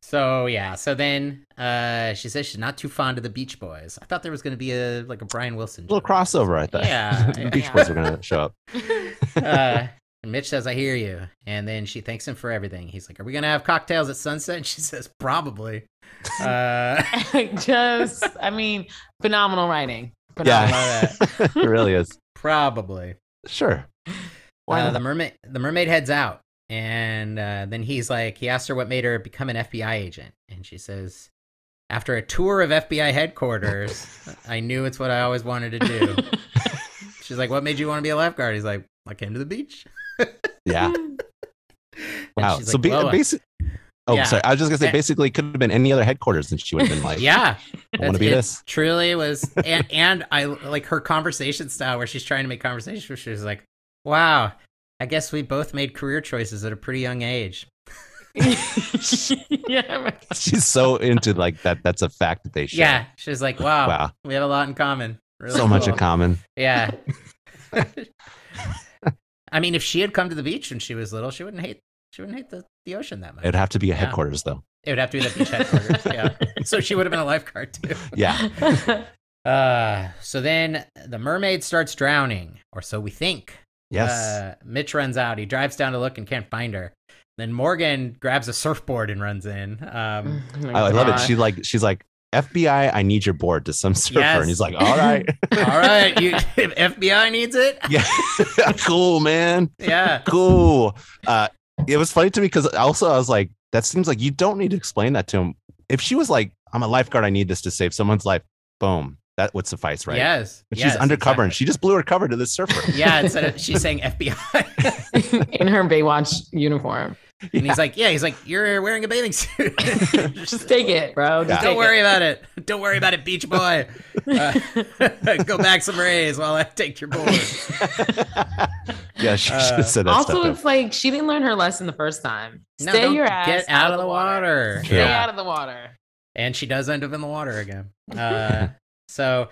Speaker 1: so yeah, so then uh, she says she's not too fond of the Beach Boys. I thought there was going to be a like a Brian Wilson
Speaker 2: little
Speaker 1: joke.
Speaker 2: crossover, I thought.
Speaker 1: Yeah,
Speaker 2: The Beach
Speaker 3: yeah.
Speaker 2: Boys were going to show up.
Speaker 1: uh, and Mitch says, "I hear you," and then she thanks him for everything. He's like, "Are we going to have cocktails at sunset?" And she says, "Probably." Uh,
Speaker 3: just, I mean, phenomenal writing.
Speaker 1: I
Speaker 3: Phenomenal.
Speaker 1: love
Speaker 2: it really is.
Speaker 1: probably.
Speaker 2: Sure. Why
Speaker 1: Uh,
Speaker 2: not?
Speaker 1: the mermaid the mermaid heads out and uh, then he's like he asks her what made her become an fbi agent and she says after a tour of fbi headquarters i knew it's what i always wanted to do she's like what made you want to be a lifeguard he's like i came to the beach
Speaker 2: Yeah.
Speaker 1: And
Speaker 2: Wow.
Speaker 1: she's
Speaker 2: So
Speaker 1: like,
Speaker 2: be,
Speaker 1: "Well, uh,
Speaker 2: basically. Oh,
Speaker 1: Yeah.
Speaker 2: sorry. I was just gonna say,
Speaker 1: Eh.
Speaker 2: basically, it could have been any other headquarters, and she would have been like,
Speaker 1: yeah
Speaker 2: I want
Speaker 1: that's-
Speaker 2: to be
Speaker 1: it
Speaker 2: this."
Speaker 1: truly was and, and i like her conversation style where she's trying to make conversation where she's like wow i guess we both made career choices at a pretty young age
Speaker 3: yeah, right.
Speaker 2: She's so into like that. That's a fact that they share.
Speaker 1: yeah she's like wow,
Speaker 2: Wow.
Speaker 1: we have a lot in common Really
Speaker 2: so much
Speaker 1: cool.
Speaker 2: in common.
Speaker 1: Yeah. I mean, if she had come to the beach when she was little, she wouldn't hate she wouldn't hate the, the ocean that much.
Speaker 2: It'd have to be a
Speaker 1: Yeah.
Speaker 2: headquarters, though.
Speaker 1: It would have to be the beach headquarters. yeah. So she would have been a lifeguard too.
Speaker 2: Yeah.
Speaker 1: Uh, so then the mermaid starts drowning, or so we think.
Speaker 2: Yes.
Speaker 1: Uh, Mitch runs out. He drives down to look and can't find her. Then Morgan grabs a surfboard and runs in. Um,
Speaker 2: I, I love it. She like she's like FBI. I need your board to some surfer,
Speaker 1: Yes.
Speaker 2: and he's like, "All right,
Speaker 1: all right, you, if FBI needs it.
Speaker 2: yeah, cool, man,
Speaker 1: Yeah.
Speaker 2: cool." Uh, it was funny to me because also I was like, "That seems like you don't need to explain that to him." If she was like, "I'm a lifeguard. I need this to save someone's life," boom, that would suffice, right?
Speaker 1: Yes.
Speaker 2: But
Speaker 1: yes,
Speaker 2: she's undercover, and
Speaker 1: exactly.
Speaker 2: she just blew her cover to this surfer.
Speaker 1: Yeah, instead of she's saying FBI.
Speaker 3: in her Baywatch uniform.
Speaker 1: And he's like, yeah, he's like, you're wearing a bathing suit.
Speaker 3: Just take it, bro. Just
Speaker 2: Yeah.
Speaker 1: Don't
Speaker 3: take
Speaker 1: worry about it. Don't worry about it, Beach Boy. Uh, go back some rays while I take your board.
Speaker 2: yeah, she should
Speaker 1: Uh,
Speaker 2: have said that
Speaker 3: Also,
Speaker 2: stuff.
Speaker 3: it's like she didn't learn her lesson the first time.
Speaker 1: No,
Speaker 3: Stay
Speaker 1: don't
Speaker 3: your ass
Speaker 1: get out of the water.
Speaker 3: Stay
Speaker 2: Yeah.
Speaker 3: out of the water.
Speaker 1: And she does end up in the water again. Uh, so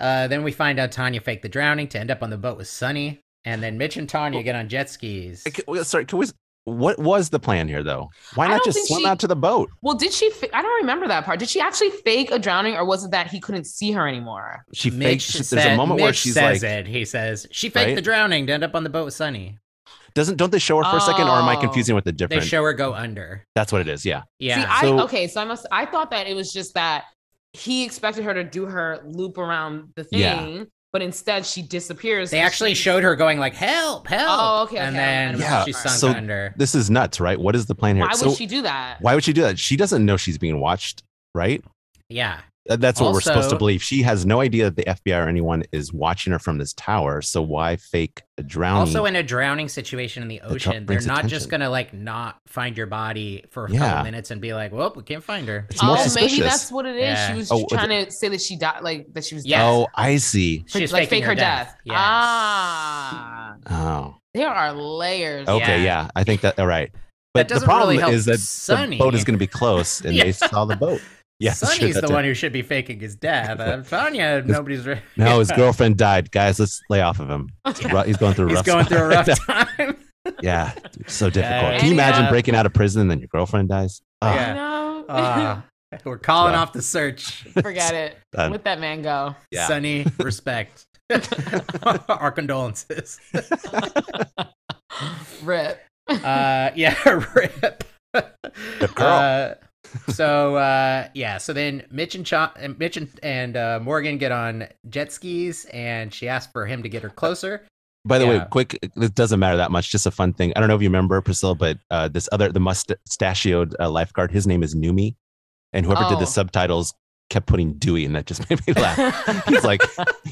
Speaker 1: uh, then we find out Tanya faked the drowning to end up on the boat with Sunny. And then Mitch and Tanya get on jet skis.
Speaker 2: I ca- well, Sorry, can we? What was the plan here, though? Why
Speaker 3: I
Speaker 2: not
Speaker 3: don't
Speaker 2: just
Speaker 3: think
Speaker 2: swim
Speaker 3: she-
Speaker 2: out to the boat?
Speaker 3: Well, did she? Fa- I don't remember that part. Did she actually fake a drowning, or was it that he couldn't see her anymore?
Speaker 2: She
Speaker 1: Mitch
Speaker 2: faked. She, there's
Speaker 1: said-
Speaker 2: a moment where
Speaker 1: Mitch
Speaker 2: she's like,
Speaker 1: says it. He says she faked
Speaker 2: Right?
Speaker 1: the drowning to end up on the boat with Sunny.
Speaker 2: doesn't don't they show her for a second, or am I
Speaker 3: Oh.
Speaker 2: confusing with the
Speaker 1: They
Speaker 2: different?
Speaker 1: show her go under.
Speaker 2: That's what it is. Yeah,
Speaker 1: Yeah.
Speaker 3: See,
Speaker 2: So-
Speaker 3: I okay. So I must. I thought that it was just that he expected her to do her loop around the thing,
Speaker 2: Yeah.
Speaker 3: but instead she disappears.
Speaker 1: They actually
Speaker 3: showed.
Speaker 1: showed her going like "Help! Help!"
Speaker 3: Oh, okay,
Speaker 1: and
Speaker 3: okay, I
Speaker 1: then
Speaker 3: remember
Speaker 2: that
Speaker 1: she
Speaker 3: part.
Speaker 1: sunk
Speaker 2: So-
Speaker 1: under.
Speaker 2: this is nuts, right? What is the plan here?
Speaker 3: Why
Speaker 2: so
Speaker 3: would she do that?
Speaker 2: why would she do that? She doesn't know she's being watched, right?
Speaker 1: Yeah,
Speaker 2: Th- That's what we're supposed
Speaker 1: Also-
Speaker 2: to believe. She has no idea that the FBI or anyone is watching her from this tower. So why fake a drowning?
Speaker 1: Also, in a drowning situation in the
Speaker 2: dr-
Speaker 1: ocean, they're
Speaker 2: brings
Speaker 1: not just
Speaker 2: attention.
Speaker 1: gonna like not find your body for a
Speaker 2: Yeah.
Speaker 1: couple minutes and be like, "Well, we can't find her."
Speaker 2: It's more
Speaker 3: oh, maybe
Speaker 2: suspicious.
Speaker 3: that's what it is.
Speaker 1: Yeah.
Speaker 3: She was
Speaker 2: Oh, was
Speaker 3: trying to say that she died, like that she was
Speaker 1: Yeah.
Speaker 2: Oh, I see.
Speaker 3: dead.
Speaker 1: She's
Speaker 3: like
Speaker 1: faking
Speaker 3: fake her, death.
Speaker 1: Yes.
Speaker 3: Ah,
Speaker 2: Oh,
Speaker 3: there are layers.
Speaker 1: Oh,
Speaker 2: okay, yeah.
Speaker 1: Yeah.
Speaker 2: I think that all right. But the
Speaker 1: doesn't really
Speaker 2: problem
Speaker 1: help
Speaker 2: is that
Speaker 1: Sunny.
Speaker 2: the boat is going to be close, and
Speaker 1: Yeah.
Speaker 2: they saw the boat. Yeah, that's true,
Speaker 1: Sonny's the
Speaker 2: that's it.
Speaker 1: one who should be faking his death. I'm telling you, nobody's. Re-
Speaker 2: No, his girlfriend died. Guys, let's lay off of him. It's ru- He's going through a
Speaker 1: He's
Speaker 2: rough.
Speaker 1: going through a
Speaker 2: spot.
Speaker 1: rough time.
Speaker 2: yeah, it's so difficult.
Speaker 1: Yeah. uh,
Speaker 2: Can you imagine
Speaker 3: Yeah.
Speaker 2: breaking out of prison and then your girlfriend dies? Ah,
Speaker 1: Yeah.
Speaker 3: You know,
Speaker 2: uh.
Speaker 1: Ah, we're calling
Speaker 2: Wow.
Speaker 1: off the search.
Speaker 3: forget it.
Speaker 2: done.
Speaker 3: Let that man go.
Speaker 2: Yeah.
Speaker 1: Sonny, respect. Our condolences.
Speaker 3: Rip.
Speaker 1: uh yeah rip
Speaker 2: Good girl.
Speaker 1: Uh, so uh yeah so then mitch and Cha- and mitch and, and uh morgan get on jet skis and she asks for him to get her closer
Speaker 2: By the
Speaker 1: Yeah.
Speaker 2: way, quick, it doesn't matter that much. Just a fun thing. I don't know if you remember Priscilla, but uh, this other, the mustachioed uh, lifeguard, his name is Numi, and whoever did
Speaker 3: Oh.
Speaker 2: the subtitles kept putting Dewey, and that just made me laugh. He's like,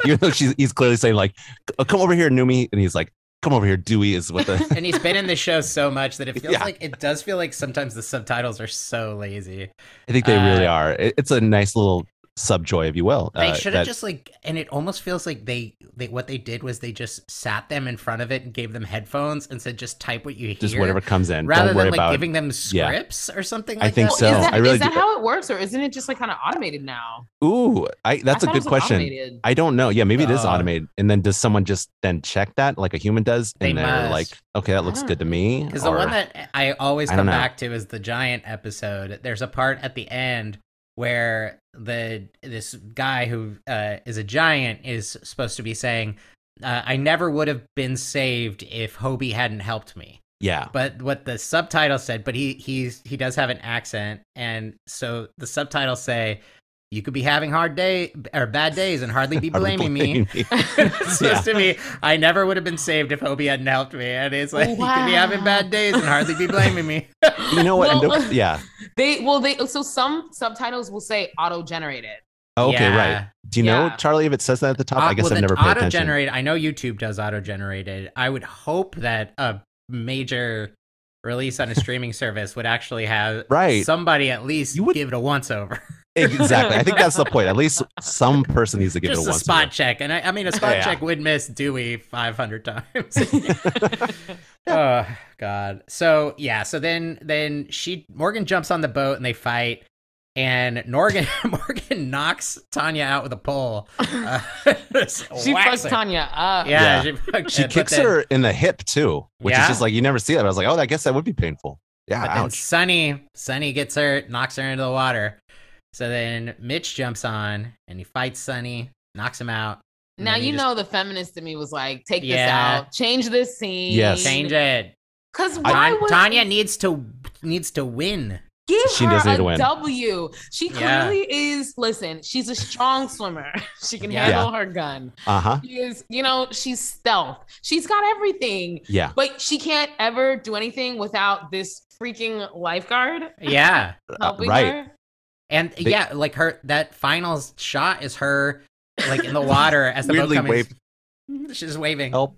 Speaker 2: even though she's, he's clearly saying like, "Oh, "Come over here, Numi," and he's like, "Come over here, Dewey." Is what the
Speaker 1: and he's been in the show so much that it feels
Speaker 2: Yeah.
Speaker 1: like it does feel like sometimes the subtitles are so lazy
Speaker 2: I think they really
Speaker 1: Uh,
Speaker 2: are. It- it's a nice little subjoy, if you will.
Speaker 1: they
Speaker 2: uh,
Speaker 1: should have
Speaker 2: that-
Speaker 1: just like and it almost feels like they they what they did was they just sat them in front of it and gave them headphones and said just type what you hear
Speaker 2: just whatever comes in.
Speaker 1: rather
Speaker 2: Don't
Speaker 1: than
Speaker 2: worry
Speaker 1: like
Speaker 2: about.
Speaker 1: giving them
Speaker 2: Yeah.
Speaker 1: scripts or something
Speaker 2: I
Speaker 1: like
Speaker 2: think
Speaker 1: that.
Speaker 2: so.
Speaker 3: Is that,
Speaker 2: I really
Speaker 3: is that
Speaker 2: do-
Speaker 3: how it works, or isn't it just like kind of automated now?
Speaker 2: Ooh, I, that's
Speaker 3: a
Speaker 2: a good question.
Speaker 3: Automated.
Speaker 2: I don't know. Yeah, maybe it is
Speaker 1: Uh,
Speaker 2: automated. And then does someone just then check that like a human does?
Speaker 1: They
Speaker 2: And they're
Speaker 1: must.
Speaker 2: like, okay, that looks
Speaker 3: don't-
Speaker 2: good to me.
Speaker 1: Because the
Speaker 2: or-
Speaker 1: one that I always
Speaker 2: I
Speaker 1: come
Speaker 2: don't know.
Speaker 1: back to is the giant episode. There's a part at the end where the this guy who uh, is a giant is supposed to be saying, uh, "I never would have been saved if Hobie hadn't helped me."
Speaker 2: yeah.
Speaker 1: But what the subtitle said, but he he's he does have an accent, and so the subtitles say, "You could be having hard day or bad days and hardly be
Speaker 2: Are we
Speaker 1: blaming me."
Speaker 2: blaming
Speaker 1: it's supposed to me, I never would have been saved if Hobie hadn't helped me. And it's like, you could be having
Speaker 3: Wow.
Speaker 1: bad days and hardly be blaming me.
Speaker 2: you know what? And
Speaker 3: Well,
Speaker 2: don't- yeah.
Speaker 3: They well, they so some subtitles will say auto-generated.
Speaker 2: Oh, okay,
Speaker 1: Yeah.
Speaker 2: right. Do you know,
Speaker 3: Yeah.
Speaker 2: Charlie, if it says that at the top?
Speaker 1: Uh,
Speaker 2: I guess
Speaker 1: well,
Speaker 2: I've
Speaker 1: then
Speaker 2: never paid attention.
Speaker 1: auto-generated, I know YouTube does auto-generated. I would hope that a major release on a streaming service would actually have
Speaker 2: Right.
Speaker 1: somebody at least
Speaker 2: You would-
Speaker 1: give it a once-over.
Speaker 2: exactly. I think that's the point. At least some person needs to give
Speaker 1: Just
Speaker 2: it
Speaker 1: a
Speaker 2: a once.
Speaker 1: spot
Speaker 2: over.
Speaker 1: check. And I, I mean, a spot
Speaker 2: Yeah.
Speaker 1: check would miss Dewey 500 times. Oh God. So yeah. So then then she Morgan jumps on the boat and they fight, and Morgan Morgan knocks Tanya out with a pole. Uh, just
Speaker 3: she
Speaker 1: whacks
Speaker 3: fucked
Speaker 1: her.
Speaker 3: Tanya up.
Speaker 1: Yeah,
Speaker 2: Yeah.
Speaker 1: she fucked
Speaker 2: She
Speaker 1: it, but
Speaker 2: kicks
Speaker 1: then-
Speaker 2: her in the hip too, which
Speaker 1: Yeah.
Speaker 2: is just like you never see that. I was like, oh, I guess that would be painful. Yeah,
Speaker 1: But then
Speaker 2: ouch.
Speaker 1: Sunny Sunny gets her, knocks her into the water. So then Mitch jumps on and he fights Sunny, knocks him out. and
Speaker 3: Now
Speaker 1: then he
Speaker 3: you
Speaker 1: just
Speaker 3: know the feminist in me was like, take
Speaker 1: Yeah.
Speaker 3: this out, change this scene.
Speaker 2: Yes.
Speaker 1: change it.
Speaker 3: Because why
Speaker 1: Tan-
Speaker 3: would
Speaker 1: Tanya needs to needs to win.
Speaker 3: give
Speaker 2: She
Speaker 3: her
Speaker 2: does need
Speaker 3: a
Speaker 2: to win.
Speaker 3: W? She
Speaker 1: Yeah.
Speaker 3: clearly is. Listen, she's a strong swimmer. She can
Speaker 1: Yeah.
Speaker 3: handle her gun.
Speaker 2: Uh huh.
Speaker 3: She is, you know, she's stealth. She's got everything,
Speaker 2: Yeah.
Speaker 3: but she can't ever do anything without this freaking lifeguard
Speaker 1: Yeah.
Speaker 3: helping
Speaker 2: right.
Speaker 3: her.
Speaker 1: And
Speaker 2: They-
Speaker 1: yeah, like her that final s- shot is her like in the water as the
Speaker 2: Weirdly Oh.
Speaker 1: boat comes. She's waving.
Speaker 2: Help.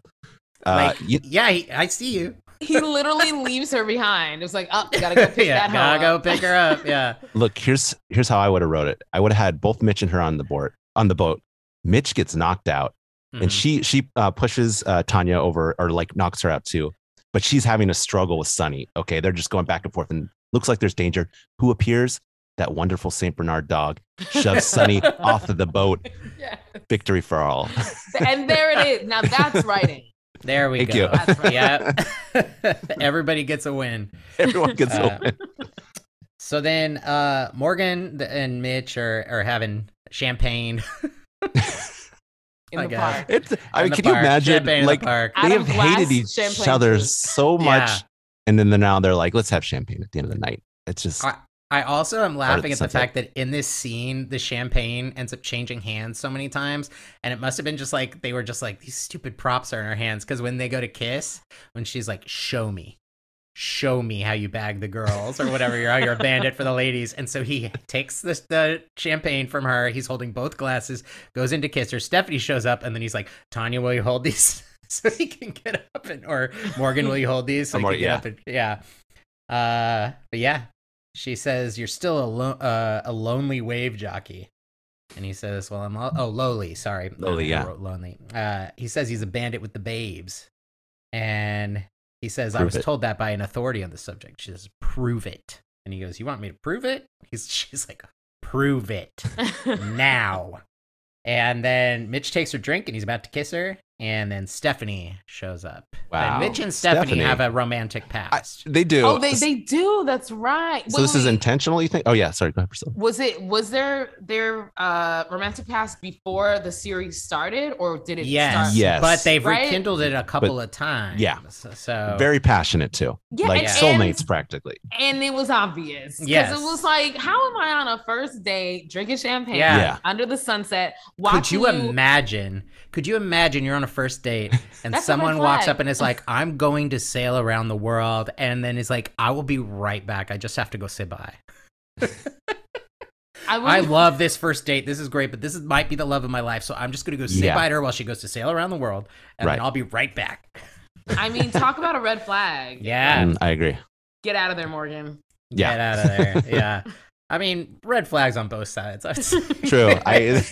Speaker 2: Uh,
Speaker 1: like,
Speaker 2: you-
Speaker 1: yeah, he- I see you.
Speaker 3: He literally leaves her behind. It's like, oh, gotta go pick
Speaker 1: yeah,
Speaker 3: that
Speaker 1: gotta
Speaker 3: hoe
Speaker 1: go
Speaker 3: up.
Speaker 1: pick her up. Yeah,
Speaker 2: look, here's here's how I would have wrote it. I would have had both Mitch and her on the board on the boat. Mitch gets knocked out,
Speaker 1: Mhm.
Speaker 2: and she she uh, pushes uh, Tanya over or like knocks her out too. But she's having a struggle with Sunny. Okay, they're just going back and forth, and looks like there's danger. Who appears? That wonderful Saint Bernard dog shoves Sunny off of the boat.
Speaker 3: Yeah.
Speaker 2: Victory for all.
Speaker 3: And there it is. Now that's writing.
Speaker 1: there we
Speaker 2: Thank
Speaker 1: go.
Speaker 2: you.
Speaker 3: That's right.
Speaker 1: Yeah, everybody gets a win.
Speaker 2: Everyone gets
Speaker 1: Uh,
Speaker 2: over it.
Speaker 1: So then, uh, Morgan th- and Mitch are are having champagne.
Speaker 3: In
Speaker 1: I
Speaker 3: the
Speaker 1: guess.
Speaker 3: park.
Speaker 2: It's, I
Speaker 1: in
Speaker 2: mean,
Speaker 1: the
Speaker 2: can you
Speaker 1: park, champagne
Speaker 2: imagine?
Speaker 1: in
Speaker 2: Like
Speaker 1: the park?
Speaker 3: Out
Speaker 2: they
Speaker 3: of
Speaker 2: have hated
Speaker 3: glass,
Speaker 2: each
Speaker 3: champagne
Speaker 2: other
Speaker 3: juice.
Speaker 2: so much,
Speaker 1: Yeah.
Speaker 2: and then they're now they're like, let's have champagne at the end of the night. It's just
Speaker 1: I, I also am laughing at the
Speaker 2: sunset.
Speaker 1: fact that in this scene, the champagne ends up changing hands so many times, and it must have been just like they were just like these stupid props are in our hands because when they go to kiss, when she's like, "Show me," show me how you bag the girls or whatever you're how you're a bandit for the ladies and so he takes the, the champagne from her he's holding both glasses goes in to kiss her stephanie shows up and then he's like tanya will you hold these so he can get up and or morgan will you hold these so he
Speaker 2: Amor-
Speaker 1: can get
Speaker 2: yeah.
Speaker 1: up and yeah uh but yeah she says you're still a, lo- uh, a lonely wave jockey and he says well i'm lo- oh lowly sorry
Speaker 2: Lowly,
Speaker 1: I
Speaker 2: yeah.
Speaker 1: wrote lonely uh he says he's a bandit with the babes and he says, I
Speaker 2: Prove
Speaker 1: was
Speaker 2: it.
Speaker 1: told that by an authority on the subject. She says, prove it. And he goes, You want me to prove it? He's, she's like, prove it now. And then Mitch takes her drink and he's about to kiss her. And then Stephanie shows up.
Speaker 2: Wow.
Speaker 1: And Mitch and Stephanie,
Speaker 2: Stephanie.
Speaker 1: have a romantic past.
Speaker 2: They do.
Speaker 3: oh, they they do. That's right.
Speaker 2: so
Speaker 3: Wait,
Speaker 2: this
Speaker 3: wait,
Speaker 2: is
Speaker 3: wait.
Speaker 2: intentional, you think? Oh yeah, sorry, go ahead, Priscilla.
Speaker 3: Was it was there their uh romantic past before the series started, or did it
Speaker 1: yes.
Speaker 3: start?
Speaker 2: Yes.
Speaker 1: But they've
Speaker 3: Right?
Speaker 1: rekindled it a couple of times.
Speaker 2: yeah.
Speaker 1: So, so-
Speaker 2: Very passionate too.
Speaker 3: Yeah,
Speaker 2: like
Speaker 3: and-
Speaker 2: soulmates
Speaker 3: and-
Speaker 2: practically.
Speaker 1: Ah.
Speaker 3: and it was obvious because
Speaker 1: Yes.
Speaker 3: it was like, how am I on a first date drinking champagne
Speaker 1: Yeah.
Speaker 2: Yeah.
Speaker 3: under the sunset?
Speaker 1: could
Speaker 3: Watching
Speaker 1: you imagine? Could you imagine you're on a first date and
Speaker 3: That's a red
Speaker 1: someone walks
Speaker 3: flag.
Speaker 1: up and is like, "I'm going to sail around the world," and then is like, "I will be right back. I just have to go say bye."
Speaker 3: I,
Speaker 1: I
Speaker 3: would,
Speaker 1: love this first date. This is great, but this is, might be the love of my life. So I'm just going to go say
Speaker 2: Yeah.
Speaker 1: bye to her while she goes to sail around the world, and
Speaker 2: Right.
Speaker 1: then I'll be right back.
Speaker 3: I mean, talk about a red flag.
Speaker 1: Yeah,
Speaker 2: Mm, I agree.
Speaker 3: Get out of there, Morgan.
Speaker 2: Yeah.
Speaker 1: get out of there. yeah, I mean, red flags on both sides. I would say.
Speaker 2: True. I
Speaker 3: This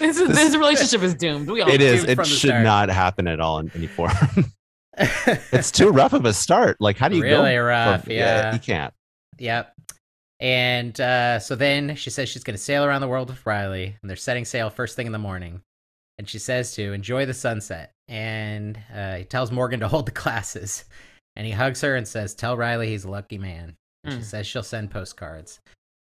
Speaker 3: is, this relationship is doomed. We all
Speaker 2: it is.
Speaker 1: Dude,
Speaker 2: It
Speaker 1: from the
Speaker 2: should
Speaker 1: start.
Speaker 2: not happen at all in any form. it's too rough of a start. Like how do you
Speaker 1: really
Speaker 2: go?
Speaker 1: rough.
Speaker 2: from-
Speaker 1: yeah.
Speaker 2: you can't.
Speaker 1: Yep. And uh, so then she says she's going to sail around the world with Riley, and they're setting sail first thing in the morning. And she says to enjoy the sunset. And uh, he tells Morgan to hold the glasses. And he hugs her and says, Tell Riley he's a lucky man. And she
Speaker 3: Mm.
Speaker 1: says she'll send postcards.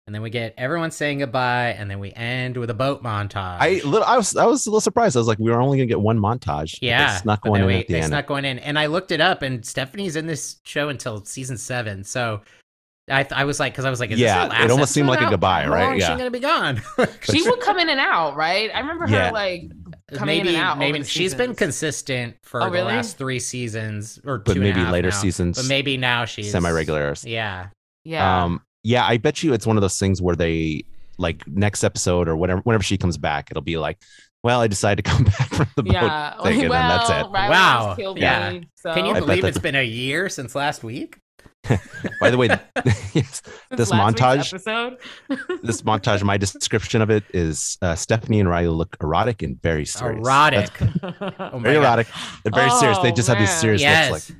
Speaker 1: And then we get everyone saying goodbye, and then we end with a boat montage.
Speaker 2: I little, I was I was a little surprised. I was like, we were only gonna get one montage. but they
Speaker 1: yeah,
Speaker 2: snuck
Speaker 1: but
Speaker 2: one
Speaker 1: then
Speaker 2: in
Speaker 1: we-
Speaker 2: at the
Speaker 1: they
Speaker 2: end.
Speaker 1: snuck one in, and I looked it up, and Stephanie's in this show until season seven. So I, th- I was like, because I was like, Is
Speaker 2: Yeah,
Speaker 1: this the last
Speaker 2: it almost seemed
Speaker 1: episode?
Speaker 2: like a
Speaker 1: How-
Speaker 2: goodbye,
Speaker 1: how
Speaker 2: right?
Speaker 1: long is she
Speaker 2: Yeah.
Speaker 1: gonna be gone.
Speaker 2: But
Speaker 3: She would come in and out, right? I remember
Speaker 2: Yeah.
Speaker 3: her like coming in
Speaker 1: maybe
Speaker 3: and out.
Speaker 1: maybe
Speaker 3: over the
Speaker 1: she's been
Speaker 3: seasons.
Speaker 1: consistent for
Speaker 3: Oh,
Speaker 1: the
Speaker 3: really?
Speaker 1: last three seasons or
Speaker 2: but
Speaker 1: two and a
Speaker 2: maybe
Speaker 1: half
Speaker 2: later
Speaker 1: now.
Speaker 2: seasons,
Speaker 1: But maybe now she's
Speaker 2: semi-regular. or-
Speaker 1: Yeah,
Speaker 3: yeah.
Speaker 2: Um, yeah, I bet you it's one of those things where they like next episode or whatever. Whenever she comes back, it'll be like, well, I decided to come back from the boat.
Speaker 3: yeah.
Speaker 2: thing, and then that's it.
Speaker 3: Riley almost
Speaker 1: Wow.
Speaker 3: killed
Speaker 1: Yeah.
Speaker 3: me, so-
Speaker 1: can you
Speaker 2: I bet
Speaker 1: believe
Speaker 2: that
Speaker 1: it's been a year since last week?
Speaker 2: By the way, yes,
Speaker 3: Since
Speaker 2: this
Speaker 3: last week's
Speaker 2: montage-
Speaker 3: episode?
Speaker 2: this montage. My description of it is uh, Stephanie and Riley look erotic and very serious.
Speaker 1: Erotic, Oh my
Speaker 2: Very
Speaker 1: God.
Speaker 2: erotic. They're very serious. They
Speaker 3: Oh,
Speaker 2: just have these
Speaker 3: man.
Speaker 2: serious
Speaker 1: yes.
Speaker 2: looks. Like,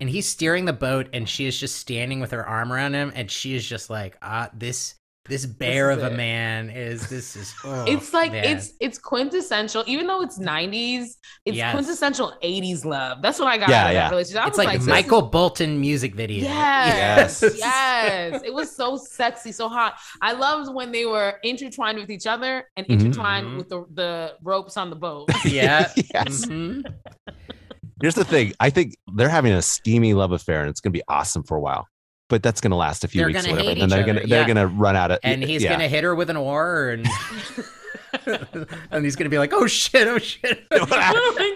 Speaker 1: and he's steering the boat, and she is just standing with her arm around him, and she is just like, ah, this this bear
Speaker 3: is
Speaker 1: of a
Speaker 3: it.
Speaker 1: man is this is. oh,
Speaker 3: it's like
Speaker 1: man.
Speaker 3: it's it's quintessential even though it's 90s it's
Speaker 1: Yes.
Speaker 3: quintessential 80s love that's what i got
Speaker 2: Yeah,
Speaker 3: out of
Speaker 2: yeah.
Speaker 3: that relationship I
Speaker 1: It's
Speaker 3: was
Speaker 1: like,
Speaker 3: like, this
Speaker 1: Michael Bolton music video.
Speaker 3: Yes.
Speaker 2: Yes.
Speaker 3: Yes. It was so sexy, so hot. I loved when they were intertwined with each other and
Speaker 2: Mhm.
Speaker 3: intertwined
Speaker 1: Mhm.
Speaker 3: with the, the ropes on the boat.
Speaker 1: yeah.
Speaker 3: Mm-hmm.
Speaker 2: yes.
Speaker 1: Mhm.
Speaker 2: Here's the thing. I think they're having a steamy love affair, and it's going to be awesome for a while. But that's going to last a few
Speaker 1: They're
Speaker 2: weeks, or
Speaker 1: gonna
Speaker 2: whatever.
Speaker 1: hate
Speaker 2: and they're
Speaker 1: each
Speaker 2: going
Speaker 1: other,
Speaker 2: to they're
Speaker 1: yeah.
Speaker 2: going to run out of.
Speaker 1: and he's
Speaker 2: yeah.
Speaker 1: gonna hit her with an oar and and he's gonna be like oh shit oh shit
Speaker 2: I,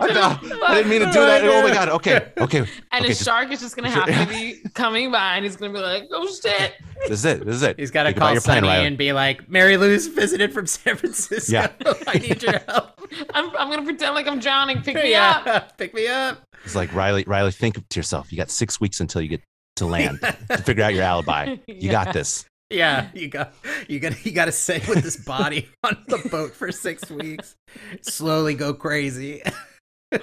Speaker 2: I didn't mean to do that. Oh my god. Okay. Okay. Okay,
Speaker 3: And a
Speaker 2: just-
Speaker 3: shark is just gonna
Speaker 2: Sure.
Speaker 3: have to be coming by and he's gonna be like, oh shit.
Speaker 2: This is it. This is it.
Speaker 1: he's gotta
Speaker 2: Think about
Speaker 1: call
Speaker 2: your plan,
Speaker 1: Sunny
Speaker 2: Riley.
Speaker 1: and be like Mary Lou's visited from San Francisco
Speaker 2: Yeah.
Speaker 1: I need your help
Speaker 3: I'm, I'm gonna pretend like I'm drowning. Pick me
Speaker 1: yeah
Speaker 3: up.
Speaker 1: pick me up
Speaker 2: It's like Riley. Riley, think to yourself. You got six weeks until you get to land to figure out your alibi. You got this.
Speaker 1: yeah you got you got you gotta stay with this body on the boat for six weeks slowly go crazy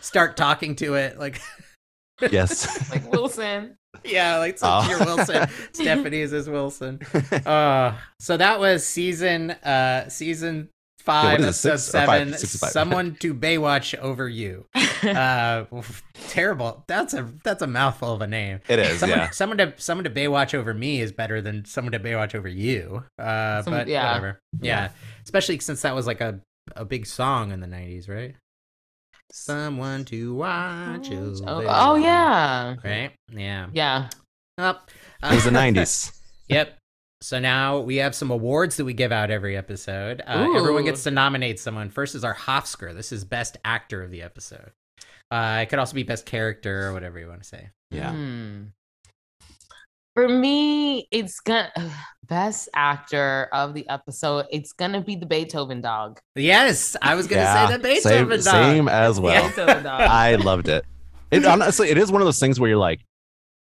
Speaker 1: start talking to it like
Speaker 2: Yes.
Speaker 3: like Wilson.
Speaker 1: yeah like
Speaker 2: Oh.
Speaker 1: so you're Wilson Stephanie is as Wilson uh so that was season uh season Oh, five
Speaker 2: is it,
Speaker 1: episode
Speaker 2: six or five?
Speaker 1: seven
Speaker 2: Six or five.
Speaker 1: someone to baywatch over you uh terrible that's a that's a mouthful of a name
Speaker 2: it is.
Speaker 1: someone,
Speaker 2: yeah.
Speaker 1: someone to someone to baywatch over me is better than someone to baywatch over you uh
Speaker 3: Some-
Speaker 1: but
Speaker 3: yeah.
Speaker 1: whatever yeah. especially since that was like a a big song in the 90s right someone to watch
Speaker 3: Oh,
Speaker 1: over
Speaker 3: oh
Speaker 1: you.
Speaker 3: yeah.
Speaker 1: right yeah
Speaker 3: Yeah.
Speaker 1: up Uh,
Speaker 2: It was the '90s.
Speaker 1: Yep. So now we have some awards that we give out every episode. Uh, everyone
Speaker 3: Ooh.
Speaker 1: gets to nominate someone. First is our Hofsker. This is best actor of the episode. Uh, it could also be best character or whatever you want to say.
Speaker 2: Yeah.
Speaker 3: Hmm. for me, it's gonna best actor of the episode. It's gonna be the Beethoven dog.
Speaker 1: Yes, I was gonna
Speaker 2: Yeah,
Speaker 1: say that
Speaker 2: same,
Speaker 1: Beethoven dog.
Speaker 2: same as well.
Speaker 3: Beethoven dog.
Speaker 2: I loved it. It honestly, it is one of those things where you're like,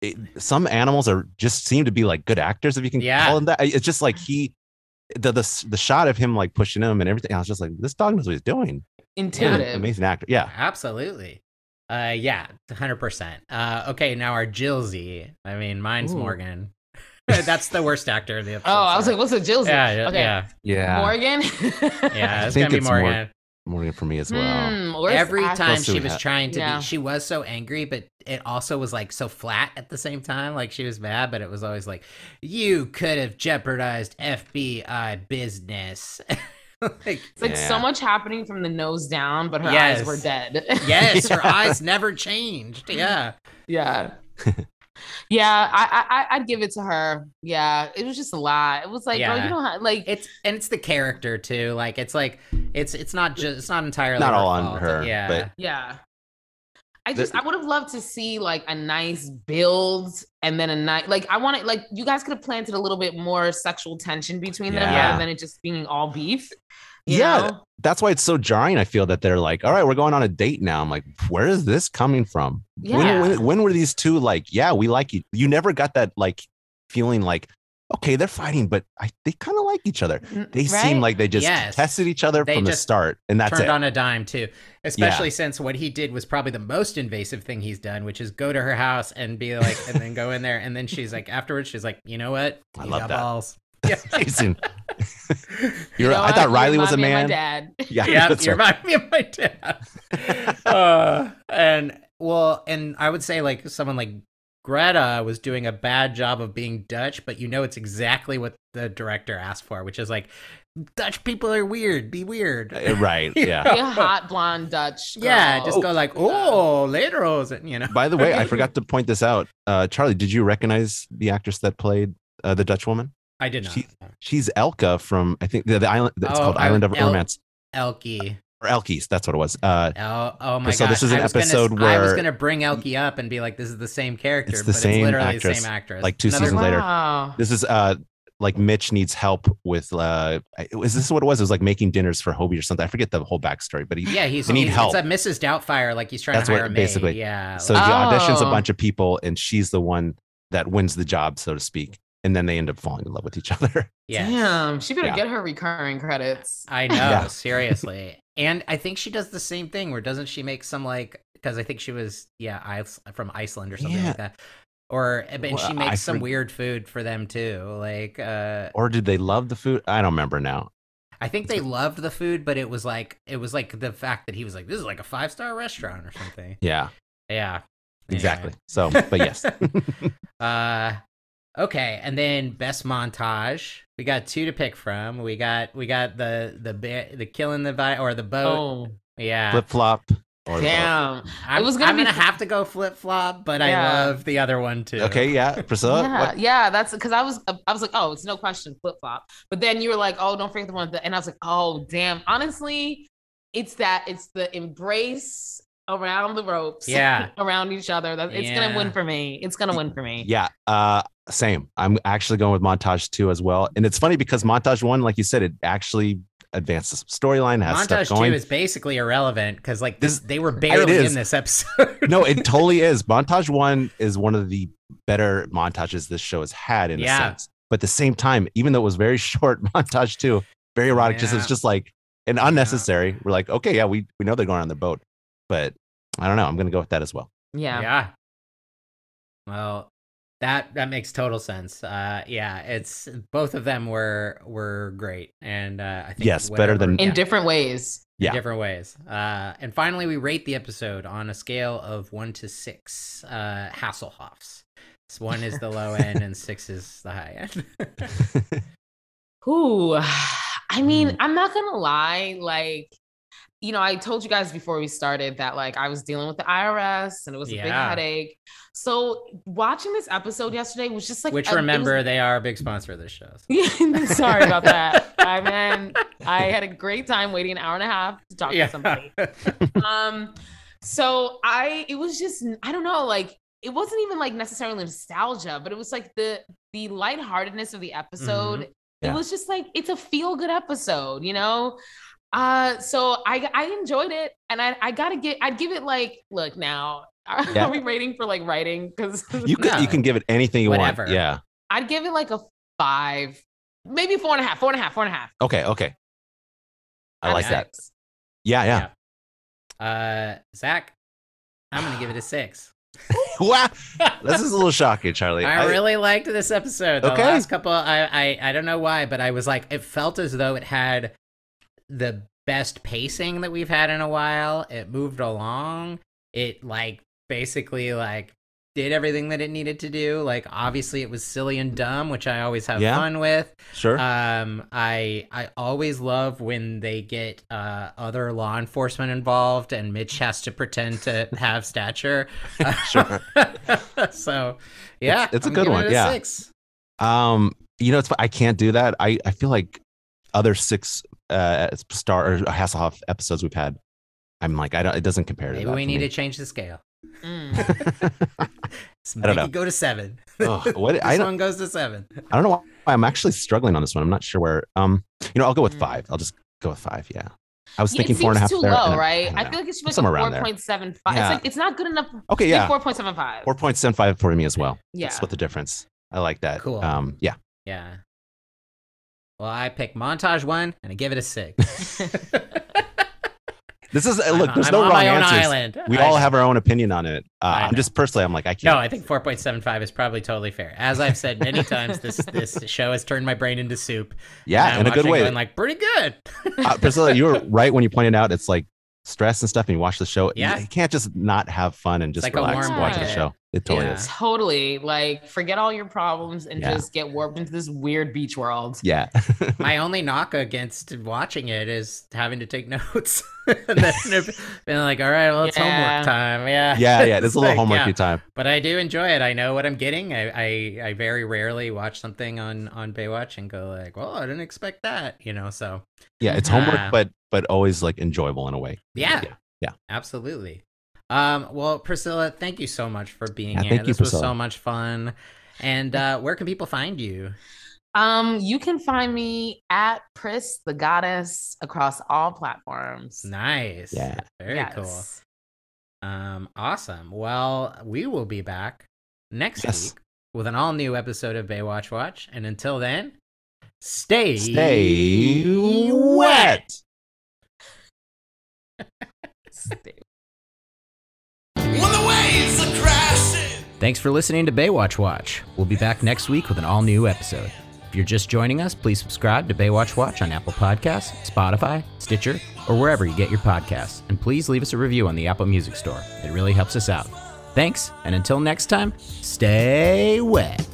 Speaker 2: it, some animals are just seem to be like good actors if you can
Speaker 1: Yeah.
Speaker 2: call them that. It's just like he, the the the shot of him like pushing him and everything. I was just like, this dog knows what he's doing. Yeah,
Speaker 3: Intuitive.
Speaker 2: amazing actor. Yeah,
Speaker 1: Absolutely. Uh, yeah, hundred percent. Uh, okay, now our Jilzy. I mean, mine's
Speaker 2: Ooh.
Speaker 1: Morgan. That's the worst actor of the episode.
Speaker 3: oh, I was
Speaker 1: sorry.
Speaker 3: like, what's a Jill's?
Speaker 1: yeah, yeah,
Speaker 3: okay.
Speaker 1: yeah,
Speaker 2: yeah.
Speaker 3: Morgan.
Speaker 1: yeah.
Speaker 2: I
Speaker 1: It's
Speaker 2: think
Speaker 1: gonna be
Speaker 2: it's Mor-
Speaker 1: Morgan.
Speaker 2: Morgan for me as well.
Speaker 3: Hmm, worst
Speaker 1: Every
Speaker 3: actor.
Speaker 1: time
Speaker 2: Let's do
Speaker 1: she was
Speaker 2: that.
Speaker 1: trying to
Speaker 3: Yeah.
Speaker 1: be, she was so angry, but it also was like so flat at the same time. Like she was mad, but it was always like, "You could have jeopardized FBI business." like,
Speaker 3: It's like so
Speaker 2: Yeah.
Speaker 3: much happening from the nose down, but her eyes
Speaker 1: Yes.
Speaker 3: were dead.
Speaker 1: yes, her
Speaker 2: Yeah.
Speaker 1: eyes never changed. Yeah,
Speaker 3: yeah. yeah, I, I I- I'd give it to her. Yeah, it was just a lot. It was like, girl,
Speaker 1: Yeah.
Speaker 3: you don't have like
Speaker 1: it's and it's the character too. Like it's like it's it's not just it's not entirely
Speaker 2: Not
Speaker 1: her
Speaker 2: all on
Speaker 1: fault.
Speaker 2: her,
Speaker 1: Yeah,
Speaker 2: but-
Speaker 3: Yeah. I
Speaker 2: The-
Speaker 3: just I would have loved to see like a nice build and then a nice like I want it like you guys could have planted a little bit more sexual tension between them
Speaker 2: Yeah.
Speaker 3: rather than it just being all beef. you
Speaker 2: Yeah,
Speaker 3: know?
Speaker 2: that's why it's so jarring. I feel that they're like, all right, we're going on a date now. I'm like, where is this coming from?
Speaker 3: Yeah.
Speaker 2: When, when, when were these two like, yeah, we like e-" you? You never got that like feeling like, okay, they're fighting, but I, they kind of like each other.
Speaker 3: N-
Speaker 2: They
Speaker 3: right?
Speaker 2: seem like they just
Speaker 1: Yes.
Speaker 2: tested each other
Speaker 1: They
Speaker 2: from the
Speaker 1: just
Speaker 2: start, and that's
Speaker 1: turned
Speaker 2: it.
Speaker 1: on a dime too. Especially since what he did was probably the most invasive thing he's done, which is go to her house and be like, and then go in there, and then she's like, afterwards, she's like, you know what?
Speaker 2: I
Speaker 1: You
Speaker 2: love
Speaker 1: got
Speaker 2: that.
Speaker 1: balls.
Speaker 2: Jason,
Speaker 3: You
Speaker 2: you're,
Speaker 3: know
Speaker 2: I
Speaker 3: what?
Speaker 2: thought
Speaker 3: You
Speaker 2: Riley was a
Speaker 3: remind
Speaker 2: man.
Speaker 3: me of my dad.
Speaker 2: Yeah,
Speaker 1: yeah,
Speaker 2: that's
Speaker 1: you
Speaker 2: right.
Speaker 1: remind me of my dad. uh, and well, and I would say like someone like Greta was doing a bad job of being Dutch, but you know it's exactly what the director asked for, which is like Dutch people are weird. Be weird.
Speaker 2: Uh, right. Yeah.
Speaker 3: Be a hot blonde Dutch. Girl.
Speaker 1: Yeah, just
Speaker 2: Oh.
Speaker 1: go like, oh, laterals, and you know.
Speaker 2: By the way, I forgot to point this out. Uh, Charlie, did you recognize the actress that played uh, the Dutch woman?
Speaker 1: I did not.
Speaker 2: She- She's Elka from I think the, the island. It's
Speaker 1: Oh,
Speaker 2: called
Speaker 1: I-
Speaker 2: Island of
Speaker 1: El-
Speaker 2: Romance
Speaker 1: Elkie.
Speaker 2: or Elkies. That's what it was. Uh,
Speaker 1: El- oh my
Speaker 2: So
Speaker 1: god!
Speaker 2: this is an
Speaker 1: I was gonna-
Speaker 2: episode
Speaker 1: I was
Speaker 2: where-
Speaker 1: gonna bring Elkie up and be like, "This is the same character,
Speaker 2: It's the
Speaker 1: but
Speaker 2: same
Speaker 1: it's literally the
Speaker 2: actress,
Speaker 1: same actress."
Speaker 2: like, two
Speaker 1: Another-
Speaker 2: seasons Oh, later.
Speaker 3: Wow.
Speaker 2: this is uh, like Mitch needs help with. Uh, I- is this what it was? It was like making dinners for Hobie or something. I forget the whole backstory, but he.
Speaker 1: Yeah, he's
Speaker 2: They need
Speaker 1: he's-
Speaker 2: help.
Speaker 1: It's a Mrs. Doubtfire, like he's trying
Speaker 2: That's
Speaker 1: to
Speaker 2: what-
Speaker 1: hire a maid.
Speaker 2: basically.
Speaker 1: Yeah.
Speaker 2: So
Speaker 1: like-
Speaker 2: he auditions a
Speaker 3: Oh.
Speaker 2: bunch of people, and she's the one that wins the job, so to speak. And then they end up falling in love with each other.
Speaker 1: yes.
Speaker 3: Damn, she better
Speaker 2: Yeah.
Speaker 3: get her recurring credits.
Speaker 1: I know,
Speaker 2: Yeah.
Speaker 1: seriously. And I think she does the same thing where doesn't she make some like because I think she was yeah, I, from Iceland or something
Speaker 2: Yeah.
Speaker 1: like that. Or eh, and
Speaker 2: Well,
Speaker 1: she
Speaker 2: I
Speaker 1: makes some
Speaker 2: forg-
Speaker 1: weird food for them too. Like uh
Speaker 2: Or did they love the food? I don't remember now.
Speaker 1: I think they loved the food, but it was like it was like the fact that he was like, This is like a five star restaurant or something.
Speaker 2: Yeah,
Speaker 1: Yeah. Anyway.
Speaker 2: exactly. So, but yes,
Speaker 1: uh okay and then best montage we got two to pick from we got we got the the ba- the killing the vi- or the boat
Speaker 3: Oh,
Speaker 1: yeah
Speaker 2: flip flop. or
Speaker 3: damn.
Speaker 1: I'm,
Speaker 3: It was gonna
Speaker 1: I'm
Speaker 3: be-
Speaker 1: gonna have to go flip-flop but i
Speaker 3: Yeah.
Speaker 1: love the other one too
Speaker 2: Okay, yeah, Priscilla.
Speaker 3: yeah,
Speaker 2: what-
Speaker 3: yeah, that's because I was I was like, oh, it's no question, flip flop. But then you were like, oh, don't forget the one, at the, and I was like, oh, damn. Honestly, it's that it's the embrace around the ropes,
Speaker 1: yeah
Speaker 3: around each other. That it's
Speaker 1: Yeah.
Speaker 3: gonna win for me. It's gonna win for me.
Speaker 2: Yeah, uh, same. I'm actually going with montage two as well, and it's funny because montage one, like you said, it actually advances the storyline, has
Speaker 1: montage
Speaker 2: stuff going.
Speaker 1: two is basically irrelevant because like this
Speaker 2: This-
Speaker 1: they were barely in
Speaker 2: is.
Speaker 1: this episode
Speaker 2: no, it totally is. Montage one is one of the better montages this show has had in
Speaker 1: Yeah.
Speaker 2: a sense. But at the same time, even though it was very short, montage two, very erotic. Just
Speaker 1: Yeah.
Speaker 2: it's just like and unnecessary. We're like, okay, yeah, we we know they're going on the boat, but I don't know. I'm gonna go with that as well.
Speaker 3: Yeah.
Speaker 1: Well, that that makes total sense. Uh, yeah, it's both of them were were great, and uh, I think
Speaker 2: Yes, better than-
Speaker 3: In
Speaker 1: yeah,
Speaker 3: different ways.
Speaker 1: in
Speaker 2: yeah.
Speaker 1: different ways. Uh, and finally, we rate the episode on a scale of one to six uh, Hasselhoffs. So one is the low end, and six is the high end.
Speaker 3: Ooh. I
Speaker 1: Mm-hmm.
Speaker 3: mean, I'm not gonna lie, like you know, I told you guys before we started that like I was dealing with the IRS and it was a big
Speaker 1: Yeah.
Speaker 3: headache. So watching this episode yesterday was just like
Speaker 1: Which
Speaker 3: a- it was
Speaker 1: remember, they are a big sponsor of this show. so-
Speaker 3: Yeah, Sorry about that. I mean, I had a great time waiting an hour and a half to talk
Speaker 1: Yeah.
Speaker 3: to somebody. Um, so I, it was just, I don't know, like it wasn't even like necessarily nostalgia, but it was like the the lightheartedness of the episode.
Speaker 2: Mm-hmm. Yeah.
Speaker 3: It was just like it's a feel good episode, you know. Uh, so I I enjoyed it, and I I gotta get I'd give it like look now. Are,
Speaker 2: Yeah.
Speaker 3: are we rating for like writing? Because
Speaker 2: You could
Speaker 1: No.
Speaker 2: you can give it anything you
Speaker 1: Whatever.
Speaker 2: want. Yeah.
Speaker 3: I'd give it like a five, maybe four and a half, four and a half, four and a half.
Speaker 2: Okay. Okay. I like
Speaker 1: Okay.
Speaker 2: that. Yeah. Yeah.
Speaker 1: Uh, Zach, I'm gonna give it a six.
Speaker 2: wow. This is a little shocking, Charlie.
Speaker 1: I really liked this episode. The
Speaker 2: Okay.
Speaker 1: last couple, I, I, I don't know why, but I was like, it felt as though it had the best pacing that we've had in a while. It moved along. It like basically like did everything that it needed to do. Like obviously it was silly and dumb, which I always have
Speaker 2: Yeah.
Speaker 1: fun with.
Speaker 2: sure.
Speaker 3: Uh.
Speaker 1: Um, I I always love when they get uh, other law enforcement involved, and Mitch has to pretend to have stature.
Speaker 2: Sure.
Speaker 1: so, yeah,
Speaker 2: It's- it's a good
Speaker 1: giving
Speaker 2: one,
Speaker 1: it a
Speaker 2: yeah.
Speaker 1: six.
Speaker 2: Um, you know, it's I can't do that. I I feel like other six uh star or Hasselhoff episodes we've had. I'm like I don't. It doesn't compare to
Speaker 1: Maybe
Speaker 2: that.
Speaker 1: we need to change the scale.
Speaker 3: Mm.
Speaker 1: Let's
Speaker 2: I don't
Speaker 1: make
Speaker 2: know.
Speaker 1: it Go to seven.
Speaker 2: to. what
Speaker 1: This
Speaker 2: I don't.
Speaker 1: one goes to seven.
Speaker 2: I don't know why I'm actually struggling on this one. I'm not sure where. Um, you know, I'll go with
Speaker 3: Mm.
Speaker 2: five. I'll just go with five. Yeah. I was
Speaker 3: Yeah,
Speaker 2: thinking
Speaker 3: it
Speaker 2: four and a half.
Speaker 3: seems too
Speaker 2: there, and
Speaker 3: low,
Speaker 2: then-
Speaker 3: right?
Speaker 2: don't
Speaker 3: I,
Speaker 2: know.
Speaker 3: feel like it should be
Speaker 2: Somewhere
Speaker 3: like
Speaker 2: around
Speaker 3: a
Speaker 2: there.
Speaker 3: four point seven five.
Speaker 2: Yeah.
Speaker 3: It's like it's not good enough.
Speaker 2: Okay. Yeah.
Speaker 3: four point seven five.
Speaker 2: Four point seven five for me as well.
Speaker 3: Yeah,
Speaker 2: Split the difference. I like that.
Speaker 1: Cool.
Speaker 2: Um. Yeah.
Speaker 1: Yeah. Well, I pick montage one and I give it a six.
Speaker 2: This is uh,
Speaker 1: I'm
Speaker 2: look.
Speaker 1: on-
Speaker 2: There's
Speaker 1: I'm
Speaker 2: no
Speaker 1: on
Speaker 2: wrong
Speaker 1: my own
Speaker 2: answers.
Speaker 1: island.
Speaker 2: We
Speaker 1: I
Speaker 2: all
Speaker 1: know.
Speaker 2: have our own opinion on it. Uh,
Speaker 1: I
Speaker 2: I'm
Speaker 1: know.
Speaker 2: just personally, I'm like, I can't.
Speaker 1: No, I think 4.75 is probably totally fair. As I've said many times, this this show has turned my brain into soup. And
Speaker 2: yeah,
Speaker 1: I'm
Speaker 2: in a good
Speaker 1: watching it
Speaker 2: way.
Speaker 1: Going like pretty good.
Speaker 2: uh, Priscilla, you were right when you pointed out it's like stress and stuff, and you watch the show.
Speaker 1: Yeah.
Speaker 2: You can't just not have fun and just
Speaker 1: like a
Speaker 2: relax
Speaker 3: warm
Speaker 2: and watch the
Speaker 1: blanket.
Speaker 2: show. It totally
Speaker 1: Yeah.
Speaker 2: is.
Speaker 3: totally. Like forget all your problems and
Speaker 2: Yeah.
Speaker 3: just get warped into this weird beach world.
Speaker 2: Yeah.
Speaker 1: My only knock against watching it is having to take notes. and then if- being like, all right, well, it's
Speaker 3: Yeah.
Speaker 1: homework time. Yeah.
Speaker 2: Yeah. Yeah. It's a little
Speaker 1: like,
Speaker 2: homeworky
Speaker 1: yeah.
Speaker 2: time.
Speaker 1: But I do enjoy it. I know what I'm getting. I, I, I very rarely watch something on, on Baywatch and go like, well, I didn't expect that, you know, so
Speaker 2: Yeah. It's
Speaker 1: Yeah.
Speaker 2: homework, but but always like enjoyable in a way.
Speaker 1: Yeah.
Speaker 2: Yeah.
Speaker 1: Absolutely. Um, well, Priscilla, thank you so much for being
Speaker 2: Yeah,
Speaker 1: here.
Speaker 2: thank you,
Speaker 1: this was so
Speaker 2: Priscilla.
Speaker 1: much fun. And uh, where can people find you?
Speaker 3: Um, you can find me at Pris the Goddess across all platforms.
Speaker 1: Nice.
Speaker 2: Yeah.
Speaker 1: Very cool. Um, awesome. Well, we will be back next
Speaker 2: Yes.
Speaker 1: week with an all new episode of Baywatch Watch. And until then, stay,
Speaker 2: Stay wet.
Speaker 3: cool.
Speaker 4: When the waves are crashing.
Speaker 1: Thanks for listening to Baywatch Watch. We'll be back next week with an all new episode. If you're just joining us, please subscribe to Baywatch Watch on Apple Podcasts, Spotify, Stitcher, or wherever you get your podcasts. And please leave us a review on the Apple Music Store. It really helps us out. Thanks, and until next time, stay wet.